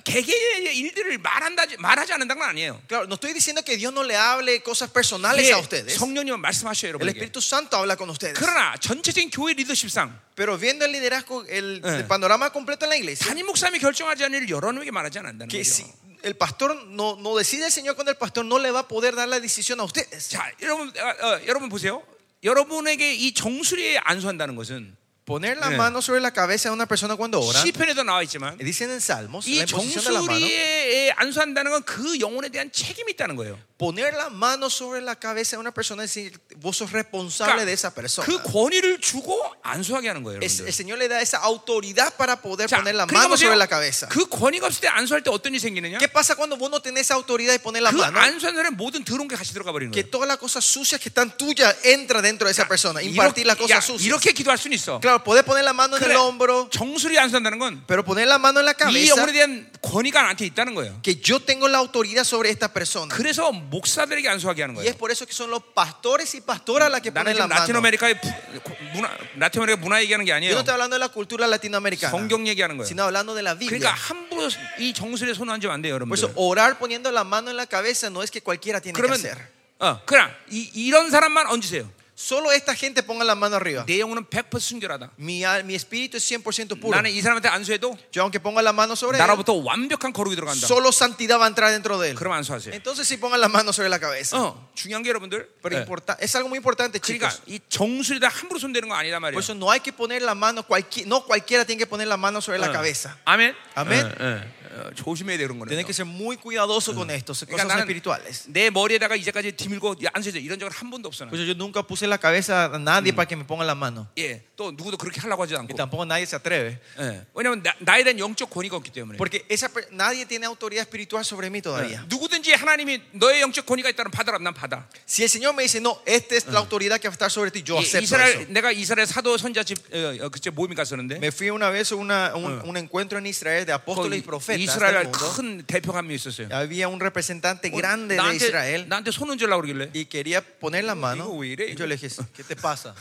개개의 일들을 말한다 말하지 않는다는 건 아니에요. Claro, no estoy diciendo que Dios no le hable cosas personales a 예, ustedes. 성령님은 말씀하셔요 El 여러분에게. Espíritu Santo habla con ustedes. 그러나 전체적인 교회 리더십상 Pero viendo el liderazgo, el, Eh. el panorama completo en la iglesia, 담임 목사님이 결정하지 않을 여러분에게 말하지 않는다는 que si 거죠. el pastor no, no decide el Señor cuando el pastor no le va a poder dar la decisión a ustedes. 자, 여러분 어, 어, 여러분 보세요. 여러분에게 이 정수리에 안수한다는 것은 Poner la Eh. mano sobre la cabeza de una persona cuando ora, 시편에도 나와 있지만 dicen en Salmos, la 이 imposición de la mano, 정수리에 안수한다는 건 그 영혼에 대한 책임이 있다는 거예요. poner la mano sobre la cabeza de una persona es decir, vos sos responsable de esa persona. 그 권위를 주고 안수하게 하는 거예요. Es- 여러분들. el Señor le da esa autoridad para poder 자, poner la 그러니까 mano 보세요. sobre la cabeza. 그 권위가 없을 때 안수할 때 어떤 일이 생기느냐? ¿Qué pasa cuando vos no tenés esa autoridad de poner la 그 mano? 안수한 사람의 모든 더러운 게 같이 들어가 버리는 Que 거예요. todas las cosas sucias que están tuyas entra dentro de esa persona. Impartir las 야, cosas sucias. 이렇게 기도할 수는 있어. Claro, poder poner la mano en 그래, el hombro, 정수리 안수한다는 건 이 pero poner la mano en la cabeza. 영혼에 대한 권위가 나한테 있다는 거예요. Que yo tengo la autoridad sobre esta persona. 그래서 목사들에게 안수하게 하는 Y 거예요. es por eso que son los pastores y pastoras las que 나는 ponen la 지금 mano. 라틴 Yo 아메리카의 부- 문화, 라틴 아메리카 문화 얘기하는 게 no 아니에요. estoy hablando de la cultura latinoamericana, 성경 얘기하는 거예요. sino hablando de la 그러니까 Biblia. 함부로 이 정수리에 손 얹으면 안 돼요, Por eso, 여러분들. orar poniendo la mano en la cabeza no es que cualquiera tiene que 그러면 hacer. 어, 그냥 이, 이런 사람만 얹으세요. Solo esta gente ponga la mano arriba. 내 영혼은 100% 순결하다. Mi, al- mi espíritu es 100% puro. 나는 이 사람한테 안수해도 Yo aunque ponga la mano sobre él, 나로부터 완벽한 거룩이 들어간다. solo santidad va a entrar dentro de él. 그럼 안수하세요. Entonces si pongan la mano sobre la cabeza. 어, 중요한 게 여러분들. Pero 예. importa- es algo muy importante, 그러니까 chicos. 이 정수리에다 함부로 손대는 거 아니란 말이에요. Por eso no hay que poner la mano, cualqui- no cualquiera tiene que poner la mano sobre la 어. cabeza. 아멘. 아멘. 예, 예. 어, 조심해야 되는 거는. Tiene que ser muy cuidadoso con esto, son 그러니까 나는 cosas espirituales. 내 머리에다가 이제까지 뒤밀고 안수해서 이런 적은 한 번도 없어. 나는. Por eso yo nunca puse la cabeza a nadie para que me ponga la mano. 예, 또 누구도 그렇게 하려고 하지 않고. Y tampoco nadie se atreve. 예. 왜냐면 나, 나에 대한 영적 권위가 없기 때문에. Porque esa per- nadie tiene autoridad espiritual sobre mí 예. todavía. 누구든지 하나님이 너의 영적 권위가 있다면 받아라. 난 받아. Si el Señor me dice, no, esta es la autoridad que va a estar sobre ti, yo 예, acepto eso. 이스라엘 내가 이스라엘 사도 선자집 어, 어, 그때 모임이 갔었는데 Me fui una vez a una- un, un encuentro en Israel de apóstoles y profetas. del 이스라엘 mundo. 큰 대표가 한 명 있었어요. Había un representante 어, grande de 나한테 Israel 나한테 손 얹으려고 그러길래 y quería poner la mano. digo, iré. Y yo le dije, ¿qué te pasa?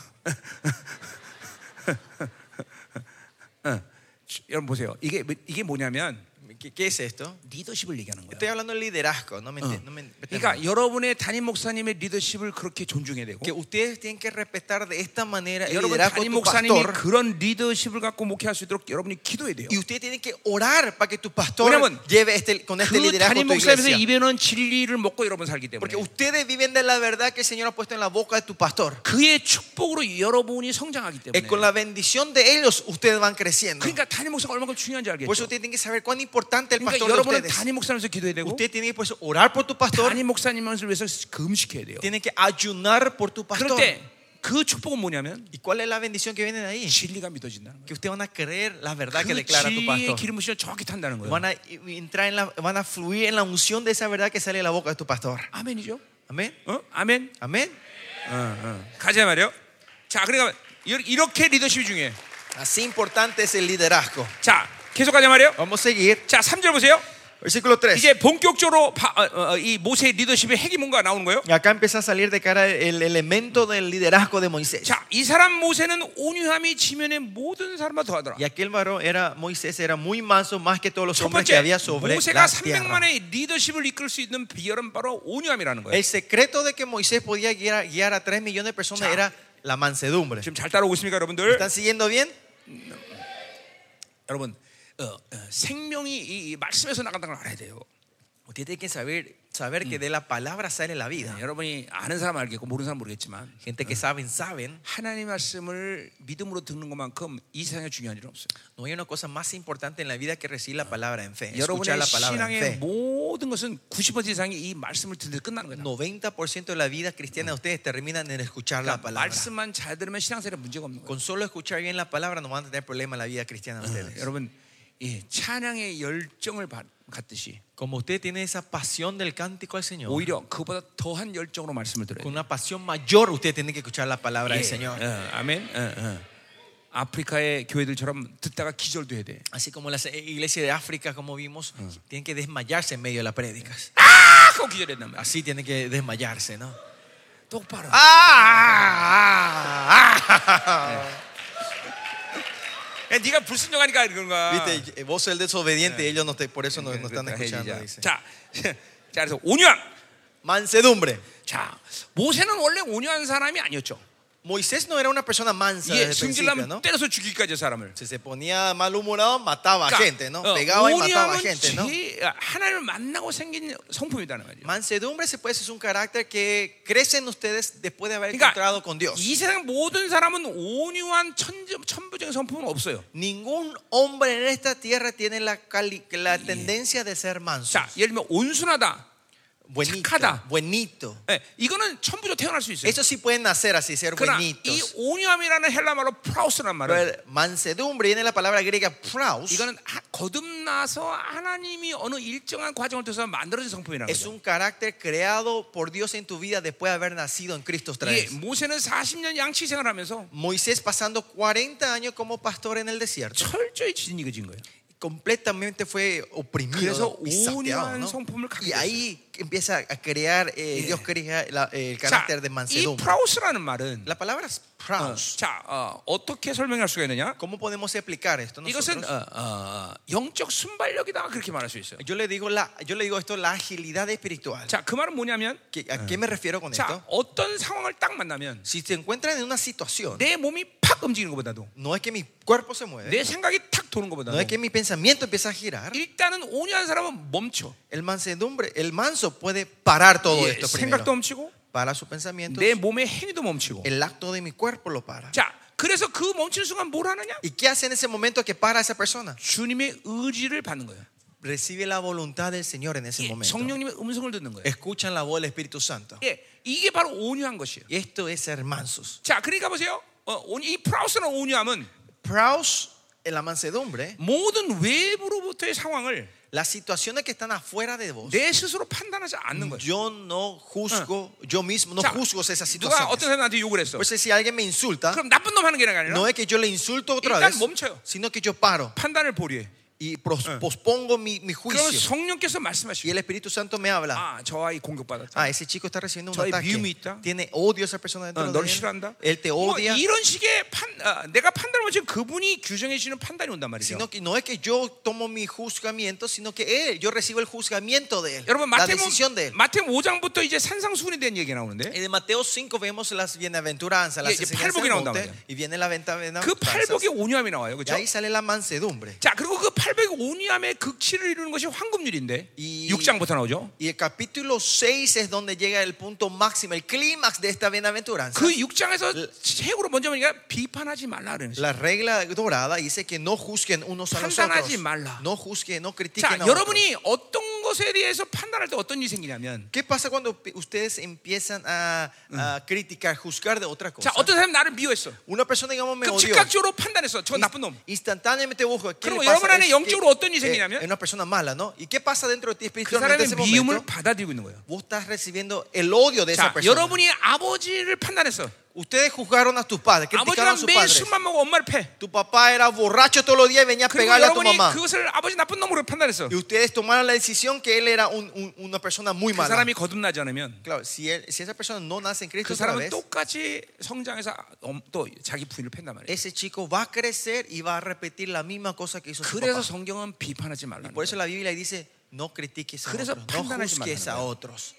여러분 보세요. 이게 뭐- 이게 뭐냐면 ¿Qué, qué es esto? 리더십을 얘기하는 거예요. Estoy hablando del liderazgo, no me, enti- no me- me 그러니까 여러분의 담임 목사님의 리더십을 그렇게 존중해야 되고 que ustedes tienen que respetar de esta manera el 여러분 liderazgo de 담임 tu 목사님이 pastor 그런 리더십을 갖고 목회할 수 있도록 여러분이 기도해야 돼요. y ustedes tienen que orar para que tu pastor 왜냐면 lleve este, con este 그 liderazgo a 담임 tu 목사님에서 iglesia. 입에는 진리를 먹고 여러분 살기 때문에 Porque ustedes viven de la verdad que el Señor ha puesto en la boca de tu pastor. 그의 축복으로 여러분이 성장하기 Es 때문에 con la bendición de ellos ustedes van creciendo. 그러니까 담임 목사가 얼마나 중요한지 Por 알겠죠. eso ustedes tienen que saber cuán importante el 그러니까 pastor de 여러분은 ustedes. 담임 목사님에서 기도해야 되고 Usted tiene que pues, orar por tu pastor, 담임 목사님을 위해서 금식해야 돼요. tiene que ayunar por tu 그럴 pastor. 때 그 축복은 뭐냐면 ¿Y cuál es la bendición que viene de ahí? 진리가 믿어진다는 Que ustedes van a creer la verdad que 거예요. 그 declara tu 진리의 pastor. 기름 부심을 정확히 탄다는 거예요. Van a entrar en la, van a fluir en la unción de esa verdad que sale de la boca de tu pastor. 아멘이죠? Amén. 어? 아멘. Amén. 어, 가자 말이요. 자, 그러니까 이렇- 이렇게 리더십이 중요해. Así importante es el liderazgo. 자, 계속 가자 말이요. Vamos a seguir. 자, 3절 보세요. Versículo 3. 이제 본격적으로 바- 어, 어, 이 모세의 리더십의 핵이 뭔가 나오는 거예요. Y acá empieza a salir de cara el elemento del liderazgo de Moisés. 자, 이 사람 모세는 온유함이 지면의 모든 사람과 더하더라. Y aquel varón era Moisés, era muy manso más que todos los 첫 hombres que 번째, había sobre 모세가 la tierra. 300만의 리더십을 이끌 수 있는 비결은 바로 온유함이라는 거예요. El secreto de que Moisés podía guiar, guiar a 3 millones de personas Ya. era la mansedumbre. 지금 잘 따라오고 있습니까, 여러분들? ¿Están siguiendo bien? 여러분, 어, 어, 생명이 이, 이 말씀에서 나간다는 걸 알아야 돼요. Usted tiene que saber, saber que de la palabra sale la vida. 여러분이 아는 사람 알겠고 모르는 사람 모르겠지만 Gente que saben, saben. 하나님 의 말씀을 믿음으로 듣는 것만큼 이 세상에 중요한 일은 없어요. No hay una cosa más importante en la vida que recibir la palabra en fe. 여러분의 Escuchar la palabra 신앙의 en fe. 모든 것은 90% 이상이 이 말씀을 듣는 데 끝나는 거예요. 90% de la vida cristiana de ustedes terminan en escuchar la palabra. 말씀만 잘 들으면 신앙생활에 문제가 없는 거예요. Con solo escuchar bien la palabra no van a tener problema en la vida cristiana de 네, ustedes. 여러분 예, 찬양의 열정을 받- 갖듯이 Como usted tiene esa pasión del cántico al Señor, 오히려 그보다 더한 열정으로 말씀을 들어야 돼요. con una pasión mayor usted tiene que escuchar la palabra del Señor. 예, 아멘. 예, 예. 아프리카의 교회들처럼 듣다가 기절도 해야 돼. Así como las iglesias de África, como vimos, tienen que desmayarse en medio de las prédicas. 아, 그거 기절했단 말이야. Así tienen que desmayarse, ¿no? 똑바로. 아, 야, 네가 불순종하니까 그런 거야. 네, Viste, vos sos el desobediente y ellos no te, por eso no, 그랬다, no están escuchando. 헬리야. dice. 자, 자, 그래서 온유함. Mansedumbre. 자, 모세는 원래 온유한 사람이 아니었죠. Moisés no era una persona mansa 이게 desde el principio, 승질나면 ¿no? 때려서 죽이기까지 해서 사람을. Si se ponía malhumorado, mataba a gente, ¿no? 어, Pegaba y mataba a 온유함은 gente, ¿no? 제- 하나님을 만나고 생긴 성품이다는 말이에요. Mansedumbre se puede decir, es un carácter que crecen ustedes después de haber encontrado 그러니까 con Dios. 이 세상 모든 사람은 온유한 천, 천부적인 성품은 없어요. Ningún hombre en esta tierra tiene la, cali- la tendencia de ser manso. 자, 예를 들면 온순하다. Buenito. chacada. Buenito. 예, 이거는 천부적 태어날 수 있어요. Eso sí pueden nacer así, ser 그러나 이 buenitos. 온유함이라는 헬라말로 프라우스란 말은 Pero mansedumbre viene de la palabra griega praus. 이거는 하- 거듭나서 하나님이 어느 일정한 과정을 통해서 만들어진 성품이라는 Es 거죠. un carácter creado por Dios en tu vida después de haber nacido en Cristo otra 예, vez. 모세는 40년 양치 생활하면서 Moisés pasando 40 años como pastor en el desierto. 철저히 진이겨진 거예요. completamente fue 그래서 oprimido pisoteado, 온유한 ¿no? 성품을 갖게 y ahí empieza a crear eh, Dios crea la- el 자, carácter de 이 mansedumbre 프라우스라는 말은 la palabra es 어, proud 자 어, 어떻게 설명할 수가 있느냐? ¿cómo podemos aplicar esto nosotros? 이것은 어, 어, 영적 순발력이다 그렇게 말할 수 있어요. yo le digo la, yo le digo esto la agilidad espiritual 자 그 말은 뭐냐면 ¿Qué- ¿a qué me refiero con 자 esto? 어떤 상황을 딱 만나면 si se encuentran en una situación 내 몸이 팍 움직이는 것보다도 no es que mi cuerpo se mueve 내 생각이 탁 도는 no 것보다도 es que mi pensamiento empieza a girar 일단은 온유한 사람은 멈춰 el mansedumbre el manso puede parar todo 어, 예, esto 생각도 primero 멈추고 para su pensamiento 내 몸의 행위도 멈추고 el acto de mi cuerpo lo para 자 그래서 그 멈춘 순간 뭘 하느냐? ¿Y qué hace en ese momento que para esa persona? 주님의 의지를 받는 거예요. Recibe la voluntad del Señor en ese 예, momento. 성령님의 음성을 듣는 거예요. Escuchan la voz del Espíritu Santo. 예, 이게 바로 온유한 것이에요. Y esto es ser mansos. 자, 그러니까 보세요. 어, 온- 이 프라우스나 온유함은 Praus, en la mansedumbre, 모든 외부로부터의 상황을 las situaciones que están afuera de vos. 내 스스로 판단하지 않는 거예요. Yo no juzgo, yo mismo no 자, juzgo esas 누가 어떤 situaciones. 사람 나한테 욕을 했어. Por eso si alguien me insulta, 그럼 나쁜 놈 하는 게 아니라 no es que yo le insulto otra 일단 vez, 멈춰요. sino que yo paro 판단을 보류해. y pros- pospongo mi, mi 그럼 juicio. 성령께서 Y 말씀하시고, el Espíritu Santo me habla. 아, 저 아이 공격받았다. Ah, ese chico está recibiendo un 저의 미움이 ataque. 있다. Tiene odio a esa persona 어, dentro 널 de él. 싫어한다. Él te 뭐 odia. 이런 식의 판, 아, 내가 판단을 못하면 그분이 규정해 주는 판단이 온단 말이죠. sino que no es que yo tomo mi juzgamiento, sino que él, yo recibo el juzgamiento de él, 여러분 la 마태복음 decisión de él. 마태복음 5장부터 이제 산상수훈에 대한 얘기 가 나오는데 Y de Mateo 5 vemos las bienaventuranzas, Y- las y enseñanzas 팔복이 del 나온단 monte, 말이야. y viene la ventana 그 팔복의 온유함이 나와요, y 그렇죠? ahí sale la mansedumbre. 자 그리고 그 800의 온유함의 극치를 이루는 것이 황금률인데 이- 6장부터 나오죠. Y el capítulo 6 es donde llega el punto máximo, el clímax de esta bienaventuranza. 그 6장에서 책으로 먼저 보니까 비판하지 말라 그러는 거죠. La regla dorada dice que no juzguen unos a los otros. 판단하지 말라. No juzguen, no critiquen 자 a otros. 여러분이 어떤 것에 대해서 판단할 때 어떤 일이 생기냐면 ¿Qué pasa cuando pi- ustedes empiezan a, a criticar, juzgar de otra cosa? 자 어떤 사람 나를 미워했어. Una persona, digamos, me 그럼 odió. 즉각적으로 판단했어. 저 Inst- 나쁜 놈. Instantáneamente busco ¿qué 그리고 le pasa? 여러분 안에 Es 영적으로 que- 어떤 일이 생기냐면 eh, una persona mala, ¿no? ¿Y qué pasa dentro de ti 그 espiritualmente en 사람의 ese 미움을 momento? 받아들이고 있는 거예요. Vos estás recibiendo el odio de esa 자 persona. 여러분이 아버지를 판단했어. Ustedes juzgaron a tus padres, 아버지랑 criticaron a sus 매일 padres. 술만 먹고 엄마를 패. Tu papá era borracho todos los días y venía a 그리고 pegarle a tu 여러분이 mamá. 그것을 아버지 나쁜 놈으로 판단했어. Y 그 ustedes tomaron la decisión que él era un- un- una persona muy mala. 사람이 거듭나지 않으면 Claro, si, él- si esa persona no nace en Cristo 그 otra 사람은 vez, 똑같이 성장해서 엄- 또 자기 부인을 팬단 말이에요. ese chico va a crecer y va a repetir la misma cosa que hizo su 그래서 papá. 성경은 비판하지 말라. Por eso la Biblia dice, no critiques a 그래서 otros, no 판단하지 juzgues 말라는 a 거예요. otros. Eh,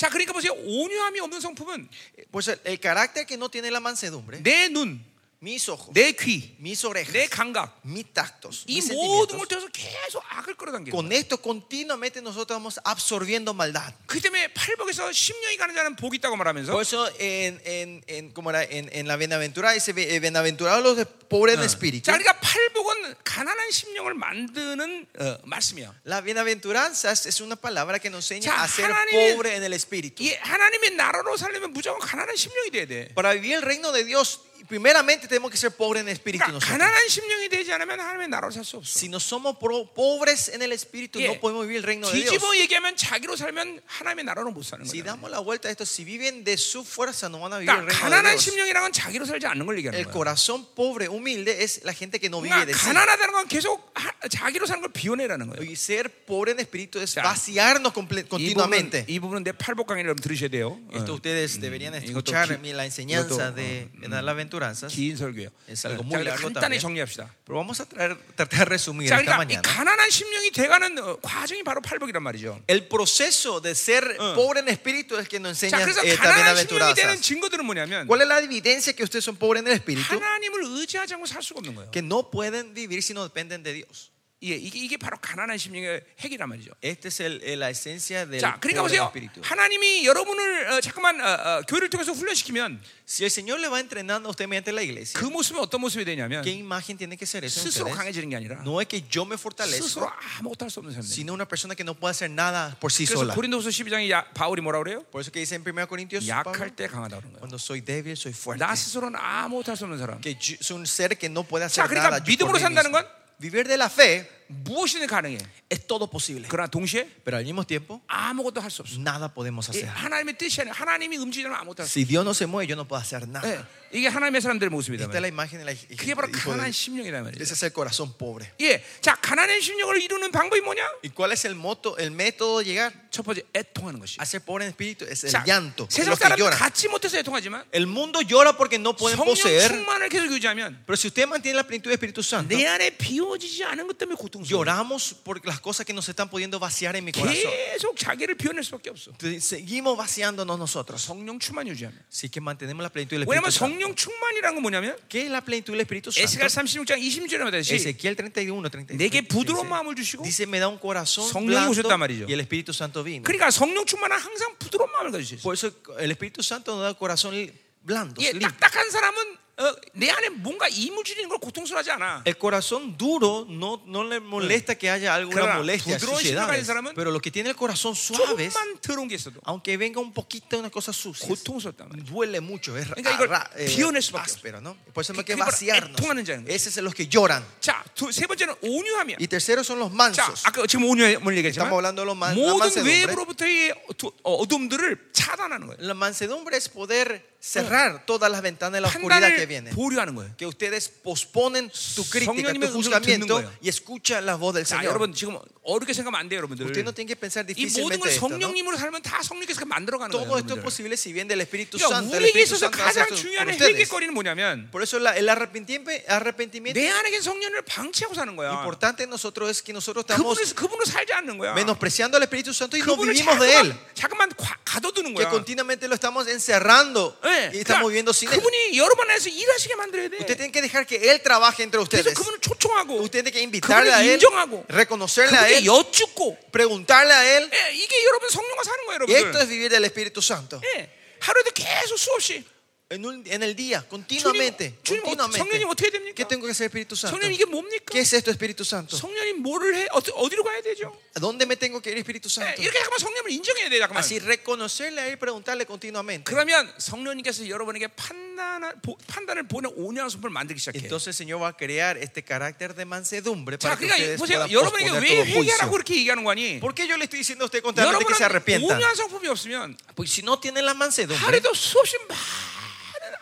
자, 그러니까 보세요. 온유함이 없는 성품은 네? Pues el, el carácter que no tiene la mansedumbre 내 눈, mis ojos, 내 귀, mis 내 orejas, 감각 mis tactos, 이 mis 모든 걸 통해서 sentimientos. 계속 악을 끌어당겨. Con esto continuamente nosotros vamos absorbiendo maldad. 그 때문에 팔복에서 심령이 가는 자는 복이 있다고 말하면서 Por eso en, en, en, ¿cómo era? en, en la bienaventurada dice, "Be- eh, bienaventurados los de- pobres Ah. de espíritu. 자, 그러니까 팔복은 가난한 심령을 만드는 어, 말씀이야. La bienaventuranza es- es una palabra que nos Ya, enseña a ser 하나님의- pobre en el espíritu. 이 하나님의 나라로 살려면 무조건 가난한 심령이 돼야 돼. Para vivir el reino de Dios, primeramente tenemos que ser pobres en el espíritu. 그러니까 nosotros. 가난한 심령이 되지 않으면 하나님의 나라로 살 수 없어. Si no somos pro- pobres en el espíritu, 예. no podemos vivir el reino de Dios. 뒤집어 뭐 얘기하면 자기로 살면 하나님의 나라로 못 사는 Si 거야. damos la vuelta a esto, si viven de su fuerza, no van a vivir el 그러니까 reino 가난한 de Dios. 심령이라는 건 자기로 살지 않는 걸 얘기하는 El 거야. corazón pobre, humilde, es la gente que no vive de 그러니까 sí. 가난하다는 건 계속 하- 자기로 사는 걸 비워내라는 거예요. Y ser pobre en espíritu es Ya. vaciarnos comple- 이 부분은, continuamente. 이 부분은 내 팔복 강의를 여러분 들으셔야 돼요. Esto 어, ustedes deberían 이것도 escuchar 기- en mi- la enseñanza 이것도, de en la aventuranza. 긴 설교예요. 어, Es 자, algo muy 그래서 largo 간단히 también. 정리합시다. Pero vamos a traer- tratar de resumir 자, esta 그러니까 이 mañana. 가난한 심령이 돼가는 어, 과정이 바로 팔복이란 말이죠. El proceso de ser pobre en espíritu es que nos 자, enseña 그래서 eh, 가난한 también 심령이 aventuranza. 되는 증거들은 뭐냐면 ¿Cuál es la evidencia que ustedes son pobres en el espíritu? 하나님을 의지하지 않고 살 수가 없는 거예요. Que no pueden vivir si no dependen de Dios. 예, 이게, 이게 바로 가난한 심령의 핵이란 말이죠. Esta es el- eh, la esencia del 자, pobre 그러니까 en el 보세요. espíritu. 하나님이 여러분을 어, 잠깐만 어, 어, 교회를 통해서 훈련시키면 Si el Señor le va entrenando a usted mediante la iglesia, 그 모습이 어떤 모습이 되냐면 ¿qué imagen tiene que ser eso? en 스스로 ustedes? 강해지는 게 아니라 No es que yo me 스스로 fortalezco, 아무것도 할 수 없는 사람들. sino una persona que no puede hacer nada por sí 그래서 sola. 고린도후서 12장에 야, 바울이 뭐라 그래요? Por eso que dice en 1 Corintios, Pablo, 약할 때 강하다 그런 거예요. cuando soy débil, soy fuerte. 나 스스로는 아무것도 할 수 없는 사람. Que yo- soy un ser que no puede 자, hacer 그러니까 nada. yo 믿음으로 por mí 산다는 mismo. 건? Vivir de la fe 무엇이든 가능해. es todo posible. 그러나 동시에 Pero al mismo tiempo, 아무것도 할 수 없어. nada podemos 예, hacer. 하나님의 뜻이 아니라 하나님이 움직이면 아무것도 할 수 Si Dios no se mueve, yo no puedo hacer 없어. nada. 예, 이게 하나님의 사람들의 모습이다. Esta es la 말이에요. imagen de la 그게 바로 hijo de- 가난한 심령이다 말이에요. Ese es el corazón pobre. 예, 자 가난한 심령을 이루는 방법이 뭐냐? ¿Y cuál es el moto, el método de llegar 첫 번째 애통하는 것이. a ser pobre en espíritu? Es el 자, llanto. 세상 Los que 사람들 lloran. 갖지 못해서 애통하지만 El mundo llora porque no pueden 성령 poseer. 충만을 계속 유지하면 Pero si usted mantiene la plenitud del Espíritu Santo, 내 안에 어. 비워지지 않은 것 때문에 고통스러워. lloramos por las cosas que nos están pudiendo vaciar en mi corazón. 계속 자기를 비워낼 수밖에 없어. Entonces, Seguimos vaciándonos nosotros. 성령 충만 유지하면. Así que mantenemos la plenitud del 왜냐면 Espíritu Santo. 성령 충만이라는 건 뭐냐면 ¿Qué es la plenitud del Espíritu 에스겔 Santo? 36장 그렇죠. 20절에 말하듯이 Ezequiel 31, 32. 내게 부드러운 dice, 마음을 주시고 Dice, me da un corazón 성령이 blando 오셨단 말이죠. y el Espíritu Santo vino. 그러니까 성령 충만은 항상 부드러운 마음을 가지고 있어요. Por eso el Espíritu Santo nos da corazón blando. 예, limpio. 딱딱한 사람은 어, 내 안에 뭔가 이물질인 걸 고통스러워하지 않아. El corazón duro no, no le molesta que haya alguna Claro, molestia, 부드러운 suciedades. 심령을 가진 사람은 pero lo que tiene el corazón suave, 조금만 더러운 게 있어도 aunque venga un poquito una cosa sucia, 고통스럽단 말이야. duele mucho, es 그러니까 이걸 ra- eh, 비워낼 수밖에 áspero, ¿no? Por eso hay que 그게 바로 vaciarnos. 애통하는 자인 거예요. Esos son los que lloran. 자, 두, 세 번째는 온유함이야. Y tercero son los 자, mansos. 아까 지금 온유함을 얘기했지만 Estamos hablando de los man- la 모든 mansedumbre. 외부로부터의 어두- 어, 어둠들을 차단하는 거예요. La mansedumbre es poder cerrar todas las ventanas de la oscuridad 판단을 que viene. 보류하는 거예요. Que ustedes posponen tu crítica, 성령님의 tu 음성을 juzgamiento 듣는 거예요. y escucha la voz del 자, Señor. 여러분 지금 어렵게 생각하면 안 돼요, 여러분들. Usted no tiene que pensar 이 모든 difícilmente 걸 esto, ¿no? 성령님으로 살면 다 성령께서 만들어가는 거예요. Todo esto es 여러분들. posible si viene del Espíritu 그러니까 Santo. El 우리에게 Espíritu 있어서 Santo hace 가장 esto con 중요한 ustedes. 해결거리는 뭐냐면 Por eso la- el arrepentimiento, arrepentimiento 내 안에겐 성령을 방치하고 사는 거야. importante en nosotros es que nosotros estamos 그분을 그분으로 살지 않는 거야. menospreciando al Espíritu Santo y no 그분을 vivimos de él. 자꾸만, 자꾸만 과- 가둬두는 Que 거야. continuamente lo estamos encerrando 예, y estamos 그러니까 viviendo sin él. 그분이 여러분 안에서 일하시게 만들어야 돼. Usted tiene que dejar que él trabaje entre 그래서 ustedes. 그분을 초청하고 Usted tiene que invitarle a 그분을 él, 인정하고 reconocerle a 그분을 él, 여쭙고 preguntarle a él. 예, 이게 여러분 성령과 사는 거예요, Y esto 여러분들. es vivir del Espíritu Santo. 예, 하루에도 계속 수없이 En, un- en el día, 주님, continuamente. 주님 어, 성령님 continuamente. 어떻게 ¿Qué 됩니까? tengo que hacer, Espíritu Santo? 성령님 이게 뭡니까? ¿Qué es esto, Espíritu Santo? 성령님 뭐를 해? 어디, 어디로 가야 되죠? ¿A dónde me tengo que ir, Espíritu 예, Santo? 이렇게 잠깐만 성령을 인정해야 돼요, 잠깐만. Así reconocerle a él y preguntarle continuamente. 그러면 성령님께서 여러분에게 판단, 보, 판단을 보는 온유한 손을 만들기 시작해요. Entonces el Señor va a crear este carácter de mansedumbre 자, para que 그러니까 ustedes 보세요. puedan 여러분에게 posponer 왜 todo 회개하라고 juicio. 그렇게 얘기하는 거니? ¿Por qué yo le estoy diciendo a usted constantemente que se 여러분은 arrepientan? 온유한 성품이 없으면 Porque si no tienen la mansedumbre, 하루에도 수없이 많은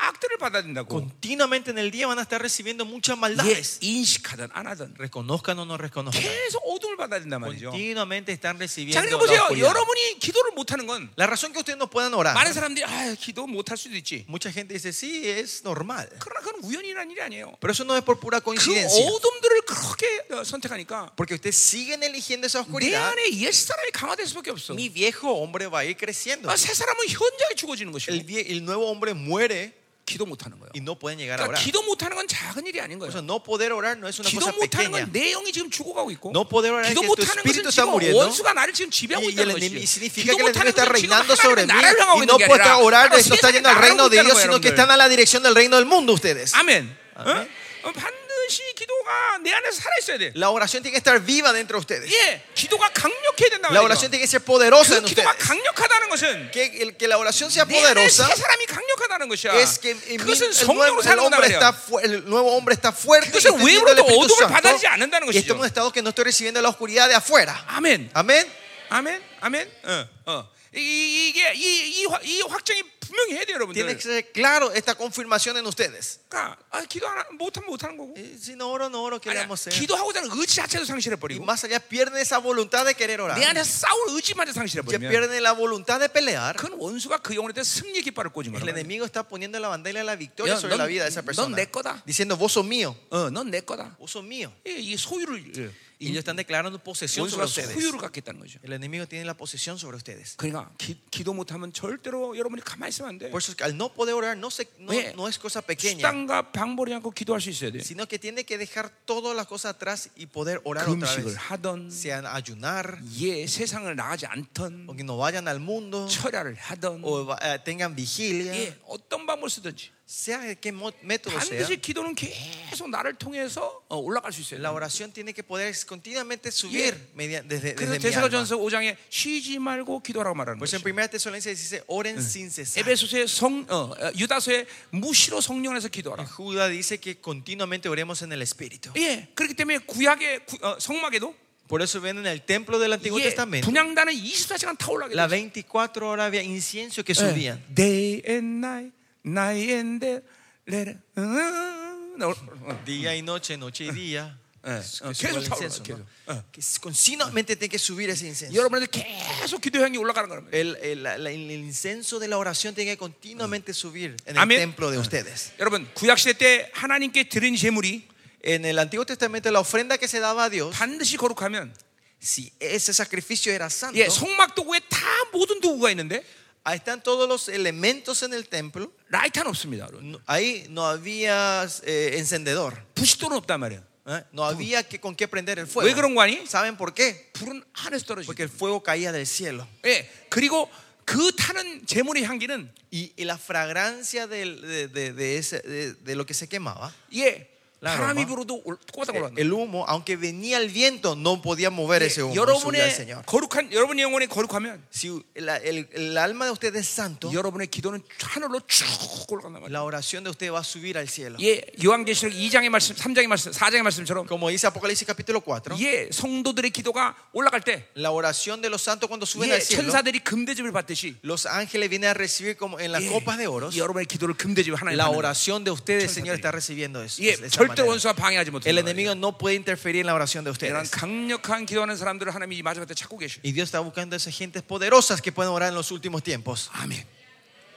악들을 받아들인다고. continuamente en el día van a estar recibiendo muchas 예, maldades. 인식하든 안 하든 Reconozcan o no reconozcan. 계속 어둠을 받아들인단 말이죠. Continuamente están 자, recibiendo 그러니까 la 보세요. oscuridad. 여러분이 기도를 못하는 건 La razón que ustedes no puedan orar. 많은 사람들이 아, 기도 못할 수도 있지. Mucha gente dice, sí, es normal. 그러나 그건 우연이란 일이 아니에요. Pero eso no es por pura 그 coincidencia. 어둠들을 그렇게 어, 선택하니까 Porque ustedes siguen eligiendo esa 내 oscuridad. 안에 옛 사람이 강화될 수밖에 없어. Mi viejo hombre va a ir creciendo. 아, 새 사람은 현저하게 죽어지는 것이고 El, vie- el nuevo hombre muere 기도 못하는 거예요. y no pueden llegar a 그러니까 orar. 기도 못하는 건 작은 일이 아닌 거예요. Por eso no poder orar no es una 기도 cosa 못하는 건 pequeña. 내 영이 지금 죽어가고 있고 No poder orar 기도 es que tu 못하는 것은 espíritu está 지금 muriendo. 원수가 나를 지금 지배하고 Y, y 있다는 el enemigo- 것이 y significa 기도 que el enemigo 못하는 está 것은 지금 reinando sobre 하나님의 mí 나라를 향하고 있는 y no 게 pueden 아니라 orar, 하나님 no están yendo al 세상을 reino 나가고 de 있다는 Dios, 거예요, sino que 여러분들. están a la dirección del reino del mundo ustedes. 아멘. 어? 어, 반드시 기도가 내 안에서 살아 있어야 돼. La oración tiene que estar viva dentro de ustedes. 예, 기도가 강력해야 된다 La 말이에요. oración tiene que ser poderosa 그 en ustedes. 기도가 강력하다는 것은 Que, el- que la oración sea 내 안에 poderosa 새 사람이 강력하다는 것이야. es que en mí 그것은 el, 성령으로 nuevo, el 사는 거다 hombre está 말이야. fu- el nuevo hombre está fuerte y 그것은 está teniendo el 외부로부터 Espíritu 어둠을 Santo. 받아들이지 않는다는 y estamos en 것이죠. un estado que no estoy recibiendo la oscuridad de afuera 아멘. amén 아멘. 아멘. 어, 어. 이, 게 이, 이, 확- 이 확정이 분명히 해야 돼요, tiene 여러분들. que ser claro esta confirmación en ustedes 그러니까 아, 기도 안 하- 못하면 못하는 거고. Eh, si no oro no oro 아니야, queremos ser 기도하고자 하는 의지 자체도 y 상실해버리고 más allá pierden esa voluntad de querer orar 내 안에 싸울 의지마저 ya 상실해버리면 pierden la voluntad de pelear 그건 원수가 그 영혼에 대해 승리 깃발을 꽂은 el 거란 말이야. enemigo está poniendo la bandera de la victoria Ya, sobre no- la vida de esa no persona de coda. diciendo vos sos mío 어, 넌 내 거다. vos sos mío 이, 이 소유를 예, y ellos están declarando posesión sobre 원수가 ustedes 소유를 갖겠다는 거죠. el enemigo tiene la posesión sobre ustedes 그러니까 기, 기도 못하면 절대로 여러분이 가만히 있으면 안 돼. Por eso es que al no poder orar no, se- no, Oye, no es cosa pequeña, 수단과 방법이 않고 기도할 수 있어야 돼. sino que tiene que dejar todas las cosas atrás y poder orar otra 금식을 vez. 하던 Sean ayunar, 예 세상을 나가지 않던 o que no vayan al mundo, 철야를 하던 o va- eh, tengan vigilia, 예 어떤 방법을 쓰든지 sea de qué mo- método sea. 반드시 기도는 계속 나를 통해서 어, 올라갈 수 있어야 La 돼. oración tiene que poder continuamente subir Yeah. media- desde, desde 그래서 mi alma. 데살로전서 5장에 쉬지 말고 기도하라고 말하는 Por eso en 거죠. 1 Tesalonicenses dice, oren sin cesar. 에베소서의 성 어, 어, 유다서의 무시로 성령에서 기도하라. Judas dice que continuamente oremos en el Espíritu. 예, 그렇기 때문에 구약의 구- 어, 성막에도 Por eso ven en el templo del Antiguo 이게 Testamento, 분양단은 24시간 타올라게 las 돼. 24 horas había incienso Eh. que subían. Day and night, night and day, let it- 음, 나 올- 어, Día y noche, noche y día. 예, Que 어, suba el 계속 타올라. incenso, 계속. ¿no? Que continuamente tiene que subir ese incenso. 여러분들 계속 기도 향이 올라가는 거예요. El, el- la- la- el incenso de la oración tiene que continuamente subir en el Amén. templo de ustedes. 여러분 구약 시대 때 하나님께 드린 제물이 En el Antiguo Testamento, la ofrenda que se daba a Dios, 반드시 거룩하면 si ese sacrificio era santo, 예, 성막 도구에 다 모든 도구가 있는데 ahí están todos los elementos en el templo. 라이터는 없습니다. 여러분. No- Ahí no había eh, encendedor, 부싯돌은 없단 말이에요. ¿eh? no había que, con qué prender el 왜 그런 fuego. 거 아니? ¿Saben por qué? 불은 하늘에서 떨어지죠. Porque el fuego caía del cielo. 예, 그리고 그 타는 제물의 향기는 Y y la fragancia del- de, de- de ese- de- de lo que se quemaba, 예, Claro, 바람 ma. 입으로도 올- 꼬박 올라온다. el humo, aunque venía el viento, no podía mover ese humo. y subía al 여러분의 Señor. 거룩한 여러분의 영혼이 거룩하면 Si la- el, el alma de usted es santo, 여러분의 기도는 하늘로 쭉 올라간단 말이에요. la oración de usted va a subir al cielo. 예, 요한계시록 2장의 말씀, 3장의 말씀, 4장의 말씀처럼 Como dice Apocalipsis capítulo 4, 예, 성도들의 기도가 올라갈 때 la oración de los santos cuando suben 예, al cielo, 천사들이 금대접을 받듯이 los ángeles vienen a recibir como en las 예, copas de oro. 여러분의 기도를 금대접 하나님 La 받는 거예요. oración de ustedes, 천사들이. Señor, está recibiendo eso. 예, de 절대 esa manera. 원수가 방해하지 El 못해요. enemigo no puede interferir en la oración de 이런 ustedes. 강력한 기도하는 사람들을 하나님이 이 마지막 때 찾고 계셔. Y Dios está buscando esas gentes poderosas que pueden orar en los últimos tiempos. 아멘.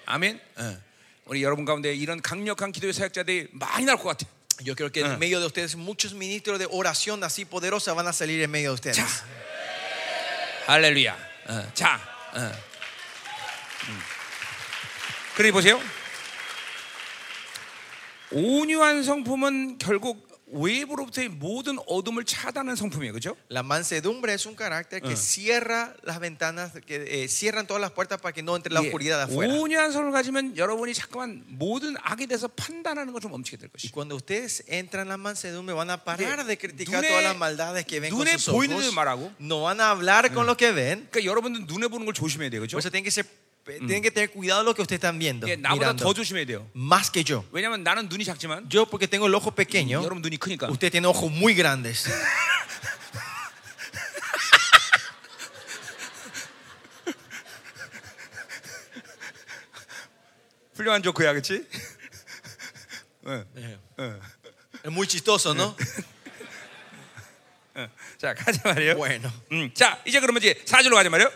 아멘. 어. 우리 여러분 가운데 이런 강력한 기도의 사역자들이 많이 나올 것 같아. Yo creo que Ah. en medio de ustedes muchos ministros de oración así poderosa van a salir en medio de ustedes. 자, 할렐루야. 어, 자, 어. 음. 그래 보세요. 온유한 성품은 결국 외부로부터의 모든 어둠을 차단하는 성품이에요, 그렇죠? La mansedumbre es un carácter Ah. que cierra las ventanas, que eh, cierran todas las puertas para que no entre la oscuridad de afuera. 예. 온유한 성을 가지면 여러분이 잠깐만 모든 악에 대해서 판단하는 것을 멈추게 될 Y 것이. cuando ustedes entran en la mansedumbre van a parar Sí. de criticar Dune- todas las maldades que ven con Dune sus 보이는 ojos. 줄 말하고. No van a hablar Ah. con lo que ven. 그러니까 여러분들 눈에 보는 걸 조심해야 돼요, 그렇죠? Por eso tienen que, ser- Mm. tienen que tener cuidado de lo que ustedes están viendo. 이게 나보다 mirando. 더 조심해야 돼요. Más que yo. 왜냐면 나는 눈이 작지만 Yo porque tengo el ojo pequeño, 여러분 눈이 크니까. usted tiene ojos muy grandes. 훌륭한 조크야, 그렇지? 응. Es muy chistoso, ¿no? 어. 자, 가자 말이에요. Bueno. 음, 자, 이제 그러면 이제 사절로 가자 말이에요.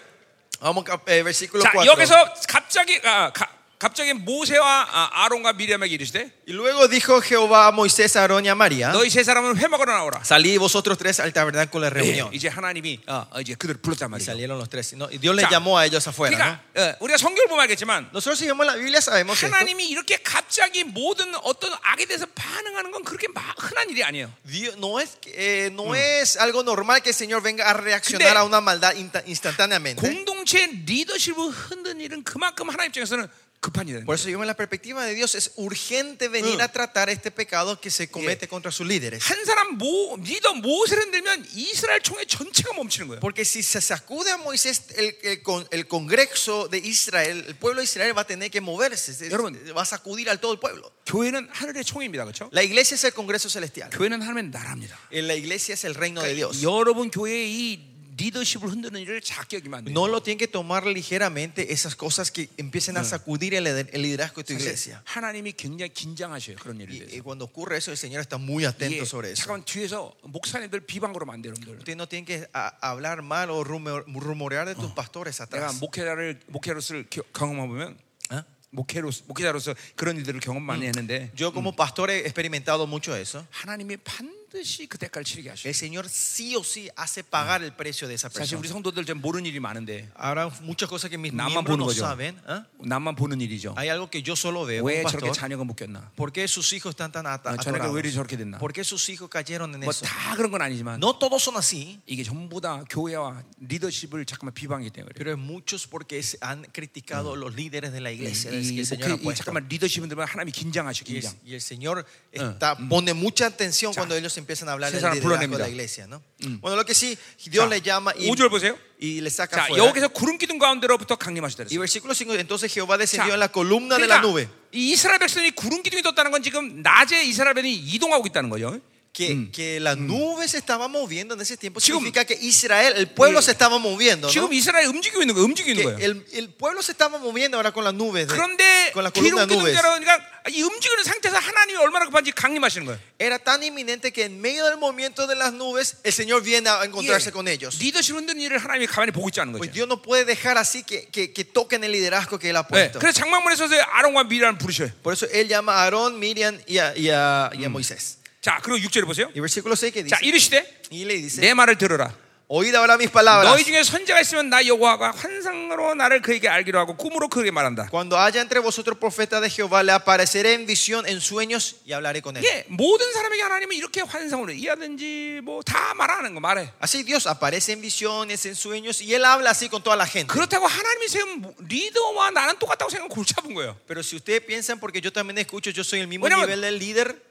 Vamos al eh, versículo 자, 4. 여기서 갑자기 아, 가, 갑자기 모세와 아, 아론과 미리암에게 이르시되 Y luego dijo Jehová a Moisés, a Aarón y a María, 너희 세 사람은 회막으로 나오라. salid vosotros tres al tabernáculo de reunión. 이제 하나님이 어, 어, 이제 그들을 불렀단 예. Y 말이에요. salieron los tres. No, y Dios les 자, llamó a ellos afuera. 그러니까 ¿no? 어, 우리가 성경을 보면 알겠지만 Nosotros si vemos la Biblia sabemos esto. 하나님이 이렇게 갑자기 모든 어떤 악에 대해서 반응하는 건 그렇게 마- 흔한 일이 아니에요. Dios- no es, eh, no es algo normal que el Señor venga a reaccionar 근데 a una maldad insta- 네. instantáneamente. 공동체의 리더십을 흔든 일은 그만큼 하나님 입장에서는 급한 일이에요. Por eso yo en la perspectiva de Dios es urgente venir a tratar este pecado que se comete contra sus líderes. 한 사람 모, 리더 모세를 흔들면 이스라엘 총회 전체가 멈추는 거예요. Porque si se sacude a Moisés, el, el con- el Congreso de Israel, el pueblo de Israel va a tener que moverse, se- 여러분. va a sacudir al todo el pueblo. 교회는 하늘의 총회입니다. 그렇죠? La iglesia es el Congreso Celestial, 교회는 하나님의 나라입니다. Eh, la iglesia es el reino de Dios. 여러분 교회의 이 리더십을 흔드는 일을 작게 여기면 안 돼요. No lo tienen que tomar ligeramente esas cosas que empiecen a sacudir el, el liderazgo de tu iglesia. 하나님이 굉장히 긴장하셔요. 그런 일에 Y, y 대해서. cuando ocurre eso, el Señor está muy atento 이게 sobre eso. 잠깐 뒤에서 목사님들 비방 걸으면 안 돼요, 여러분들. Ustedes no tienen que a- hablar mal o rumor- rumorear de tus pastores 내가 atrás. 목회자를 목회로서를 겨- 경험해 보면 ¿Ah? 목회로 목회자로서 그런 일들을 경험 많이 했는데 Yo como pastor he experimentado mucho eso. 하나님이 반드시 그 대가를 치르게 하셔요. El Señor sí o sí hace pagar el precio de esa 사실 우리 persona. 성도들 좀 모르는 일이 많은데 Habrá muchas cosas que mis 나만 miembros 보는 no 거죠. saben. ¿ah? 나만 보는 일이죠. Hay algo que yo solo veo. 왜 un 저렇게 pastor. 자녀가 묶였나? ¿Por qué sus hijos están tan ata- 아, 자녀가 왜 이리 atorados? 저렇게 됐나? ¿Por qué sus hijos cayeron en 뭐 eso? 다 그런 건 아니지만 No todos son así. 이게 전부 다 교회와 리더십을 잠깐만 비방하기 때문에 그래요. Pero hay muchos porque se han criticado los líderes de la iglesia es que 이, el Señor ha 목회, 이 puesto. 잠깐만 리더십 흔들면 하나님이 긴장하셔 Y el, 긴장. y el Señor está- pone mucha atención cuando ellos empiezan a hablar 세 del 사람 liderazgo de 불러냅니다. la iglesia. ¿no? Bueno, lo que sí, Dios 자, le llama y, 5절 보세요. y le saca 자 fuera. 여기서 구름 기둥 가운데로부터 강림하시다 Y 그랬어요. versículo 5, entonces Jehová descendió 자, en la columna de 그러니까 la nube. 이 이스라엘 백성이 구름 기둥이 떴다는 건 지금 낮에 이스라엘 백성이 이동하고 있다는 거죠. Que, que la nube se estaba moviendo en ese tiempo 지금- significa que Israel, el pueblo 예. se estaba moviendo. ¿no? 지금 이스라엘 움직이고 있는 거예요. 움직이고 Que 있는 거예요. el, el pueblo se estaba moviendo ahora con la nube. de- 네. 그런데 con la columna 기름 de nubes. 기둥자로 그러니까 이 움직이는 상태에서 하나님이 얼마나 급한지 강림하시는 거예요. Era tan inminente que en medio del movimiento de las nubes, el Señor viene a encontrarse con ellos. 예. 리더십 흔드는 일을 하나님이 가만히 보고 있지 않은 Pues 거죠. Dios no puede dejar así que, que, que toquen el liderazgo que Él ha 네, puesto. 그래서 장막문에 서서 아론과 미란을 부르셔요. Por eso Él llama a Aarón, Miriam y a, y a- y a Moisés. 자, 그리고 6절을 보세요. Y versículo 6 que 자, dice, 이르시되 y le dice, 내 말을 들어라. oíd ahora mis palabras. 너희 중에 선자가 있으면 나 여호와가 환상으로 나를 그에게 알기로 하고 꿈으로 그에게 말한다. Cuando haya entre vosotros profeta de Jehová, le apareceré en visión, en sueños y hablaré con él. 이게 모든 사람에게 하나님은 이렇게 환상으로 이하든지 뭐 다 말하는 거 말해. Así Dios aparece en visiones, en sueños y Él habla así con toda la gente. 그렇다고 하나님이 세운 리더와 나는 똑같다고 생각 골치 아픈 거예요. Pero si ustedes piensan, porque yo también escucho, yo soy el mismo Bueno, nivel del líder.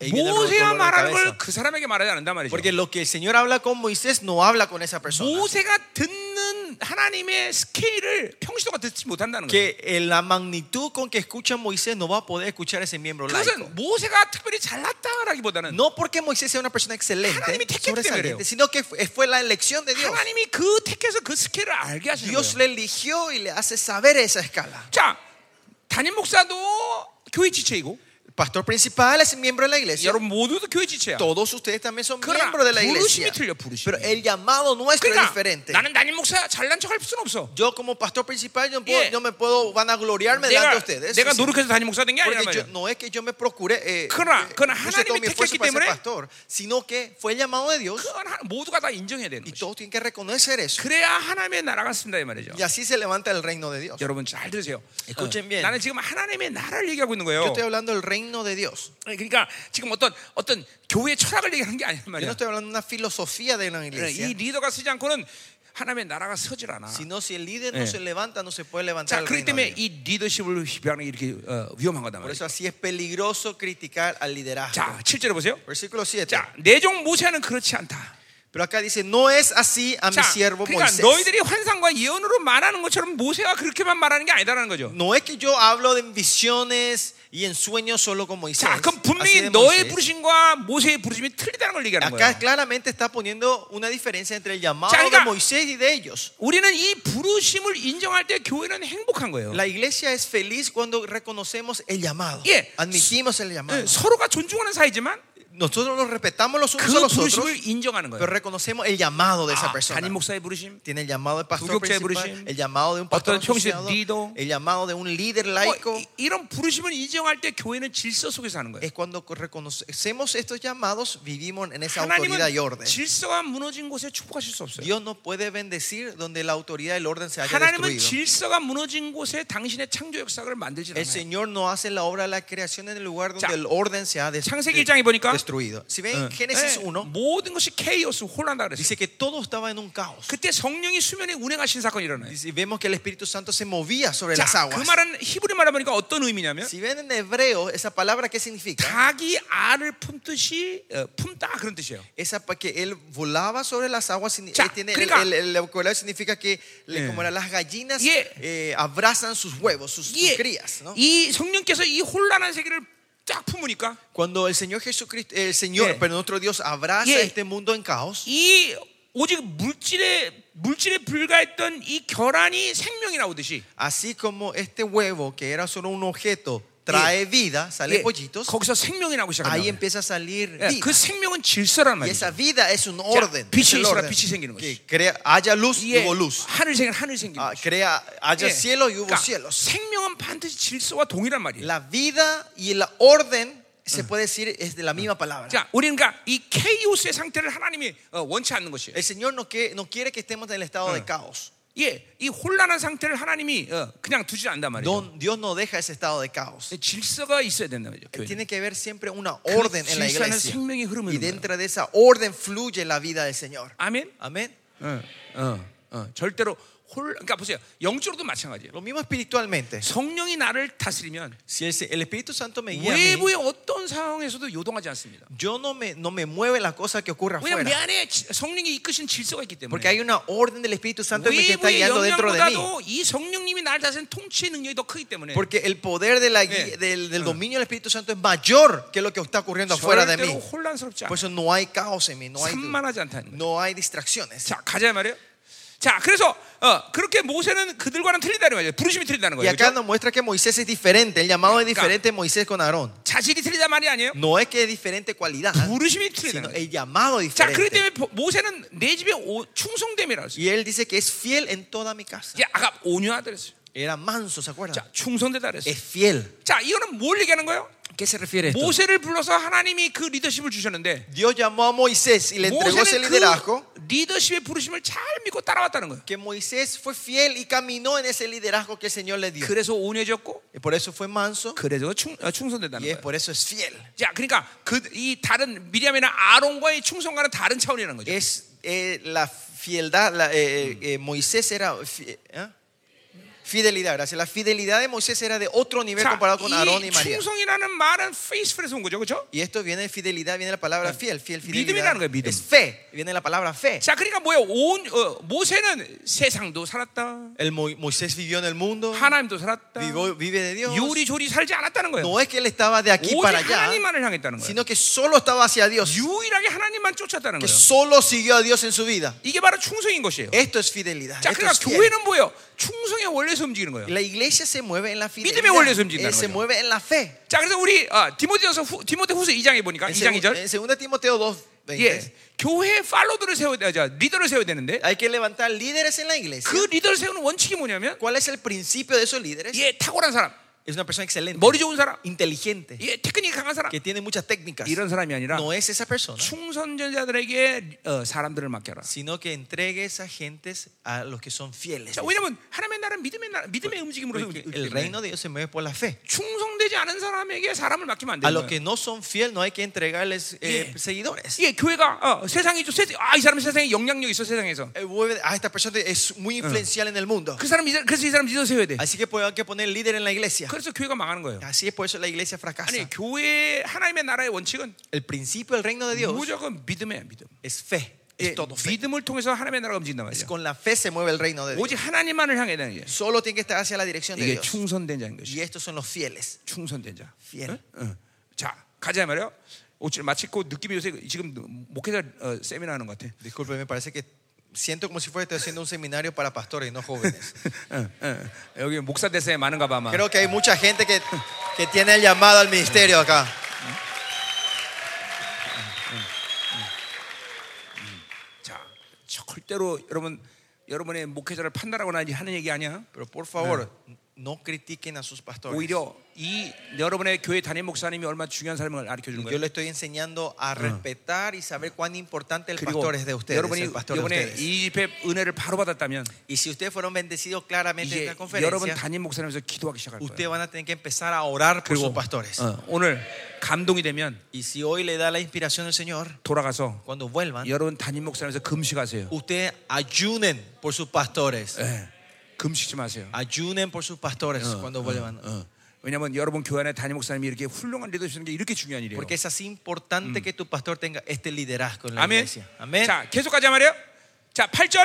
ahí viene el dolor de 모세가 말하는 걸 cabeza. 그 사람에게 말하지 않는단 말이죠. Porque lo que el Señor habla con Moisés no habla con esa persona. 모세가 듣는 하나님의 스케일을 평시도가 듣지 못한다는 거예요. que eh, la magnitud con que escucha Moisés no va a poder escuchar ese miembro laico. 그것은 모세가 특별히 잘났다라기보다는 No porque Moisés sea una persona excelente, 하나님이 택했기 때문에요. sobresaliente, sino que fue fue la elección de Dios. 하나님이 그 택해서 그 스케일을 알게 하시는 Dios 거예요. le eligió y le hace saber esa escala. 자, 담임 목사도 교회 지체이고 El pastor principal es miembro de la iglesia. 여러분 모두도 교회 지체야. Todos ustedes también son 그러나 miembros de la 부르심이 iglesia. 틀려 부르심이. Pero el llamado nuestro es 그러니까 diferente. 나는 담임 목사 잘난 척할 수는 없어. Yo como pastor principal yo, no puedo, 예. yo me puedo vanagloriarme delante de 내가 ustedes. 내가 Sí, sí. 노력해서 담임 목사 된 게 아니란 Porque yo- 말이야. no es que yo me procure eh, 그러나, eh, 그러나 puse todo 하나님이 mi esfuerzo 택했기 para ser 때문에 pastor, sino que fue el llamado de Dios 그건 하- 모두가 다 인정해야 되는 y 거죠. todos tienen que reconocer eso. 그래야 하나님의 나라가 쓴다 이 말이죠. Y así se levanta el reino de Dios. 여러분 잘 들으세요. 어, Escuchen bien. 나는 지금 하나님의 나라를 얘기하고 있는 Yo 거예요. estoy hablando del reino de Dios. 그러니까 지금 어떤 어떤 교회 철학을 얘기하는 게 아니란 Yo no 말이야. estoy 하blando de una filosofía de la 이 iglesia, 리더가 쓰지 않고는 하나님의 나라가 서질 않아. sino si el líder no 예. se levanta, no se puede levantar 자, el 그렇기 reino de 때문에 Dios. 이 리더십을 비하는 게 이렇게 어, 위험한 거다 Por 말이야. eso así es peligroso criticar al liderazgo. 자, 7절에 보세요. Versículo 7. 자, 내종 모세는 그렇지 않다. Pero acá dice, no es así a mi 자, siervo 그러니까 Moisés. 너희들이 환상과 예언으로 말하는 것처럼 모세가 그렇게만 말하는 게 아니다라는 거죠. No es que yo hablo de visiones y en sueños solo con Moisés. 자, 그럼 así 분명히 de 너의 Moisés. 부르심과 모세의 부르심이 틀리다는 걸 얘기하는 Acá 거야. claramente está poniendo una diferencia entre el llamado 자, de 그러니까- Moisés y de ellos. 우리는 이 부르심을 인정할 때 교회는 행복한 거예요. La iglesia es feliz cuando reconocemos el llamado. Yeah. Eh, Admitimos el llamado. 예, 서로가 존중하는 네, 사이지만 nosotros nos respetamos los unos a 그 los otros, 부르심을 인정하는 pero 거예요. reconocemos el llamado de esa 아, 담임 persona. 목사의 부르심, Tiene el llamado de pastor Gugukjae principal, 부르심, el llamado de un pastor 어떤 형식의 asociado, 리더, el llamado de un líder 뭐, laico. 이- 이런 부르심을 인정할 때 교회는 질서 속에서 하는 거예요. Es cuando reconocemos estos llamados, vivimos en esa autoridad 하나님은 y orden. 질서가 무너진 곳에 축복하실 수 없어요. Dios no puede bendecir donde la autoridad y el orden se haya 하나님은 destruido. 질서가 무너진 곳에 당신의 창조 역사를 만들지 El 않아요. Señor no hace la obra de la creación en el lugar donde 자, el orden se ha des- 창세기 1장에 보니까 destruido. Si Eh. ven en Génesis 예, 1, 모든 것이 케이오스 혼란다 그랬어요. dice que todo estaba en un caos. 그때 성령이 수면에 운행하신 사건이 일어나요. Dice, vemos que el Espíritu Santo se movía sobre las 자, 그 aguas. 말은 히브리 말하 보니까 어떤 의미냐면 Si ven en hebreo, esa palabra, ¿qué significa? 닭이 알을 품듯이 어, 품다 그런 뜻이에요. Esa pa- que él volaba sobre las aguas. signi- 자, eh, tiene- el- 그러니까- el, el vocabulario significa que le- como era, las gallinas 예. eh, abrazan sus huevos, sus, sus 이, crías. ¿no? 이 성령께서 이 혼란한 세계를 쫙 품으니까 Cuando el Señor Jesucristo, el 예. Señor, pero nuestro Dios abraza 예. este mundo en caos. 이 오직 물질에 물질에 불과했던 이 결안이 생명이 나오듯이 Así como este huevo que era solo un objeto trae vida, sale 예, pollitos, 거기서 생명이 나오기 ahí 시작합니다. empieza a salir 예, vida. 그 생명은 질서란 Y 말이죠. esa vida es un orden. 빛이 es el 있어라, orden. 빛이 생기는 Que 것이죠. crea, haya luz y 이게 hubo luz. 하늘 생긴 하늘 생긴 Ah, 것이죠. crea, haya 예, cielo y hubo 그러니까 cielos. 생명은 반드시 질서와 동일한 말이에요. La vida y la orden se puede decir es de la misma palabra. 자, 우리는 그러니까 이 케이오스의 상태를 하나님이 어, 원치 않는 것이에요. El Señor no, que, no quiere que estemos en el estado de caos. 예, 이 혼란한 상태를 하나님이 어, 그냥 두지 않단 말이에요. Don- Dios no deja ese estado de caos. 질서가 있어야 된단 말이죠. 교회는. Tiene que haber siempre una 그 orden en la 질서는 iglesia. 생명이 흐르는 Y 거예요. dentro de esa orden fluye la vida del Señor. 아멘. Amén. 어, 어, 어, 절대로 홀. 그러니까 보세요. 영적으로도 마찬가지예요. Lo mismo espiritualmente. 성령이 나를 다스리면 Si el, el Espíritu Santo me guía, a mí, 외부의 어떤 상황에서도 요동하지 않습니다. yo no me, no me mueve la cosa que ocurre 왜냐하면 내 afuera. 안에 지- 성령이 이끄신 질서가 있기 Porque 때문에. hay una orden del Espíritu Santo que me está 외부의 guiando dentro de mí. 영향보다도 이 성령님이 나를 다스리는 통치의 능력이 더 크기 때문에. Porque el poder de la gui- Yeah. del, del dominio del Espíritu Santo es mayor que lo que está ocurriendo afuera de 절대로 mí. 혼란스럽지 않아. Por eso no hay caos en mí, no hay, 산만하지 않다는 거예요. no hay distracciones. 자 가자 이 말이에요. 자 그래서 어, 그렇게 모세는 그들과는 틀리다는 거예요. 부르심이 틀리다는 Y 거예요. acá 그렇죠? nos muestra que Moisés es diferente, el llamado es Acá. diferente de Moisés con Aarón. 자질이 틀리다 말이 아니에요. No es que es diferente cualidad, 부르심이 sino 틀리다는 거예요. el llamado es 자 그렇기 때문에 diferente. 보- 모세는 내 집에 오- 충성됨이라 그랬어요. Y él dice que es fiel en toda mi casa. 이제 아까 온유하다 그랬어요. Era manso, ¿se acuerdan? 자 충성되다 그랬어요. Es fiel. 자 이거는 뭘 얘기하는 거예요? ¿Qué se refiere esto? 모세를 불러서 하나님이 그 리더십을 주셨는데 Dios llamó a Moisés y le entregó ese 모세는 liderazgo. 그 리더십의 부르심을 잘 믿고 따라왔다는 거예요. Que Moisés fue fiel y caminó en ese liderazgo que el Señor le dio. 그래서 온유해졌고 Y por eso fue manso 그래서 충, 어, 충성된다는 y es 거예요. por eso es fiel. 자 그러니까 그 이 다른 미리암이나 아론과의 충성과는 다른 차원이라는 거죠. Es eh, la fieldad. la, eh, eh, Moisés era. fi- ¿eh? Fidelidad, gracias. La fidelidad de Moisés era de otro nivel comparado con Aarón y 이 María. 충성이라는 말은 페이스풀에서 온 거죠, 그렇죠? Y esto viene de fidelidad, viene la palabra fiel, fiel, fidelidad. 믿음이라는 거예요, 믿음. Es fe, viene la palabra fe. 자, 그러니까 뭐야? 온 어, 모세는 세상도 살았다, El Mo- Moisés vivió en el mundo, 하나님도 살았다, vivió- vive de Dios. 요리조리 살지 않았다는 거예요. No es que él estaba de aquí 오직 para allá, 하나님만을 향했다는 거예요. sino que solo estaba hacia Dios, 유일하게 하나님만 쫓았다는 que 거예요. solo siguió a Dios en su vida. 이게 바로 충성인 것이에요. Esto es fidelidad. 자, esto 그러니까 es fiel. 교회는 뭐예요? 충성의 원리에서 움직이는 거예요. La iglesia se mueve en la 원리에서 fidelidad. 움직인다는 Él se 거죠. mueve en la fe. 자, 그래서 우리 아, 디모데후서 후- 디모데후서 2장에 보니까 En 2장 2절. 2 Timoteo 2, 예. 교회의 팔로들을 세워야 돼. 자, 리더를 세워야 되는데 hay que levantar líderes en la iglesia. 그 리더를 세우는 원칙이 뭐냐면 ¿Cuál es el principio de esos líderes? 예, 탁월한 사람, Es una persona excelente, 머리 좋은 사람, inteligente, 예, 테크닉이 강한 사람 que tiene muchas técnicas. 이런 사람이 아니라 No es esa persona, 충성전자들에게 어, 사람들을 맡겨라. sino que entregue esas gentes a los que son fieles. 자, 왜냐면 하나님의 나라는 믿음의 나라, 믿음의 움직임으로서 Porque 움직이기 el 때문에 reino de Dios se mueve por la fe. 충성되지 않은 사람에게 사람을 맡기면 안 A 되는 los 거예요. que no son fieles no hay que entregarles eh, Yeah. seguidores. 예, 교회가 어, 세상이 좀 세상, 아, 이 사람은 세상에 영향력 이 있어 세상에서. Eh, vuelve- Ah, esta persona es muy influencial en el mundo. 그 사람 이제 그래서 이 사람 리더 세워야 돼. Así que pues, hay que poner líder en la iglesia. 그래서 교회가 망하는 거예요. Así es por eso la iglesia 아니, fracasa. 교회 하나님의 나라의 원칙은 El principio del reino de Dios 무조건 믿음이에요, 믿음. es fe. 예, Es todo fe. 믿음을 통해서 하나님의 나라가 움직인단 Es 말이에요. con la fe se mueve el reino de Dios. 오직 하나님만을 향해 되는 게 Solo tiene que estar hacia la dirección de 이게 Dios. 충성된 자인 것이. Y estos son los fieles. 충성된 자. 예. 응? 응. 자, 가자 말이요. 오늘 마치고 느낌이 요새 지금 목회자 어, 세미나 하는 것 같아. Disculpe, me parece que siento como si fuera estoy haciendo un seminario para pastores, no jóvenes. 응, 응. 여기 목사 대세 많은가 봐 아마. Ah. Creo que hay mucha gente que, que tiene el llamado al ministerio acá. 절대로 여러분 여러분의 목회자를 판단하거나 하는 얘기 아니야. Pero por favor, no critiquen a sus pastores. 오히려 이 여러분의 교회 담임 목사님이 얼마나 중요한 사람을 가르쳐 주는 Yo 거예요. le estoy enseñando a respetar y saber cuán importante el 그리고 pastor es de ustedes. 여러분이 el pastor de 이번에 ustedes. 이 집회 은혜를 바로 받았다면 Y si ustedes fueron bendecidos claramente en 이제 esta 여러분 conferencia, 담임 목사님에서 기도하기 시작할 ustedes 거예요. van a tener que empezar a orar por sus pastores. 어, 오늘 감동이 되면 Y si hoy le da la inspiración el Señor, 돌아가서 cuando vuelvan, 여러분 담임 목사님에서 금식하세요. ustedes ayunen por sus pastores. 예, 금식지 마세요. 아. 어, Ayunen por sus pastores cuando ah, vuelvan. 왜냐하면 여러분 교회 안에 담임 목사님이 이렇게 훌륭한 리더 주시는 게 이렇게 중요한 일이에요. Porque es así importante que tu pastor tenga este liderazgo en la 아멘. iglesia. Amén. 자, 계속 가자 말이에요. 자, 8절.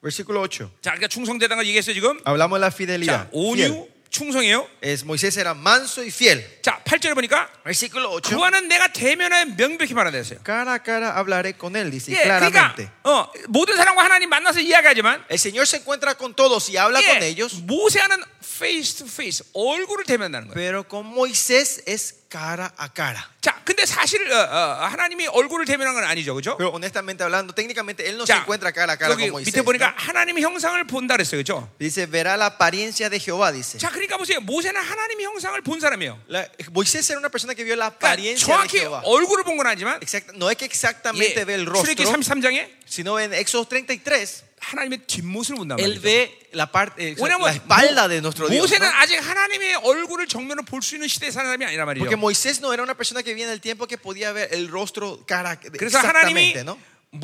Versículo 8. 자, 그러니까 충성되다는 걸 얘기했어요, 지금. Hablamos de la 자, 예. fidelidad. 온유 Fiel. 충성이에요. Es, Moisés era manso y fiel. 자, 8절에 보니까 Versículo 8. 그와는 내가 대면하여 명백히 말하되었어요. Cara a cara hablaré con él, dice 예, 그러니까 claramente. 어, 모든 사람과 하나님 만나서 이야기하지만 El Señor se encuentra con todos y habla con 예, ellos, 모세하는 face to face 얼굴을 대면하는 거예요. pero con Moisés es cara a cara. 자, 근데 사실 어, 어, 하나님이 얼굴을 대면한 건 아니죠, 그죠? Pero honestamente hablando, técnicamente él no se 자, encuentra cara a cara 여기 con Moisés. 밑에 보니까 ¿no? 하나님 의 형상을 본다 그랬어요, 그죠? Dice, verá la apariencia de Jehová, dice. 자, 그러니까 보세요. 모세는 하나님의 형상을 본 사람이에요. La- Moisés era una persona que vio la 그러니까 apariencia de 정확히 Jehová. 얼굴을 본 건 아니지만 Exacta- no es que 예, exactamente ve el 출애기 rostro, 33장에 sino en Éxodo 33, 하나님의 뒷모습을 본단 él 말이죠. ve la, parte, eh, la 왜냐면 espalda de nuestro Dios. 모세는 ¿no? 아직 하나님의 얼굴을 정면으로 볼 수 있는 시대의 사람이 아니란 말이죠. Porque Moisés no era una persona que vivía en el tiempo que podía ver el rostro cara 그래서 하나님이 exactamente, ¿no?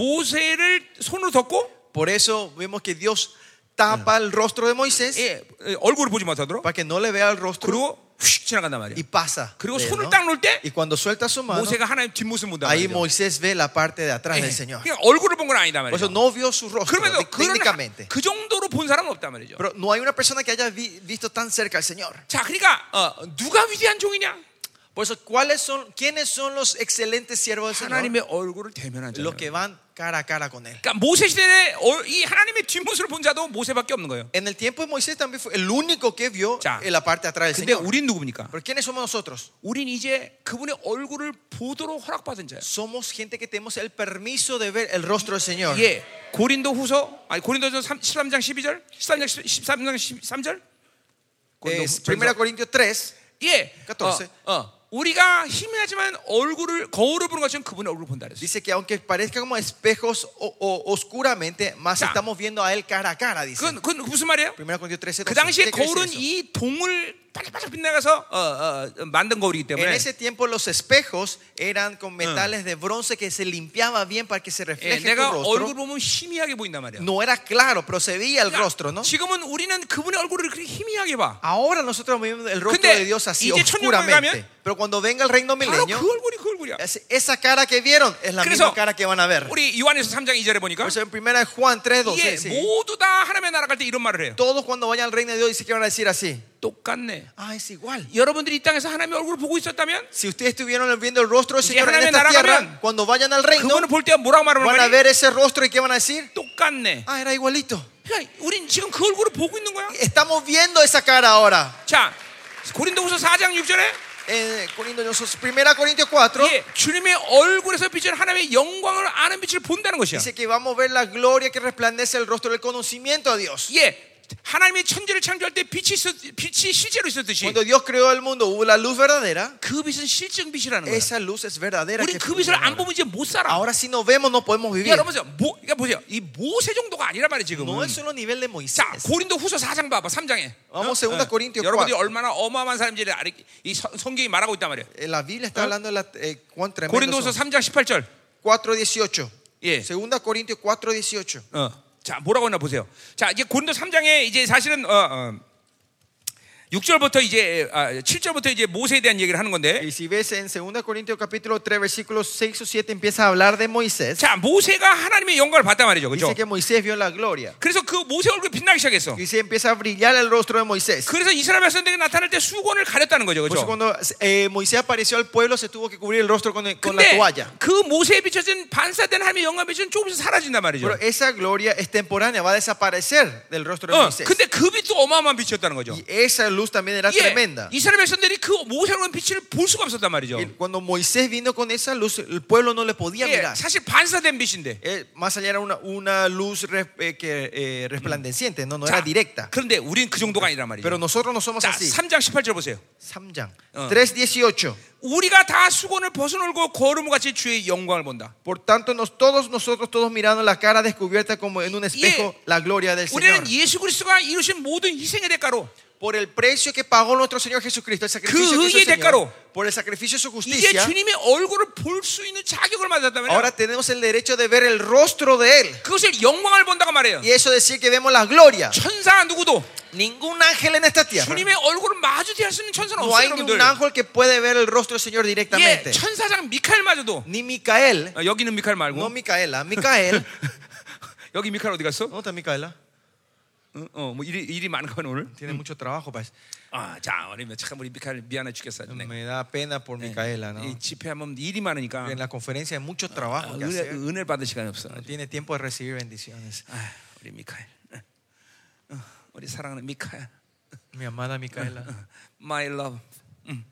모세를 손으로 덮고 Por eso vemos que Dios tapa el rostro de Moisés 예, 예, 얼굴을 보지 못하도록 para que no le vea el rostro 그리고 휙 지나간단 말이야. y pasa. 그리고 de él, 손을 ¿no? 딱 놓을 때 Y cuando suelta su mano, 모세가 하나님 뒷모습 본단 ahí 말이죠. 뭐 Moisés ve la parte de atrás Eh, del Señor. 그러니까 얼굴을 본 건 아니다 Por eso 말이죠. no vio su rostro 그럼에도 tec- 그런 técnicamente. 그 정도로 본 사람은 없단 말이죠. Pero no hay una persona que haya vi- visto tan cerca al Señor. 자, 그러니까 어, 누가 위대한 종이냐? Por eso, ¿cuáles son, ¿quiénes son los excelentes siervos del Señor? 하나님의 얼굴을 대면한 자. Los que 그러니까 van cara a cara con Él. 모세 시대에 얼- 이 하나님의 뒷모습을 본 자도 모세밖에 없는 거예요. En el tiempo de Moisés también fue el único que vio Ya. en la parte de atrás del 근데 Señor. 우린 누굽니까? Pero ¿quiénes somos nosotros? 우린 이제 그분의 얼굴을 보도록 허락받은 자예요. Somos gente que tenemos el permiso de ver el rostro del Señor. Eh, 예. 고린도 후서 아니 고린도전 13장 12절 13장 13장 13절 고린도 Es 후서. 1 Corintios 3. 예. 14. 어, 어. 우리가 희미하지만 얼굴을 거울을 보는 것처럼 그분의 얼굴을 본다 그랬어요. Dice que aunque parezca como espejos o, o- oscuramente, más Ya. estamos viendo a él cara a cara, dice. 그건, 그건 무슨 말이에요? 1 Corintios 13. 그 12. 당시에 ¿Qué quiere 거울은 decir eso? 이 동을 반짝반짝 빛나가서 어, 어, 만든 거울이기 En 때문에 ese tiempo los espejos eran con metales de bronce que se limpiaba bien para que se 예, refleje tu 내가 얼굴 rostro. 보면 희미하게 보인단 말이야. No era claro, pero se veía el 그러니까 rostro, ¿no? 지금은 우리는 그분의 얼굴을 그렇게 희미하게 봐. Ahora nosotros vemos el rostro 근데 de Dios así, 이제 천년에 oscuramente. 가면 Pero cuando venga el reino 바로 milenio, 그 얼굴이 그 얼굴이야. es- esa cara que vieron es la 그래서 misma cara que van a ver. 우리 요한에서 3장 2절에 보니까 Por eso en 1 Juan 3, 12, 이게 모두 다 하나님의 나라 갈 때 이런 말을 해요. todos cuando vayan al reino de Dios dicen que van a decir así. 똑같네. Ah, es igual. 여러분들이 이 땅에서 하나님의 얼굴을 보고 있었다면 Si ustedes estuvieron viendo el rostro del Dice, Señor en "하나님의 esta 나라가 tierra, 면 cuando vayan al reino, 그거는 볼 때 뭐라고 말하는 van a 말이야? ver ese rostro y qué van a decir? 똑같네. Ah, era igualito. 그러니까 우린 지금 그 얼굴을 보고 있는 거야. Estamos viendo esa cara ahora. 자, 고린도후서 4장 6절에 Eh, Corintios- 1 Corintios 4 예, 주님의 얼굴에서 비치는 하나님의 영광을 아는 빛을 본다는 것이야. dice que vamos a ver la gloria que resplandece el rostro del conocimiento a Dios. 예, 하나님이 천지를 창조할 때 빛이 있었, 빛이 실제로 있었듯이 Cuando Dios creó el mundo, hubo la luz verdadera. 그 빛은 실증 빛이라는 거야. Esa luz es verdadera. 우린 que 그 빛을 안 funciona 보면 이제 못 살아. ahora. Ahora si no vemos, no podemos 그러니까 vivir. 여러분 보세요. 모, 그러니까 보세요. 이 모세 정도가 아니란 말이에요, 지금. No es solo nivel de Moisés. 자, 고린도 후서 4장 봐봐. 3장에. Vamos a 2 Corintios 여러분들이 4. 얼마나 어마어마한 사람인지를 아리- 이 서- 성경이 말하고 있단 말이에요. Eh, La Biblia está hablando de la, eh, cuán tremendo 고린도서 son. 3장 18절. 4.18. 예. Segunda Corintios 4.18. 어. 자, 뭐라고 했나 보세요. 자, 이제 고린도 3장에 이제 사실은 어, 어, 6절부터 이제 아, 7절부터 이제 모세에 대한 얘기를 하는 건데. Y si ves en 2 Corintios capítulo 3 versículos 6 o 7 empieza a hablar de Moisés. 자, 모세가 하나님의 영광을 봤단 말이죠. 그죠? Dice que Moisés vio la gloria. 그래서 그 모세 얼굴이 빛나기 시작했어. Y se empieza a brillar el rostro de Moisés. 그래서 이스라엘 백성들이 나타날 때뭐 수건을 가렸다는 거죠. Por eso 그죠? cuando eh, Moisés apareció al pueblo se tuvo que cubrir el rostro con, con la 근데 toalla. 그 모세에 비춰진 반사된 하나님의 영광 빛은 조금씩 사라진단 말이죠. Pero esa Oh, gloria es temporánea, va a desaparecer del rostro de 어, Moisés. 근데 그 빛도 어마어마한 빛이었다는 거죠. Y esa luz también era tremenda. 이스라엘 백성들이 그 모세라는 빛을 볼 수가 없었단 말이죠. Y Cuando Moisés vino con esa luz, el pueblo no le podía 예, mirar. 사실 반사된 빛인데. Eh, más allá era una, una luz res- eh, que, eh, resplandeciente, no, no era 자, directa. 그런데 우린 그 정도가 아니란 말이죠. Pero nosotros no somos 자, así. 3장 18절 보세요. Samjang 어. 3.18. 우리가 다 수건을 벗어놀고 거울을 같이 주의 영광을 본다. Por tanto, nos, todos nosotros, todos mirando la cara descubierta como en un espejo, Yeah. la gloria del Señor. 우리는 예수 그리스도가 이루신 모든 희생의 대가로 Por el precio que pagó nuestro Señor Jesucristo, el sacrificio 그 que hizo el 의의 Señor, 대가로. por el sacrificio de su 이제 justicia, 주님의 얼굴을 볼 수 있는 자격을 받았다면 ahora tenemos el derecho de ver el rostro de Él. 그것을 영광을 본다고 말해요. Y eso decir que vemos la gloria. 천사 누구도 Ningún ángel en esta tierra. 주님의 얼굴을 마주대할 수 있는 천사는 No 없어요, hay ningún 여러분들. ángel que puede ver el rostro del Señor 예, directamente. 천사장 미카엘마저도 Ni Micael. 아, 여기는 미카엘 말고 No Micaela, Micael. 여기 미카엘 어디 갔어? ¿Dónde está Micaela? 어, 어, 뭐 일이 일이 많은 건 오늘. Tiene mucho trabajo, parece. 아, 자, 우리 참 우리 미카엘 미안해 죽겠어. 네. Me da pena por Micaela, ¿no? 이 집회하면 일이 많으니까 En la conferencia hay mucho 아, trabajo que 은혜, hacer. 은혜를 받을 시간이 없어. No tiene tiempo de recibir bendiciones. 아, 우리 미카엘, 어, 어, 우리 사랑하는 미카엘, 어, Mi amada Micaela, my love, 음,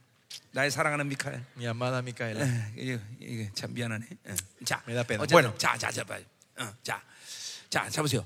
나의 사랑하는 미카엘. mi amada Micaela. 예, 이게, 이게 참 미안하네. 예. 자, Me da pena. 어쨌든 Bueno. 자, 자, 자, 봐. 어, 자, 자, 자 보세요.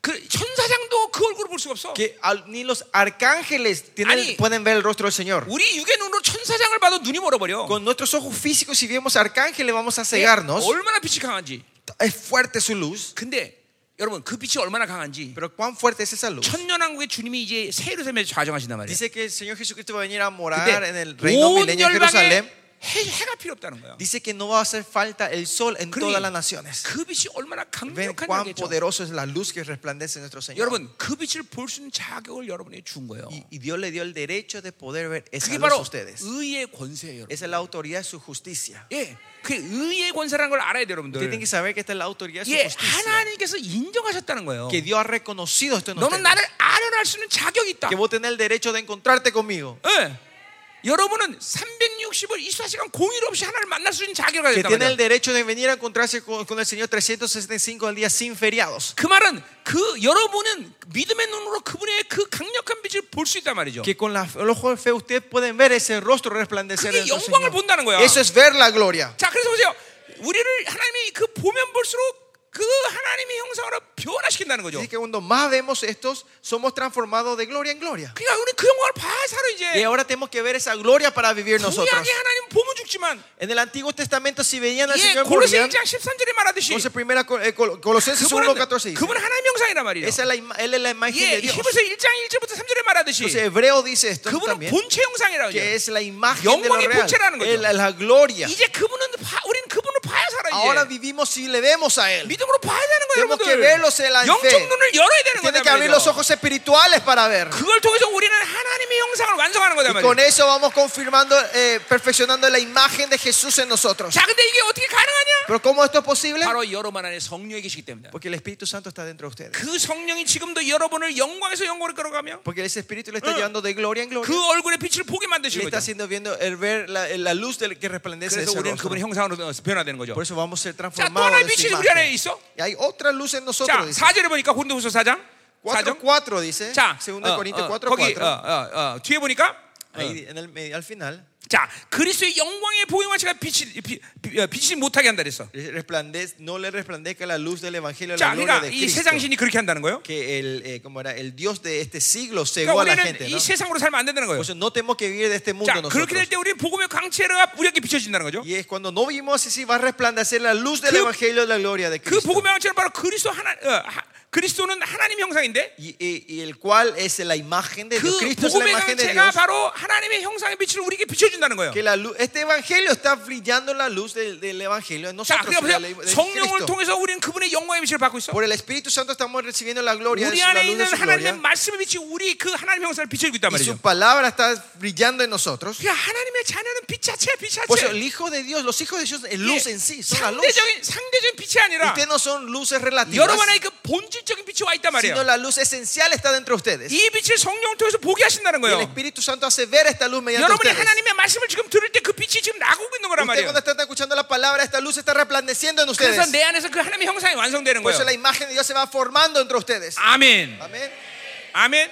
그 천사장도 그 얼굴을 볼 수가 없어. Que al- ni los arcángeles tienen- Ani- pueden ver el rostro del Señor. 우리 육의 눈으로 천사장을 봐도 눈이 멀어버려. Con nuestros ojos físicos, si vemos arcángeles, vamos a 예, cegarnos. 얼마나 빛이 강한지. Es fuerte su luz, 근데 여러분 그 빛이 얼마나 강한지. pero ¿cuán fuerte es esa luz? 천년왕국의 주님이 이제 새 예루살렘에 좌정하신단 말이에요. Dice que el Señor Jesucristo va a venir a morar en el 근데 reino 온 milenio de Jerusalén. 열방에 해, 해가 필요 없다는 거야. Dice que no va a hacer falta el sol en todas las naciones. 그 빛이 얼마나 Ven 강력한 cuán 자겠죠. poderoso es la luz que resplandece en nuestro Señor. 여러분 그 빛을 볼 수 있는 자격을 여러분에게 준 거예요. Y, y Dios le dio el derecho de poder ver esa 그게 luz a 바로 ustedes. 의의 권세예요. 여러분. Esa es la autoridad de su justicia. 예, 그 의의 권세라는 걸 알아야 돼요, Usted tiene 여러분들. que saber que esta es la autoridad de su 예, justicia. 하나님께서 인정하셨다는 거예요. Que Dios ha reconocido esto en 너는 ustedes. 나를 아련할 수 있는 자격이 있다. Que vos tenés el derecho de encontrarte conmigo. 예. 여러분은 360일 24시간 공일 없이 하나를 만날 수 있는 자격이 Que tiene el 있다. derecho de venir a encontrarse con, con el Señor 365 al día sin feriados. 그 말은 그 여러분은 믿음의 눈으로 그분의 그 강력한 빛을 볼 수 있단 말이죠. Que con la- el ojo de fe ustedes pueden ver ese rostro resplandecer. 그게 en nuestro 영광을 Señor. 본다는 거야. Eso es ver la gloria. 자, 그래서 보세요. 우리를 하나님이 그 보면 볼수록 그 하나님의 형상으로 변화시킨다는 거죠. Dice que cuando más vemos estos, somos transformados de gloria en gloria. 그러니까 우리 그 영광을 봐야 살아 Y 이제. ahora tenemos que ver esa gloria para vivir nosotros. 구약의 하나님 보면 죽지만 En el Antiguo Testamento, si veían al 예, Señor morir, 골로새 1장 13절에 말하듯이 entonces primera Col- eh, Col- Colosenses 1.14 그분은, dice. 그분은 하나님 형상이란 말이에요. Esa es la, ima- él es la imagen 예, de Dios. 히브리서 1장 1절부터 3절에 Entonces 말하듯이 Hebreo dice esto 그분은 también. 본체 형상이라고 que 해요. es la imagen de lo 영광의 real, 본체라는 거죠. es la, la gloria. 이제 그분은 봐, 우리는 그분을 봐야 살아 Ahora 이제. vivimos si le vemos a él. 믿음으로 봐야 되는 거예요, Tenemos que verlo, se la 여러분들. 영적 fe. 눈을 열어야 되는 Tiene que 거다 abrir los ojos espirituales para ver. 그걸 통해서 우리는 하나님의 형상을 완성하는 거다 Y con 말이에요. eso vamos confirmando, eh, perfeccionando la imagen de Jesús en nosotros. 자, 근데 이게 어떻게 가능하냐? Pero ¿cómo esto es posible? 바로 여러분 안에 성령이 계시기 때문에. Porque el Espíritu Santo está dentro de ustedes. 그 성령이 지금도 여러분을 영광에서 영광으로 끌어가며 Porque ese Espíritu le está llevando de gloria en gloria. 그 얼굴의 빛을 보게 Y le 만드시는 거죠. está haciendo viendo el ver la, la luz del que resplandece. de 그래서 ese 우리는 rostro. 그분의 형상으로 변화되는 거죠. Por eso vamos a ser 자, 또 하나의 transformados. de su 빛이 우리 안에 imagen. 있어. Y hay otra luz en 자, nosotros. dice. 4절에 보니까 고린도후서 4장. 4, 4장. 4 dice. 자, 2 어, 어, Corintios 4, 거기 4. 어, 어, 어, 뒤에 보니까 Ahí en el medio- al final 자, 그리스도의 영광의 복음화체가 빛이 비- 비- 어, 빛이 못하게 한다 그랬어. resplandez- no le resplandezca la luz del evangelio de la 자, gloria 그러니까 de 이 Cristo 세상신이 그렇게 한다는 거예요. que el eh, ¿cómo era? el Dios de este siglo cegó 그러니까 a la 우리는 gente ¿no? 이 세상으로 살면 안 된다는 거예요. Por eso no tenemos que vivir de este mundo 자, 그렇게 될 nosotros 때 우리 복음의 광채가 우리에게 비춰진다는 거죠. y es cuando no vivimos así va a resplandecer la luz del 그- evangelio de la gloria de 그 Cristo 복음의 광채는 바로 그리스도 하나 어, 하- 그리스도는 하나님 형상인데 y, y- y el cual es la imagen de Dios 그 Cristo es la 복음의 imagen de 광채가 Dios 바로 하나님의 형상의 빛을 우리에게 비춰준다는 거예요. que la luz- este evangelio está brillando la luz del, del evangelio en 자, nosotros 그러니까 de la ley- 보세요. de 성령을 Cristo. 통해서 우리는 그분의 영광의 빛을 받고 있어. por el Espíritu Santo estamos recibiendo la gloria de 우리 su, la 안에 luz de 있는 su 하나님의 gloria 말씀의 빛이 우리 그 하나님 형상을 비춰주고 있단 y su 말이죠. palabra está brillando en nosotros. 그러니까 하나님의 자녀는 빛 자체야, 빛 자체. 예. Por eso, el Hijo de Dios, los hijos de Dios es luz en sí, son la luz. 상대적인 상대적인 빛이 아니라 Ustedes no son luces relativas, 여러분 안에 그 본질적인 빛이 와 있단 sino 말이에요. la luz esencial está dentro de ustedes. Y 이 빛을 성령 통해서 보게 하신다는 el 거예요. Espíritu Santo hace ver esta luz mediante 여러분이 ustedes. 하나님의 말씀을 지금 들을 때 그 빛이 지금 나고 있는 거란 Ustedes 말이에요. cuando están escuchando la palabra, esta luz está resplandeciendo en 그래서 ustedes. 내 안에서 그 하나님의 형상이 완성되는 Por 거예요. Ah. eso la imagen de Dios se va formando entre ustedes. 아멘. Amén. 아멘.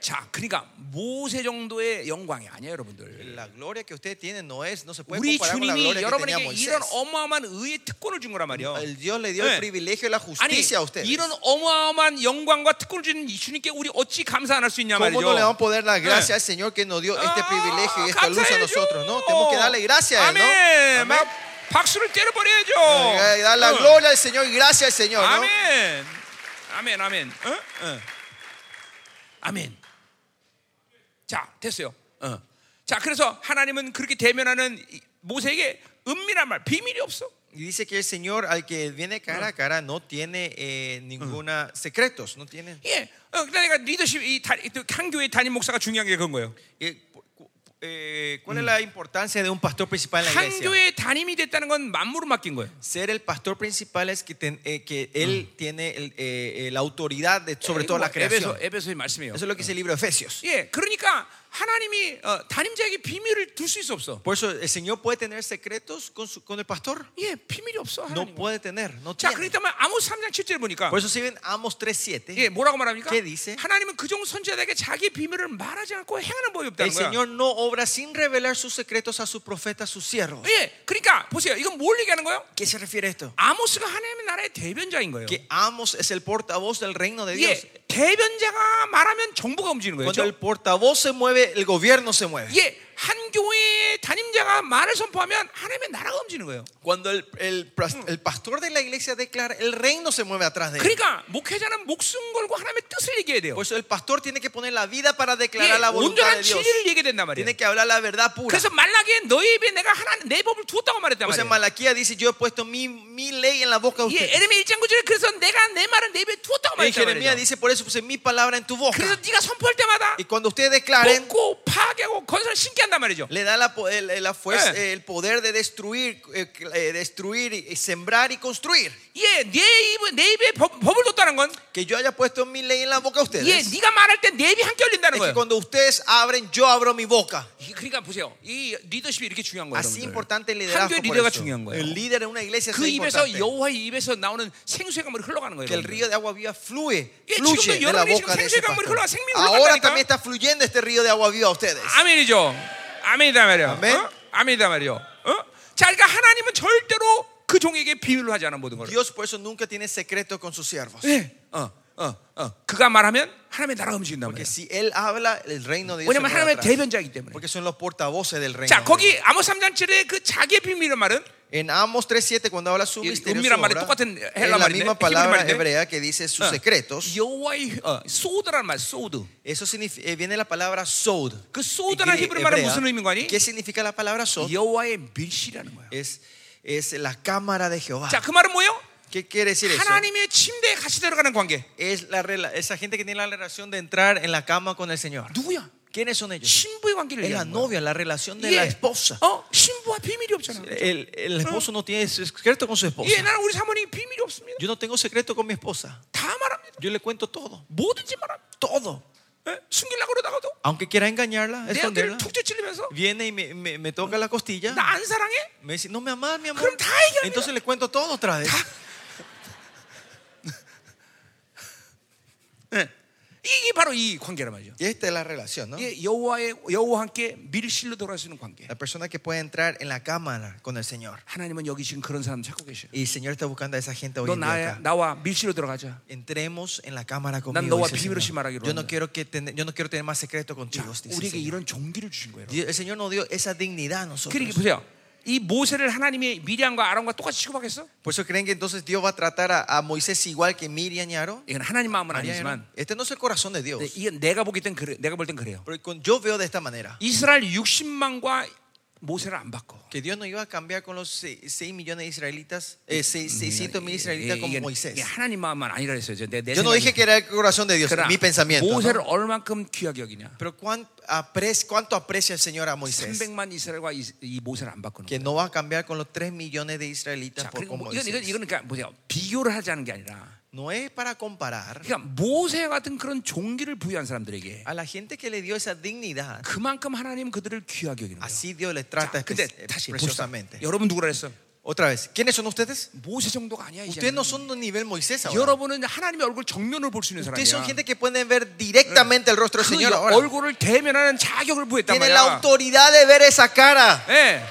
자, 그러니까 모세 정도의 영광이 아니에요, 여러분들. La gloria que usted tiene no es, no se puede 우리 comparar con la 주님이 gloria que tenía 여러분에게 Moisés. 이런 어마어마한 의의 특권을 준 거란 말이에요. El Dios le dio el 네. privilegio y la 아니, justicia a usted. 이런 어마어마한 영광과 특권을 주는 이 주님께 우리 어찌 감사 안 할 수 있냐 ¿Cómo 말이죠. no le vamos a poder dar 네. gracias al Señor que nos dio este 아, privilegio y esta luz a 감사해야죠. nosotros? ¿no? Tenemos que darle gracias a Él, 아멘. ¿no? 막 Amén. 박수를 때려버려야죠. Eh, Dar la 응. gloria al Señor y gracias al Señor, 아멘. ¿no? 아멘. 아멘. 어? 어. 아멘. 자, 됐어요. 어. 자, 그래서 하나님은 그렇게 대면하는 이- 모세에게 은밀한 말, 비밀이 없어. Y dice que el Señor al que viene cara a cara no tiene eh, ninguna secretos, no tiene. 예. 어, 그러니까 리더십 이한 교회 단임 목사가 중요한 게 그런 거예요. Eh, cu- cu- eh, ¿Cuál es la importancia de un pastor principal en la 한 iglesia? 교회 단임이 됐다는 건 만물을 맡긴 거예요. Ser el pastor principal es que, ten- eh, que él tiene el, eh, eh, la autoridad de- sobre 이거 뭐 toda la creación. 에베소, 에베소의 말씀이에요. Eso es lo que dice el libro de Efesios. 예, 그러니까 하나님이 어, 단임자에게 비밀을 둘 수 있어 없어. Por eso el Señor puede tener secretos con, su- con el pastor. 예, 비밀이 없어. No 하나님. puede tener, no 자, tiene. 그렇다면 아모스 3장 7절 보니까 Por eso si ven Amos 3.7, 예, 뭐라고 말합니까? ¿Qué dice? 하나님은 그종 선지자에게 자기 비밀을 말하지 않고 행하는 법이 없다는 el 거야. Señor no obra sin revelar sus secretos a sus profetas, sus siervos. 예, 그러니까 보세요. 이건 뭘 얘기하는 거예요? ¿Qué se refiere a esto? 아모스가 하나님의 나라의 대변자인 거예요. Que Amos es el portavoz del reino de Dios. 예, 대변자가 말하면 정부가 움직이는 거예요. Cuando el 그렇죠? portavoz se mueve, el gobierno se mueve. 예, 한 교회의 담임자가 말을 선포하면 하나님의 나라가 움직이는 거예요. Cuando el, el pras- el pastor de la iglesia declara, el reino se mueve atrás de él. 그러니까 목회자는 목숨 걸고 하나님의 뜻을 얘기해야 돼요. Por eso el pastor tiene que poner la vida para 예, declarar la voluntad 온전한 de Dios. 진리를 얘기해야 된단 말이에요. Tiene que hablar la verdad pura. 그래서 말라기에 너희 입에 내가 하나 내 법을 두었다고 말했단 O sea, 말이에요. Malaquía dice, yo he puesto mi, mi ley en la boca de 예, usted. 에레미야 1장 9절에 그래서 내가 내 말을 내 입에 두었다고 En 말했단 Jeremías 말이에요. dice, por eso puse mi palabra en tu 그래서 boca. 네가 선포할 때마다 Y cuando ustedes declaren, 먹고 파괴하고 건설 신기 한단 말이죠. le da la, po- el, la fuerza, Eh. el poder de destruir, eh, eh, destruir, y sembrar y construir. 예, 내 입에 내 입에 법, 을 뒀다는 건 Que yo haya puesto mi ley en la boca de ustedes. 예, 네가 네, 말할 때 내 입이 함께 열린다는 Es que 거예요. cuando ustedes abren, yo abro mi boca. 이- 그러니까 보세요. 이 리더십이 이렇게 중요한 거예요. Así 여러분들. 아, importante el 한 liderazgo. 교회 por 리더가 eso. 중요한 거예요. El líder de una iglesia es 그 muy 입에서 importante. 여호와의 입에서 나오는 생수의 강물이 흘러가는 거예요. Que el 여러분들. río de agua viva fluye, 예, fluye 지금도 de la 여러분이 boca 지금 de ese 생수의 강물이 pastor. 흘러가- 생명이 Ahora 흘러간다니까? también está fluyendo este río de agua viva a ustedes. Ah, 아멘이죠. 아멘이다 말이요. 아멘. 어? 아멘이다 말이요. 어? 자, 그러니까 하나님은 절대로 그 종에게 비밀로 하지 않은 모든 걸. Dios por eso nunca tiene secreto con sus siervos. 예. 어, 어, 어. 그가 말하면 하나님의 나라가 움직인단 Que 말이에요. si él habla, el reino de Dios se 왜냐면 mueve 하나님의 atrás. 대변자이기 때문에. Porque son los portavoces del reino. 자, 거기 아모스 3장 7의 그 자기의 비밀의 말은 En Amos 3.7 cuando habla su Y- misterio, unmi란 su 말이 obra, 똑같은 헬라 en la Ah. 말이네. misma 히브리 palabra 말이네. hebrea que dice sus 어, secretos, 여호와의 어, 소드라는 말, 소드. eso signifi- eh, viene la palabra sod. 그 소드라는 en 히브리 griego, 말은 hebrea. 무슨 의미인 거 아니? ¿Qué significa la palabra sod? 여호와의 밀실이라는 거야. Es, es la cámara de Jehová. 자, 그 말은 뭐예요? ¿Qué quiere decir eso? 하나님의 침대에 같이 들어가는 관계. Es la, rela- esa gente que tiene la relación de entrar en la cama con el Señor. 누구야? ¿Quiénes son ellos? 신부의 관계를 Es la 얘기하는 거야. novia, la relación de la 예. esposa. 어, 신부와 비밀이 없잖아. El, el esposo no tiene secreto con su esposa. 예, 나는 우리 사모님 비밀이 없습니다. Yo no tengo secreto con mi esposa. 다 말합니다. Yo le cuento todo. 뭐든지 말합니다. Todo. 예? 숨기려고 그러다가도 Aunque quiera engañarla, 내 어깨를 esconderla. 툭 찔리면서 Viene y me, me- me toca la costilla. 나 안 사랑해? Me dice, no me amas, mi amor. 그럼 다 얘기합니다. Entonces le cuento todo otra vez. 예. 이게 바로 이 관계란 말이죠. Y esta es la relación, ¿no? 예, 여호와의 여호와 함께 밀실로 돌아갈 수 있는 관계. La persona que puede entrar en la cámara con el Señor. 하나님은 여기 지금 그런 사람 찾고 계셔. Y el Señor está buscando a esa gente hoy 너 en día 나, acá. 나와 밀실로 들어가자. Entremos en la cámara 난 conmigo. 너와 dice el 비밀없이 Señor. 말하기로 Yo no 한다. quiero que ten- yo no quiero tener más secreto 자, contigo. dice el 우리에게 Señor. 이런 종기를 주신 거예요. Dios- El Señor nos dio esa dignidad a nosotros. 그러니까 보세요. 이 모세를 하나님이 미리안과 아론과 똑같이 취급하겠어? Por eso creen que entonces Dios va a tratar a, a Moisés igual que Miriam y Aarón. 이건 하나님 마음은 María y 아니지만 Aarón. Este no es el corazón de Dios. 네, 이건 내가 보기 땐 그래, 내가 볼 땐 그래요. Pero con- yo veo de esta manera 이스라엘 60만과 모세를 안 바꿔. que Dios no iba a cambiar con los 6 millones de israelitas, 600 mil israelitas 예, como 이게- Moisés. 이게 하나님 마음만 아니라 했어요. 저 내, 내 Yo no 생각이. dije que era el corazón de Dios, 그러나 mi pensamiento. ¿no? 모세를 얼만큼 귀하게 여기냐? Pero cuán- apre- cuánto aprecia el Señor a Moisés 300만 이스라엘과 이, 이 모세를 안 바꾸는 que 거예요. no va a cambiar con los 3 millones de israelitas 자, por 그리고 con 뭐, 이건 이건 Moisés. 이건 그러니까 보세요. 비교를 하자는 게 아니라 No es para comparar 그러니까 모세 같은 그런 종기를 부여한 사람들에게 a la gente que le dio esa dignidad. 그만큼 하나님 그들을 귀하게 여기는 거예요. Así Dios les trata 근데 espe- 다시 봅시다. preciosamente. 여러분 누구라 했어? O- Otra vez, ¿quiénes son ustedes? 모세 정도가 아니야 이제. Ustedes no son de nivel Moisés ahora. 여러분은 하나님의 얼굴 정면으로 볼 수 있는 Ustedes son 사람이야. gente que pueden ver directamente el rostro del 그 Señor 여- ahora. 얼굴을 대면하는 자격을 부했단 Tienen la 말이야. autoridad de ver esa cara. 예.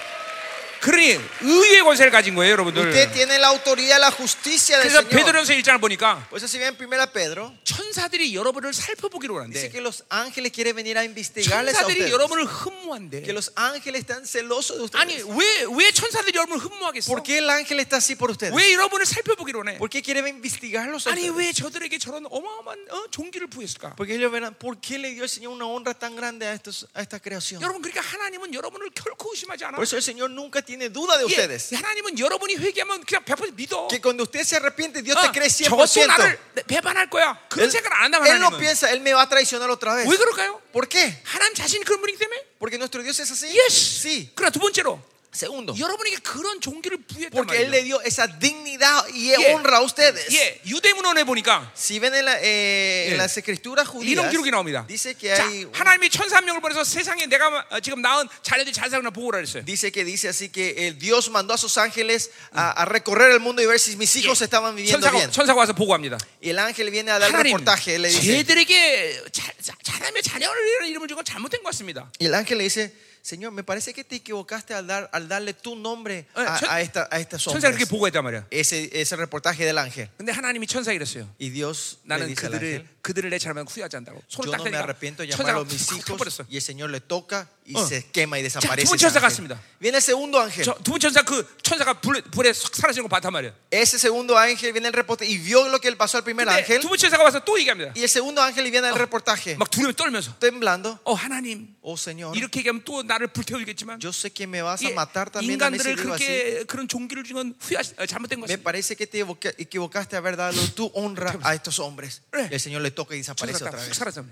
그러니 의의 권세를 가진 거예요, 여러분들. Usted tiene la autoridad de la justicia del 그래서 Señor. 베드로전서 1장을 보니까 Por eso si bien primera Pedro 천사들이 여러분을 살펴보기로 dice 하는데 que los ángeles quieren venir a investigarles a 천사들이 ustedes. 여러분을 Que 흠모한대. los ángeles están celosos de 아니 ustedes. 왜 왜 천사들이 여러분을 흠모하겠어? ¿Por qué el ángel está así por ustedes? 왜 여러분을 살펴보기로 해? ¿Por qué quiere investigarlos a 아니 ustedes? 왜 저들에게 저런 어마어마한 어? 종기를 부했을까? Porque ellos verán, ¿por qué le dio el Señor una honra tan grande a, estos, a esta creación? 여러분 그러니까 하나님은 여러분을 결코 의심하지 않아. Por eso el Señor nunca tiene duda de 예, ustedes. 하나님은 여러분이 회개하면 그냥 100% 믿어. Que cuando usted se arrepiente, Dios te 어, cree 저것도 100%. 나를 배반할 거야. 그런 Él, 생각을 안 한다 él no 하나님은. piensa, Él me va a traicionar otra vez. 왜 그럴까요? ¿Por qué? 하나님 자신이 그런 분이기 때문에. Porque nuestro Dios es así. Yes. Sí. 그러나 두 번째로 Segundo, 여러분에게 그런 종기를 부여했단 porque Él le 뭐 말이에요. dio esa dignidad y Yeah. honra a ustedes. 예, 유대 문헌에 보니까 Si ven en, la, eh, en Yeah. las escrituras 이런 judías, 기록이 나옵니다. dice que 자, hay. un- 하나님이 천사 한 명을 보내서 세상에 내가 어, 지금 낳은 자녀들이 잘 살거나 보고라 그랬어요. Dice que dice así que el Dios mandó a sus ángeles a, a recorrer el mundo y ver si mis hijos estaban viviendo 천사가, bien. 천사가 와서 보고합니다. Y el ángel viene a dar un 하나님, reportaje. Él le dice, 쟤들에게 자- 자- 사람의 자녀를 이름을 준 건 잘못된 것 같습니다. Y el ángel le dice, Señor, me parece que te equivocaste al, dar, al darle tu nombre Eh, a, 천- a esta, a estas 천사가 그렇게 hombres". 보고했단 말이야. Ese, ese reportaje del ángel. 근데 하나님이 천사가 이랬어요. Y Dios le 나는 dice al 그들을 ángel, 그들을 내 잘못 후회하지 않다고. 손을 yo 딱 no me 대니까 arrepiento de 천사가 llamarlo mis 탁 hijos. 버렸어. Y el Señor le toca y 어. se quema y desaparece. 두 ese 번째 ángel. 천사가 Viene el segundo ángel. 두분 천사 그 천사가 불에, 불에 싹 사라지는 거 봤단 말이야. Ese segundo ángel viene el reportaje y vio lo que le pasó al primer 근데 ángel. 두분 천사가 와서 또 얘기합니다. Y el segundo ángel y viene el reportaje. 막 두려움 떨면서 Temblando, 어 하나님 oh Señor, 이렇게 얘기하면 또 나를 불태우겠지만 yo sé que me vas a 예, matar también a mí si 인간들을 digo así. 그렇게 그런 종기를 준 건 후회 잘못된 Me 것입니다. parece que te equivoca- equivocaste haber dado tu honra a estos hombres. Y el Señor le toca y desaparece 천사가 otra 딱 vez. 사라졌네.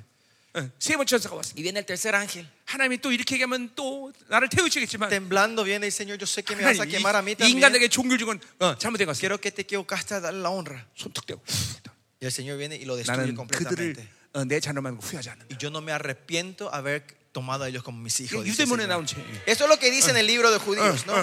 예, 세 번째 천사가 왔습니다. Y viene el tercer ángel. 하나님이 또 이렇게 얘기하면 또 나를 태우시겠지만 Temblando viene el Señor, yo sé que me vas a 하나님, quemar a mí 이- 이 también. 인간에게 종기를 준 건 어, 잘못된 것같 Creo que te equivocaste a darle la honra. 손탁 대고 Y el Señor viene y lo 나는 destruye 그들을 completamente. 어, 내 자녀만 후회하지 않는다. Y yo no me arrepiento haber tomado a ellos como mis hijos. dice el 유대문에 Señor. 나온 책. Esto es lo que dice en el libro de judíos, ¿no?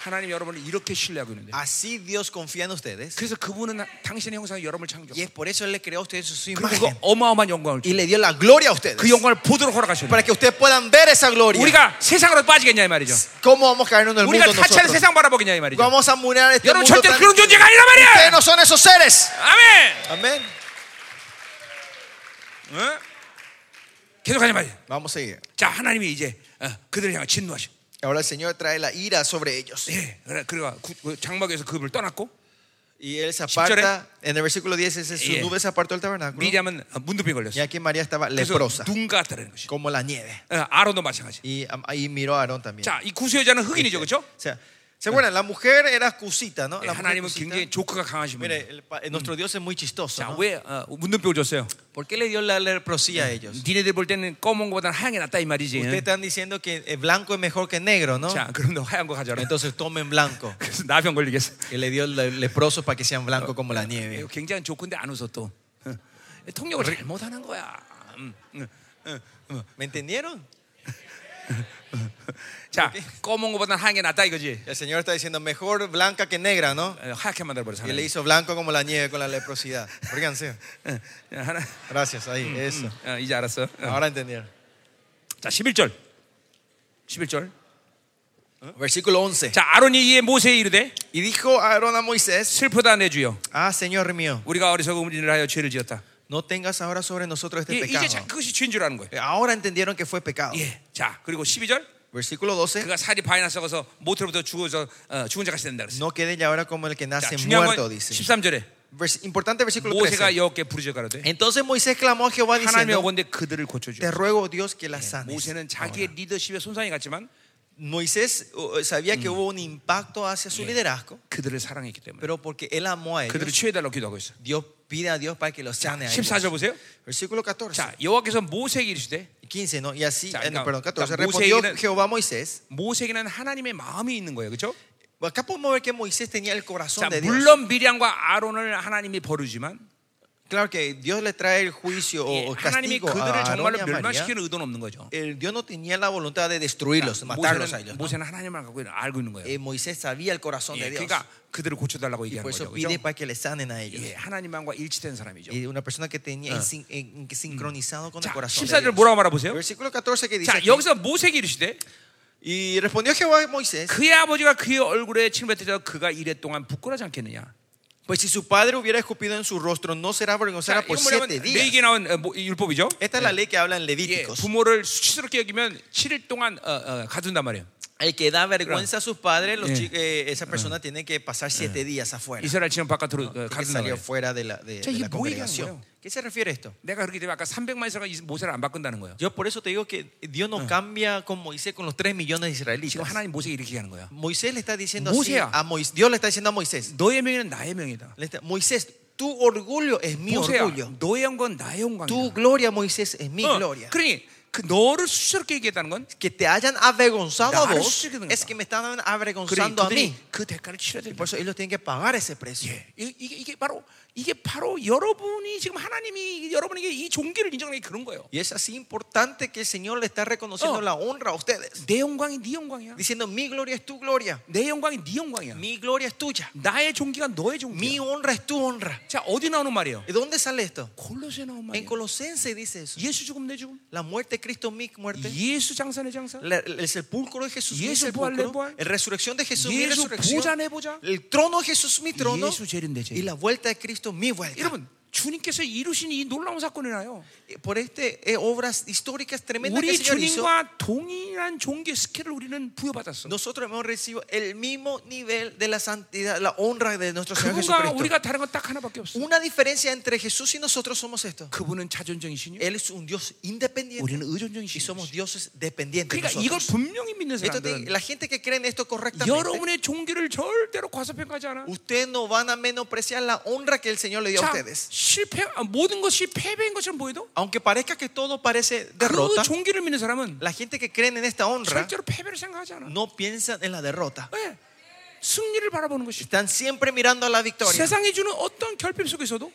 하나님 여러분을 이렇게 신뢰하고 있는데. Así Dios confía en ustedes. 그래서 그분은 당신의 형상 여러분을 창조. Y es por eso Él le creó a ustedes su 그리고 그 imagen. 어마어마한 영광을 Y 주. le dio la gloria a ustedes. 그 영광을 보도록 허락하셨네. Para que ustedes puedan ver esa gloria. 우리가 세상으로 빠지겠냐 이 말이죠. ¿Cómo vamos a caer en el mundo 우리가 사찰 nosotros? 세상 바라보겠냐 이 말이죠. Vamos a murar este 여러분 mundo 절대 tan- 그런 존재가 아니란 Ustedes 말이야. no son esos seres. 아멘. Amén. 어? 계속하자 말이야. Vamos a seguir. 자 하나님이 이제 어, 그들을 향해 진노하셔. Ahora el Señor trae la ira sobre ellos. 예. 그래- 그래가 구- 그 장막에서 그분을 떠났고 Y él se aparta, en el versículo 10 dice, su Yeah. nube se apartó del tabernáculo. 미리암은 어, 문둥병 걸렸어. Y aquí María estaba 그래서 leprosa, 눈 같다는 것이. como la nieve. 어, 아론도 마찬가지. Y ahí miró a Aarón también. 자, 이 구수 여자는 흑인이죠, o 그렇죠? sea, ¿se acuerdan? La mujer era cusita, ¿no? 예, La mujer 하나님은 cusita. 굉장히 조크가 강하신 분이에요. Mire, el pa- eh, nuestro Dios es muy chistoso. 자, ¿no? 왜 어, 문둥병을 줬어요? ¿Por qué le dio la leprosía a ellos? 니네들 볼 때는 검은 거보다는 하얀 게 낫다 이 말이지. Ustedes están diciendo que eh, blanco es mejor que negro, ¿no? 자, 그럼 네, 너 하얀 거 가져라. Entonces tomen blanco. 그래서 나병 걸리겠어. Y le dio le- leprosos para que sean blancos como la nieve. 이거 굉장히 조크인데 안 웃어 또. 어, 통역을 잘못하는 거야. 음, 음, 음, 음. ¿Me entendieron? 자, 검은 거보다는 하얀 게 낫다 이거지. El Señor está diciendo mejor blanca que negra, ¿no? 어, 하얗게 만들어 버렸어. Y le hizo blanco como la nieve con la leprosidad. Ríganse. 어, 하나. Gracias, ahí, eso. 어, 이제 알았어. 어. Ahora entendieron. 자, 11절. 11절. Versículo 11. 자, 아론이 이에 모세에 이르되 Y dijo Aarón a Moisés: 슬프다 내 주여. Ah, Señor mío, 우리가 어리석음을 일을 하여 죄를 지었다. no tengas ahora sobre nosotros 예, este 이제 자, pecado. 그것이 죄인 줄 아는 거예요. Ahora entendieron que fue pecado. 예. 자, 그리고 12절. Versículo 12. 그가 살이 바이나 썩어서 모태로부터 죽어서 어, 죽은 자같이 된다 그랬어요. No quede ya ahora como el que 자, nace 중요한 muerto, 건 dice. 13절에 Vers- importante versículo 모세가 13. 여호와께 부르짖어 가로되 Entonces Moisés clamó a Jehová 하나님의 diciendo: 어건데 그들을 고쳐 Te 주옵소서. ruego, Dios, que la sanes. 모세는 자기의 리더십에 손상이 갔지만 Moisés uh, sabía que hubo un impacto hacia su liderazgo, 그들을 사랑했기 때문에 pero porque él amó a 그들을 ellos, 치유해 달라고 기도하고 있어요. Dios pide a Dios para que los sane a ellos. 14절 보세요. Versículo 14. 자, 여호와께서 모세에게 이르시되 15, ¿no? Y así, 자, eh, no, 그러니까- perdón, 14. 그러니까 Respondió 모세에게는- Jehová a Moisés. 모세에게는 하나님의 마음이 있는 거예요. 그렇죠? Pues Acá podemos ver que Moisés tenía el corazón 자, de Dios. 물론 미량과 아론을 하나님이 버르지만 Claro que Dios le trae el juicio 예, o, o 하나님이 castigo 그들을 a Aarón 정말로 y a María. 멸망시키는 의도는 없는 거죠. El Dios no tenía la voluntad de destruirlos, matarlos a 모세는, ellos. ¿no? 모세는 하나님만 갖고 있는- 알고 있는 거예요. Eh, Moisés sabía el corazón 예, de Dios. 그러니까 그들을 고쳐달라고 Y 얘기하는 por eso 거죠. pide 그죠? para que le sanen a ellos. 예, 하나님만과 일치된 사람이죠. Y una persona que tenía en sin- en- en- sincronizado con el 자, corazón. 14절 뭐라고 말해보세요? Versículo 14 que dice: 자, aquí, 여기서 모세가 이르시되 Y respondió Jehová a Moisés: 그의 아버지가 그의 얼굴에 침을 뱉으자 그가 이래 동안 부끄러지 않겠느냐. Pues si su padre hubiera escupido en su rostro, no será 자, avergonzada por 이건 뭐냐면 siete 레이기에 días. 나온 어, 뭐, 이 율법이죠. Esta es la ley que habla en 예, Levíticos. 부모를 수치스럽게 여기면 7일 동안 어, 어, 가둔단 말이에요. El que da vergüenza a sus padres, los Eh. chi- eh, esa persona tiene que pasar siete días afuera. 이스라엘 지금 바깥으로 어, Tiene que 가둔단 salió 말이에요. fuera de la, de, 자, de 이게 la 뭐 얘기하는 congregación. 거예요? ¿Qué se refiere esto? 내가 그렇게 되면 아까 300만 이스라엘이 모세를 안 바꾼다는 거예요. Yo por eso te digo que Dios Ah. no cambia con Moisés con los tres millones de 지금 israelitas. 하나님 모세에게 이렇게 하는 거야. Moisés le está diciendo Mosea. así a Moisés. Dios le está diciendo a Moisés. 너의 명예는 나의 명예다. le está- Moisés, tu orgullo es mi 모세야, orgullo. 너의 영광 나의 영광이다. Tu gloria, Moisés, es mi 어, gloria. 그러니 그 너를 수치스럽게 얘기했다는 건 Que te hayan avergonzado a Claro, vos sí que tengo. es que me están 그러니 avergonzando a mí. 그들이 그 대가를 치러야 된다. Por eso ellos tienen que pagar ese precio. 예, 이- 이게 이게 바로 이게 바로 여러분이 지금 하나님이 여러분에게 이 종기를 인정하는 게 그런 거예요. Y es así importante que el Señor le está reconociendo Oh. la honra a ustedes. 내 영광이 네 영광이야. Diciendo, mi gloria es tu gloria. 내 영광이 네 영광이야. Mi gloria es tuya. 나의 종기가 너의 Mi 종기야. honra es tu honra. 자 어디 나오는 말이에요? ¿De dónde sale esto? 골로새 나온 En 말이에요. Colosense dice eso. 예수 죽음 내 죽음. La muerte de Cristo, mi muerte. 예수 장사 내 장사. La- el sepulcro de Jesús, mi Yesu sepulcro. buhal, La resurrección de Jesús, mi 예수 보자 resurrección. 내 보자. El trono de Jesús, mi trono. Yesu jerin de jerin. Y la vuelta de Cristo, mi vuelta. 여러분 주님께서 이루신 이 놀라운 사건이나요. Por este eh, obras históricas tremendas que el 우리 Señor hizo, 주님과 동일한 종교 스킬을 우리는 부여받았어. nosotros hemos recibido el mismo nivel de la santidad, la honra de nuestro Señor 그분과 Jesucristo. 우리가 다른 건 딱 하나밖에 없어. Una diferencia entre Jesús y nosotros somos esto. 그분은 자존적이시니 Él es un Dios independiente 우리는 y 의존적이시니 somos dioses dependientes. 뭐. 그러니까 이걸 nosotros. 분명히 믿는 Esto te- 사람들은 la gente que cree en esto correctamente, 여러분의 종교를 절대로 과소평가하지 않아. ustedes no van a menospreciar la honra que el Señor le dio a 자, ustedes. 실패 아, 모든 것이 패배인 것처럼 보여도 Aunque parezca que todo parece derrota, 그 종교를 믿는 사람은 la gente que cree en esta honra 절대로 패배를 생각하지 않아. no piensa en la derrota. 왜? 승리를 바라보는 것이. Están siempre mirando a la victoria. 세상이 주는 어떤 결핍 속에서도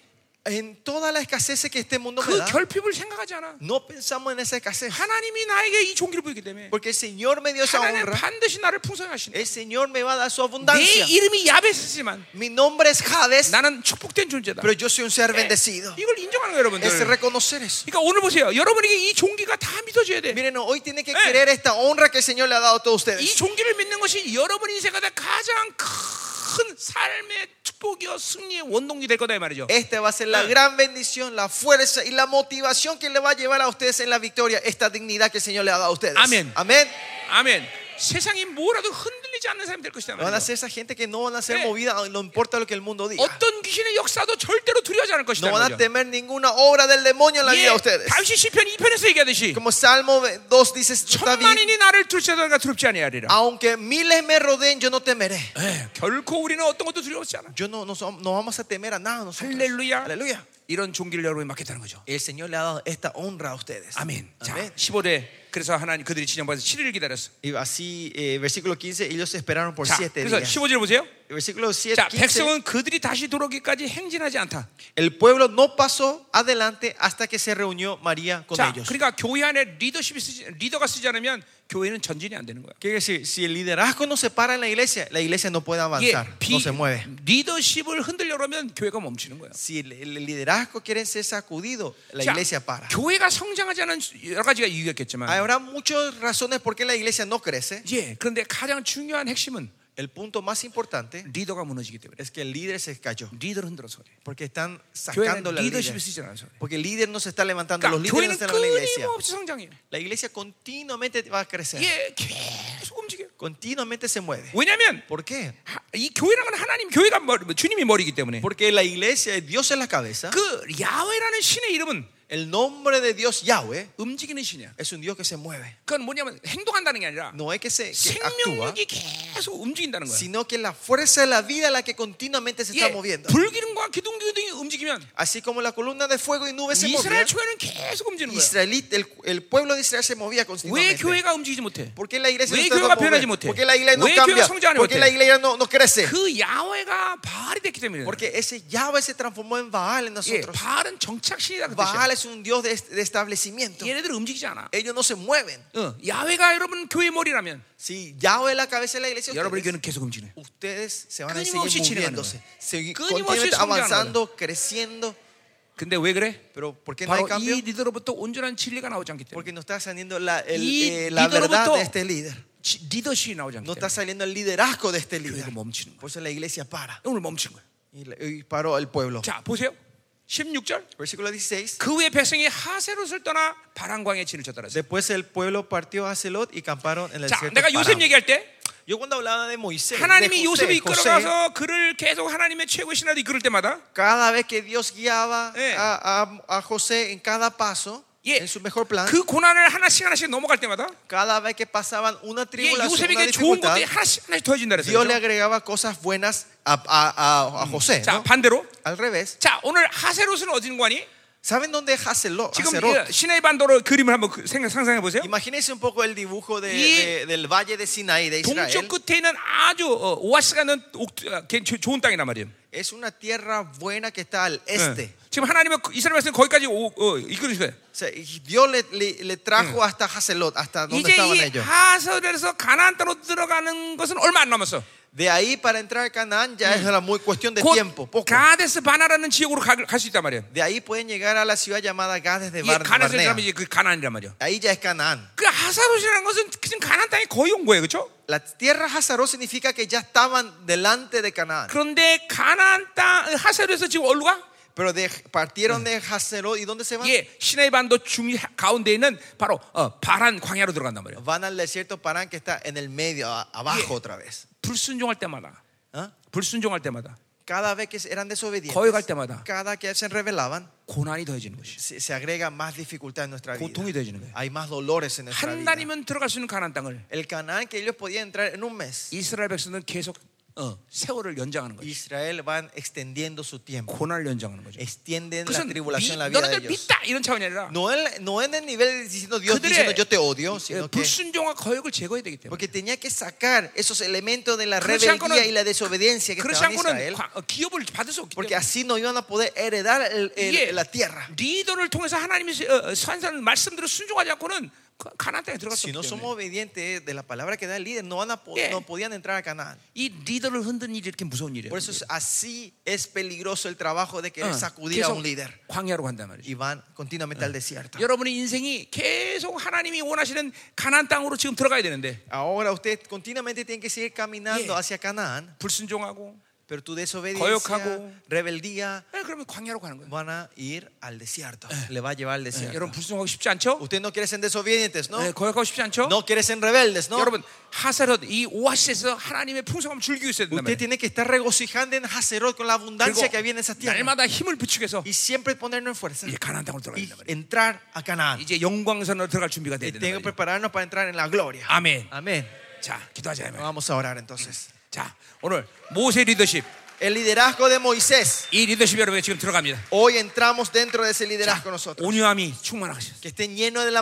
En toda la escasez que este mundo me 그 da, 결핍을 생각하지 않아. no pensamos en esa escasez. 하나님이 나에게 이 종기를 보이기 때문에 Porque el Señor me dio esa 하나님은 honra. 반드시 나를 풍성하시네. El Señor me va a dar su 내 abundancia. 이름이 야베스지만 Mi nombre es Hades, 나는 축복된 존재다. 네. pero yo soy un Eh, ser bendecido. 이걸 인정하는 거예요, 여러분들. Es reconocer eso. 그러니까 오늘 보세요. 여러분에게 이 종기가 다 믿어져야 돼. Miren, hoy tiene que Eh. querer esta honra que el Señor le ha dado a 이 todos ustedes. 종기를 믿는 것이 여러분 인생에다 가장 큰 삶의 축복이요 승리의 원동력이 될 거다 이 말이죠. Esta va a ser la Eh. gran bendición, la fuerza y la motivación que le va a llevar a ustedes en la victoria, esta dignidad que el Señor le ha dado a ustedes. Amén. Amén. 아멘. 세상이 뭐라도 흔들리지 않는 사람이 될 것이다 Van a 말이죠. ser esa gente que no van a ser Eh. movida, no importa lo que el mundo diga. 어떤 귀신의 역사도 절대로 두려워하지 않을 것이다 No van a 말이죠. temer ninguna obra del demonio en la vida de 예, ustedes. 다윗이 시편 2편에서 얘기하듯이 Como Salmo 2 dice, David, 천만인이 나를 둘째다가 두렵지 아니하리라. aunque miles me rodeen, yo no temeré. 예, 결코 우리는 어떤 것도 두려워하지 않아. Yo no, no, som- no vamos a temer a nada nosotros. 할렐루야. Aleluya. 이런 종기를 여러분이 맡겠다는 거죠. El Señor le ha dado esta honra a ustedes. 아멘. 자, Amén. 15대 그래서 하나님 그들이 진영받아서 7일을 기다렸어. Y así, eh, versículo 15, ellos esperaron por 자, 7 그래서 días. 15절 보세요. Versículo 7, 자, 15, 백성은 그들이 다시 돌아오기까지 행진하지 않다. el pueblo no pasó adelante hasta que se reunió María con 자, ellos. 그러니까 교회 안에 리더십이 쓰지, 리더가 쓰지 않으면 교회는 전진이 안 되는 거야. Quiere decir, si el liderazgo no se para en la iglesia, la iglesia no puede 이게 avanzar, 비- no se mueve. 리더십을 흔들려고 하면 교회가 멈추는 거야. Si el, el liderazgo quiere ser sacudido, la 자, iglesia para. 교회가 성장하지 않은 여러 가지가 이유가 있겠지만, Habrá muchas razones por qué la iglesia no crece. 예, 그런데 가장 중요한 핵심은 El punto más importante 리더가 무너지기 때문에 es que el líder se cayó. 리더를 흔들어서 그래. Porque están 교회는 sacando la 리더십이 líder. 쓰지 않아서 그래. Porque el líder no se está levantando, los 그러니까 líderes no 교회는 están en la iglesia. 끊임없이 성장해. La iglesia continuamente va a crecer, 예, 계속 움직여. continuamente se mueve. 왜냐하면 ¿Por qué? 하- 이 교회라는 건 하나님 교회가 머리, 주님이 머리이기 때문에 Porque la iglesia, Dios es la cabeza. 그 야훼라는 신의 이름은 El nombre de Dios, Yahweh, 움직이는 신이야. es un Dios que se mueve. 그건 뭐냐면 행동한다는 게 아니라 No es que se que actúa, 생명력이 계속 움직인다는 거야. sino que la fuerza de la vida es la que continuamente se está 예, moviendo. 불기름과 기둥기둥이 움직이면 Así como la columna de fuego y nubes se movía, 이스라엘 초에는 뭐 계속 뭐 움직이는 거야. Israelí- el, el pueblo de Israel se movía 왜 constantemente. 교회가 움직이지 못해? ¿Por qué la iglesia 왜 no está 교회가 mover? 변하지 못해? ¿Por qué la iglesia no 왜 교회가 cambia? 성장하지 ¿Por qué la 못해? iglesia no, no crece? 그 야훼가 바알이 됐기 때문에. Porque ese Yahweh se transformó en Baal en 예, nosotros. 바알은 정착신이다 그 뜻이야. 예, Baal es un dios de, est- de establecimiento. 얘네들 움직이지 않아. Ellos no se mueven. 어, 야훼가 여러분 교회 머리라면 Si Yahweh es la cabeza de la iglesia, 여러분의 ustedes, 교회는 계속 움직이네. ustedes se van a seguir 끊임없이 진행하는 moviéndose. Seguir 끊임없이 continuamente 성장하는 avanzando, creciendo. 근데 왜 그래? Pero ¿por qué no hay 바로 cambio? 이 리더로부터 온전한 진리가 나오지 않기 때문에. Porque no está saliendo la, el- Y eh, la verdad lídero부터- de este líder. 지- 리더십이 나오지 않기 No está 때문에. saliendo el liderazgo de este líder. 교회가 멈추는 거야. 예, Por eso la iglesia para. 오늘 멈춘 거야. Y, la- y paró el pueblo. 자, 보세요. 16절. Versículo 16. 그 후에 백성이 하세롯을 떠나 바람광에 진을 쳤더라. Después el pueblo partió a Celot y camparon en el 자, desierto. 내가 요셉 Paran. 얘기할 때 Yo cuando hablaba de Moisés, 하나님이 de José, 요셉을 José, 이끌어가서 그를 계속 하나님의 최고의 신하로 이끌을 때마다 cada vez que Dios guiaba Eh. a, a- a José en cada paso, 예, en su mejor plan, 그 고난을 하나씩 하나씩 넘어갈 때마다 cada vez que pasaban una 예, tribulación, una 요셉에게 좋은 dificultad, 것들이 하나씩 하나씩 더해진다 그랬어요. Dios le 그렇죠? agregaba cosas buenas a, a- a- a José. 자, ¿no? 반대로 Al revés. 자, 오늘 하세롯은 어디 있는 거니? ¿Saben dónde es Hazelot? 지금 Hazelot? 이 시내 반도로 그림을 한번 그- 생각 상상해 보세요. Imagínense un poco el dibujo de- Y- de- del valle de Sinaí, de 동쪽 Israel. 끝에 있는 아주 어, 오아시스가 있는 옥- 어, 게- 조- 좋은 땅이란 말이에요. Es una tierra buena que está al Eh. este. 예. 지금 하나님은 그- 이스라엘 백성 거기까지 오- 어, 이끌으셨어요. O sea, y Dios le, le- le trajo hasta Hazelot, hasta donde 이제 estaban 이 ellos. 하설에서 가나안 땅으로 들어가는 것은 얼마 안 남았어. De ahí para entrar a Canaán ya es una muy cuestión de tiempo, 곧 poco. 가데스 바나라는 지역으로 갈 수 있단 말이야. De ahí pueden llegar a la ciudad llamada Gades de 이 Bar- 가나안에서 Barnea. 가면 이제 그 가나안이란 말이야. Ahí ya es Canaán. 그 하사롯이라는 것은 지금 가나안 땅에 거의 온 거예요, 그렇죠? La tierra Hazaró significa que ya estaban delante de Canaán. 그런데 가나안 땅 하사롯에서 지금 어디로 가? Pero de- partieron de Hazaró ¿y dónde se van? 예, 시내 반도 중 가운데 있는 바로 어, 바란 광야로 들어간단 말이에요. Van al desierto Parán que está en el medio, a- abajo Yeah. otra vez. 불순종할 때마다, ¿Ah? 불순종할 때마다 Cada vez que eran desobedientes, 거기 갈 때마다. cada que se rebelaban, 고난이 더해지는 것이. se, se agrega más dificultad en nuestra 고통이 vida. 더해지는 거예요. Hay más dolores en nuestra 한 vida. 달이면 들어갈 수 있는 가나안 땅을 El Canaán que ellos podían entrar en un mes, 이스라엘 백성은 계속 어, 세월을 연장하는 pues. 거예요. Israel van extendiendo su tiempo, 고난을 연장하는 거죠. extienden la 그것은 미- tribulación Pues en la vida de 너네들 ellos. 믿다 이런 차원이 아니라 No, el- no en el nivel diciendo Dios 그들의 예, diciendo yo te odio, sino que 불순종과 거역을 제거해야 되기 때문에 porque tenía que sacar esos elementos de la 그렇지 rebeldía 않고는- y la desobediencia que 그렇지 estaban en 않고는 Israel, 과- 어, 기업을 받을 수 없기 porque 때문에 así no iban a poder heredar el- el- 이게 la tierra. 리더를 통해서 하나님이 어, 어, 선사는 말씀대로 순종하지 않고는 그 가- 가나안 땅에 들어갈 수 Si no 없기 somos 때문에 obedientes de la palabra que da el líder, no, van a po- Yeah. no podían entrar a Canaán. 이 리더를 흔드는 일이 이렇게 무서운 일이에요. Por eso es- así es peligroso el trabajo de querer 어, sacudir a 계속 un líder. 광야로 간단 말이죠. Y van continuamente al desierto. 여러분의 인생이 계속 하나님이 원하시는 가나안 땅으로 지금 들어가야 되는데 Ahora ustedes continuamente tienen que seguir caminando Yeah. hacia Canaán, 불순종하고 pero tu desobediencia, 거역하고. rebeldía, 에, 그러면 광야로 가는 거예요. van a ir al desierto. Le va a llevar al 예, desierto. 여러분 불순종하고 싶지 않죠? Ustedes no quieren ser desobedientes, ¿no? 예, 거역하고 싶지 않죠? No quieren ser rebeldes, ¿no? 여러분 하사롯 이 오아시스에서 하나님의 풍성함 즐기고 있어야 된다 Usted 말이에요. tiene que estar regocijando en Hacerot con la abundancia que había en esa 그리고 tierra. 날마다 힘을 부추겨서 Y siempre ponernos en fuerza. 이 가나안 땅으로 들어가야 y 된다 말이에요. entrar a Canaán. 이제 영광선으로 들어갈 준비가 돼야 Y 된다 tengo que 말이에요. prepararnos para entrar en la gloria. 아멘. Amén. 자, 기도하자. 아멘. Vamos a orar entonces. 자, 오늘 모세 리더십 El liderazgo de Moisés. 이 리더십 여러분 지금 들어갑니다. Hoy entramos dentro de ese 자, liderazgo nosotros. 아, 온유함이 충만하셨어요. Que estén llenos de la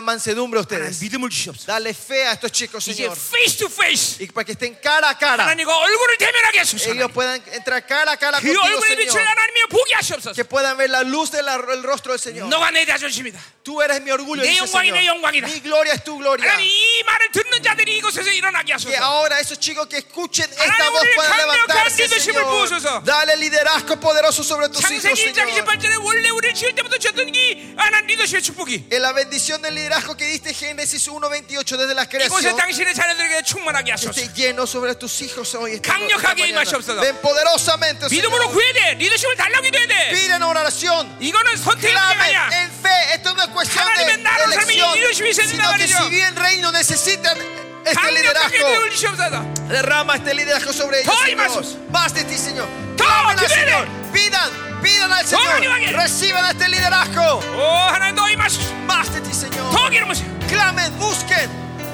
하나님 mansedumbre ustedes. 믿음을 주시옵소서. Dale fe a estos chicos, 이제 Señor. face to face Y para que estén cara a cara. 하나님과 얼굴을 대면하게 하소서. Ellos 하나님. puedan entrar cara a cara 그 contigo, 얼굴에 비칠 Señor. 하나님이여 보게 하시옵소서. Que puedan ver la luz del el rostro del Señor. 너가 내 자존심이다. Tú eres mi orgullo. 내 dice, 영광이 내 Señor. 영광이다. Mi gloria es tu gloria. 하나님 이 말을 듣는 자들이 이곳에서 일어나게 Que 하소서. ahora esos chicos que escuchen esta 하나님, voz 우리를 puedan 강력한 levantarse, 리더십을 부어주소서. Señor. Dale liderazgo poderoso sobre tus hijos, 창세기 1장 Señor. 28절에 원래 우리를 지을 때부터 줬던 이 하나님 리더십의 축복이 En la bendición del liderazgo que diste Génesis 1.28 desde la 이곳에 creación. 당신의 자녀들에게 충만하게 Que 하소서. esté lleno sobre tus hijos hoy. esta noche, esta 강력하게 mañana. 임하시옵소서. Ven poderosamente, 믿음으로 Señor. 구해야 돼. 리더십을 달라고 기도해야 돼. Piden oración. 이거는 선택의 문제가 Clamen 아니야. en fe. Esto no es cuestión de 하나님의 나라로 살면 이 elección. 리더십이 있어야 된다 Sino que 말이죠. si bien reino necesitan este 강력하게 liderazgo, 배울리시옵소서. derrama este liderazgo sobre ellos. ¡Ay, Señor. Jesús! Más de ti, Señor. ¡Toma, Clamen al que viene! Señor. Pidan, pidan al Señor. ¡Toma, que viene! Reciban este liderazgo. 오 하나님 너 임하소서. Más de ti, Señor. 더 기름으세요. Clamen, busquen.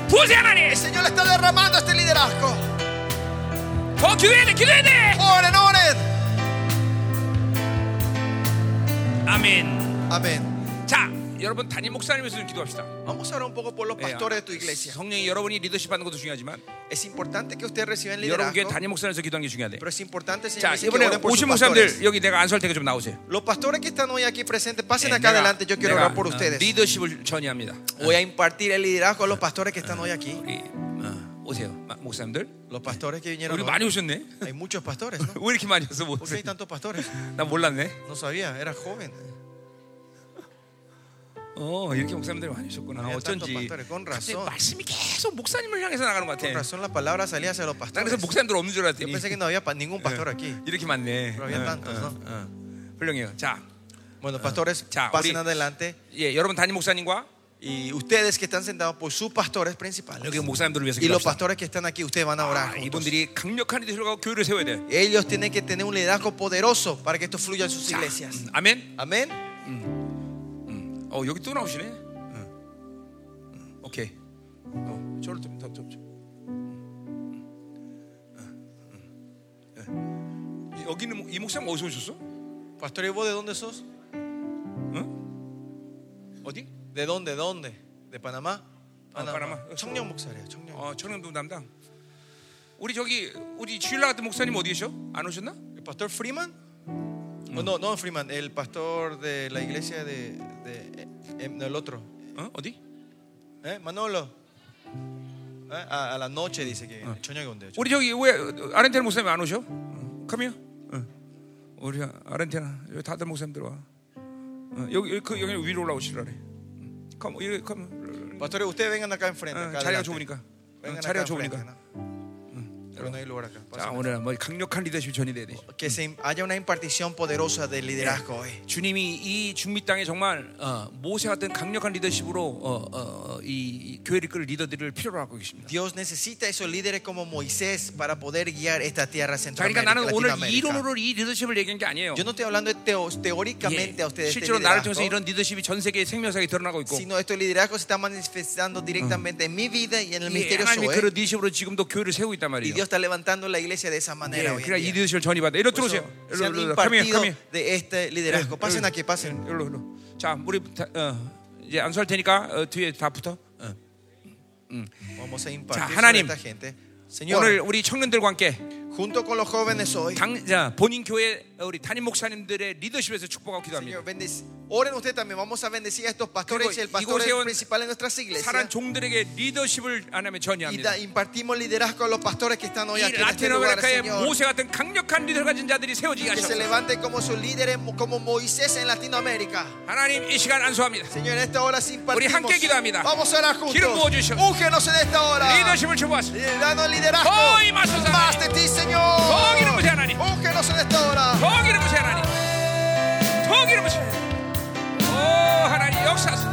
부세 하나님. El Señor está derramando este liderazgo. 더 기도해야 돼. 기도해야 돼. Oren, oren. 아멘. Amén. 자, 여러분 담임 목사님 위해서 좀 기도합시다. Vamos a orar un poco por los 예, pastores de tu iglesia. 성령이 여러분이 리더십 하는 것도 중요하지만 Es importante que ustedes reciban 여러분 교회 liderazgo, 담임 목사님에서 기도하는 게 중요하대. pero es importante, 자, Señor, que 이번에 oren por sus 오신 pastores. 목사님들 여기 내가 안수할 테니까 좀 나오세요. Los pastores que están hoy aquí presentes, pasen 예, acá 내가- adelante. Yo quiero 내가, orar por 어, ustedes. 리더십을 전이합니다. Voy a impartir el liderazgo a los pastores que están hoy aquí. 우리 어, 오세요, 마- 목사님들. Los pastores que vinieron 우리 hoy. 많이 오셨네. Hay muchos pastores, ¿no? 왜 이렇게 많이 왔어? 뭐, ¿Por qué hay tantos pastores? 난 몰랐네. No sabía, era joven. 어, 이렇게 목사님들이 많이 오셨구나. 네, 어쩐지. tanto pastores, con 갑자기 razón. 말씀이 계속 목사님을 향해서 나가는 것 Con 같아. razón la palabra salía hacia los 난 그래서 pastores. 목사님들 없는 줄 Yo 알았더니 pensé que no había pa- ningún pastor aquí. 이렇게 많네. Pero había 어, tantos, 어, ¿no? 어. 훌륭해요. 자, Bueno, pastores, 자, 우리- pasen adelante. 예, 여러분 담임 목사님과 Y ustedes que están sentados por sus pastores principales. 여기 목사님들을 위해서 Y los 기도합시다. pastores que están aquí, ustedes van a 아, orar. juntos. 이분들이 강력한 리더십을 갖고 교회를 세워야 돼. Ellos tienen que tener un liderazgo poderoso para que esto fluya en sus 자, iglesias. 음, 아멘. Amén. 어, 여기 또 나오시네. 응. 응, 오케이. 어, 저를 좀 더, 좀, 음, 좀. 응, 응, 응. 이- 음, 예, 여기는 목- 이 목사님 어디서 오셨어? Pastor, ¿y vos de dónde sos? ¿Eh? 어디? ¿De dónde? ¿Dónde? ¿De Panamá? Ah, Panamá. Oh. 청년 목사래요. 청년. 어, 청년부 담당. 우리 저기 우리 주일날 같은 목사님 어디 계셔? 안 오셨나? ¿El pastor Freeman? Oh, no, no Freeman, el pastor de la iglesia de, de- eh, no, el otro. 어? 어디? ¿Eh? Manolo. ¿Eh? A, a la noche dice que Ah. viene. 저녁에 온대요. 우리 저기 왜 어, 아르헨티나 목사님 안 오셔? 어, 컴이요. 우리 아르헨티나 여기 다들 목사님 들와. 어, 여기 여기, 그, 여기 위로 올라오시라래. 컴 여기 컴. Pastores, ustedes vengan acá enfrente. 어, acá 자리가 adelante. 좋으니까. 어, Vengan 자리가 acá enfrente, 좋으니까. ¿no? Mm. Pero no hay lugar acá. 자 Pasen. 오늘 뭐 강력한 리더십 전이 돼야 돼. Que se haya una impartición poderosa de liderazgo hoy. 주님이 이 중미 땅에 정말 어, 모세 같은 강력한 리더십으로 어, 어, 어, 이, 이 교회를 이끌 리더들을 필요로 하고 계십니다. Dios necesita esos líderes como Moisés para poder guiar esta tierra 자, 그러니까 centroamérica. 나는 오늘 Latinoamérica. 이론으로 이 리더십을 얘기한 게 아니에요. Yo no estoy hablando de teo- teóricamente 예, a ustedes. este 실제로 나를 통해서 liderazgo, 이런 리더십이 전 세계 생명사에 드러나고 있고 sino estos liderazgos se están manifestando directamente en mi vida y en el 예, ministerio 하나님이 Zoe. 그런 리더십으로 지금도 교회를 세우고 있단 Y 말이에요. Dios está levantando la iglesia de esa 예, manera hoy en 그러니까 이 día. 리더십을 전이받아. 이리 Por 들어오세요. eso se han 일로 일로 가면 impartido 가면. de este liderazgo. Pasen aquí, pasen. 예, 일로 일로. 자, 우리 다, 어, 이제 안수할 테니까 어, 뒤에 다 붙어. 어. Vamos a impartir 자, sobre 하나님. esta gente. 오늘 Señor, 우리 청년들과 함께 junto con los jóvenes hoy, 당, 자, 본인 교회 어, 우리 담임 목사님들의 리더십에서 축복하고 기도합니다. Señor, bendice. Oren usted también. Vamos a bendecir a estos pastores y el Digo, pastor digo, Señor, principal de nuestras 사랑 iglesias. 종들에게 리더십을 하나면 Y 전이합니다. da- impartimos liderazgo a los pastores que están hoy 이 aquí en este lugar, 라틴어메리카의 Señor. 모세 같은 강력한 리더 가진 자들이 세워지게 Que se 하셨습니다. levanten como sus líderes, como Moisés en Latinoamérica. 하나님 이 시간 안수합니다. Señor, en esta hora sin 우리 함께 기도합니다. Vamos a orar 기름 juntos. 부어주셔서. Úngenos en esta hora. Eh, 리더십을 주고하소서. Danos liderazgo. 더 임하소서, 하나님. Más de ti, Señor. 더 기름 부으세요, 하나님. Úngenos en esta hora. 더 기름 부으세요 하나님. 더 기름 부으세요. 오 하나님 역사서.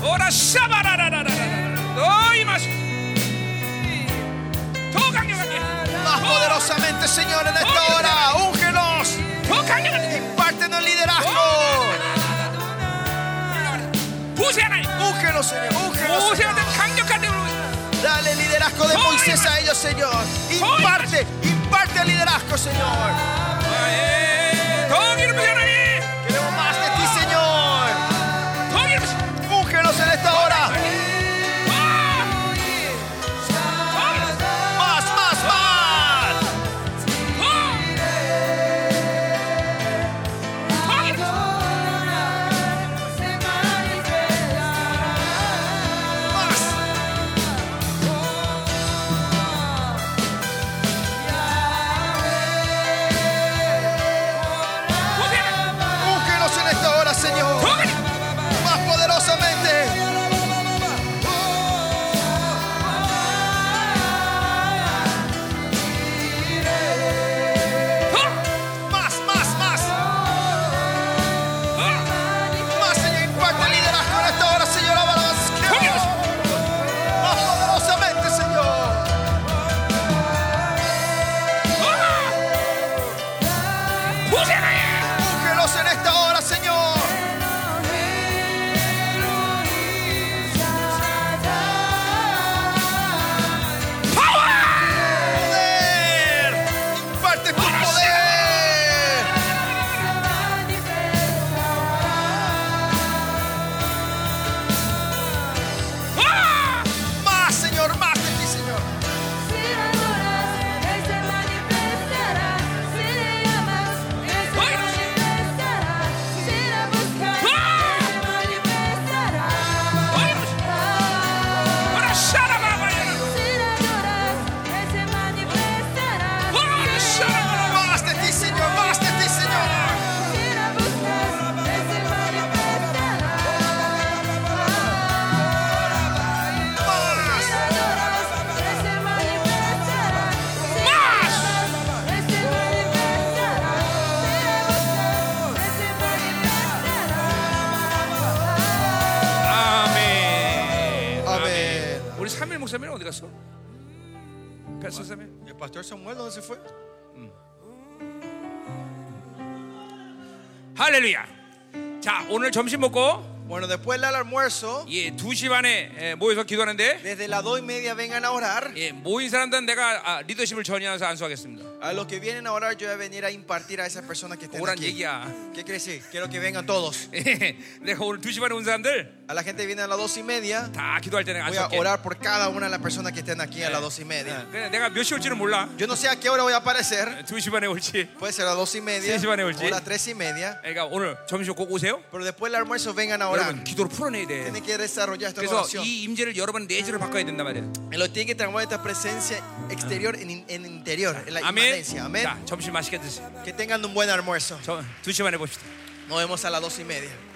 오라 샤바라라라라라. 더 임하소서. 더 강력하게. Más poderosamente, Señor, en esta hora. Úngenos. 더 강력하게. Impártenos liderazgo. 부세 하나님. Úngenos, Señor. Úngenos. 모세 Señor. 같은 강력한 대로. Dale liderazgo de Hoy. Moisés a ellos, Señor. Imparte, imparte el liderazgo, Señor. 아, 예. 더 기름 부으세요 하나님. Queremos más de ti, Señor. 더 기름 아. 부으세요. Úngenos en esta hora. Más, más, más. Yeah. 갔어? 뱃속 사람이? ¿El pastor Samuel dónde se fue? 할렐루야. 자, 오늘 점심 먹고 Bueno, después del almuerzo, 예, 2시 반에 예, 모여서 기도하는데 desde las dos y media vengan a orar. 예, 모인 사람들은 내가 아, 리더십을 전이하면서 안수하겠습니다. A los que vienen a orar, yo voy a venir a impartir a esas personas que estén 오란 aquí. 얘기야. 예, ¿Qué crees? Quiero que vengan todos. 내가 오늘 2시 반에 온 사람들 A la gente que viene a las dos y media, 다 기도할 때는 voy a 안수할게. 어, orar por cada una de las personas que estén aquí a las dos y media. 그냥 내가 몇 시 올지는 몰라. Yo no sé a qué hora voy a aparecer. 2시 반에 올지. Puede ser a las dos y media Sí, sí, vale, Olchi. o a las tres y media. 그러니까 오늘 점심 꼭 오세요. Pero después del almuerzo vengan a 여러분 orar. 기도를 풀어내야 돼. Tienen que desarrollar esta 그래서 oración. 이 임재를 여러분 내재로 바꿔야 된단 말이에요. En lo que tiene que transformar esta presencia exterior en, en interior, en la 네, 아멘. inmanencia. Amén. 자, 점심 맛있게 드세요. Que tengan un buen almuerzo. 저, 2시 반에 봅시다. Nos vemos a las dos y media.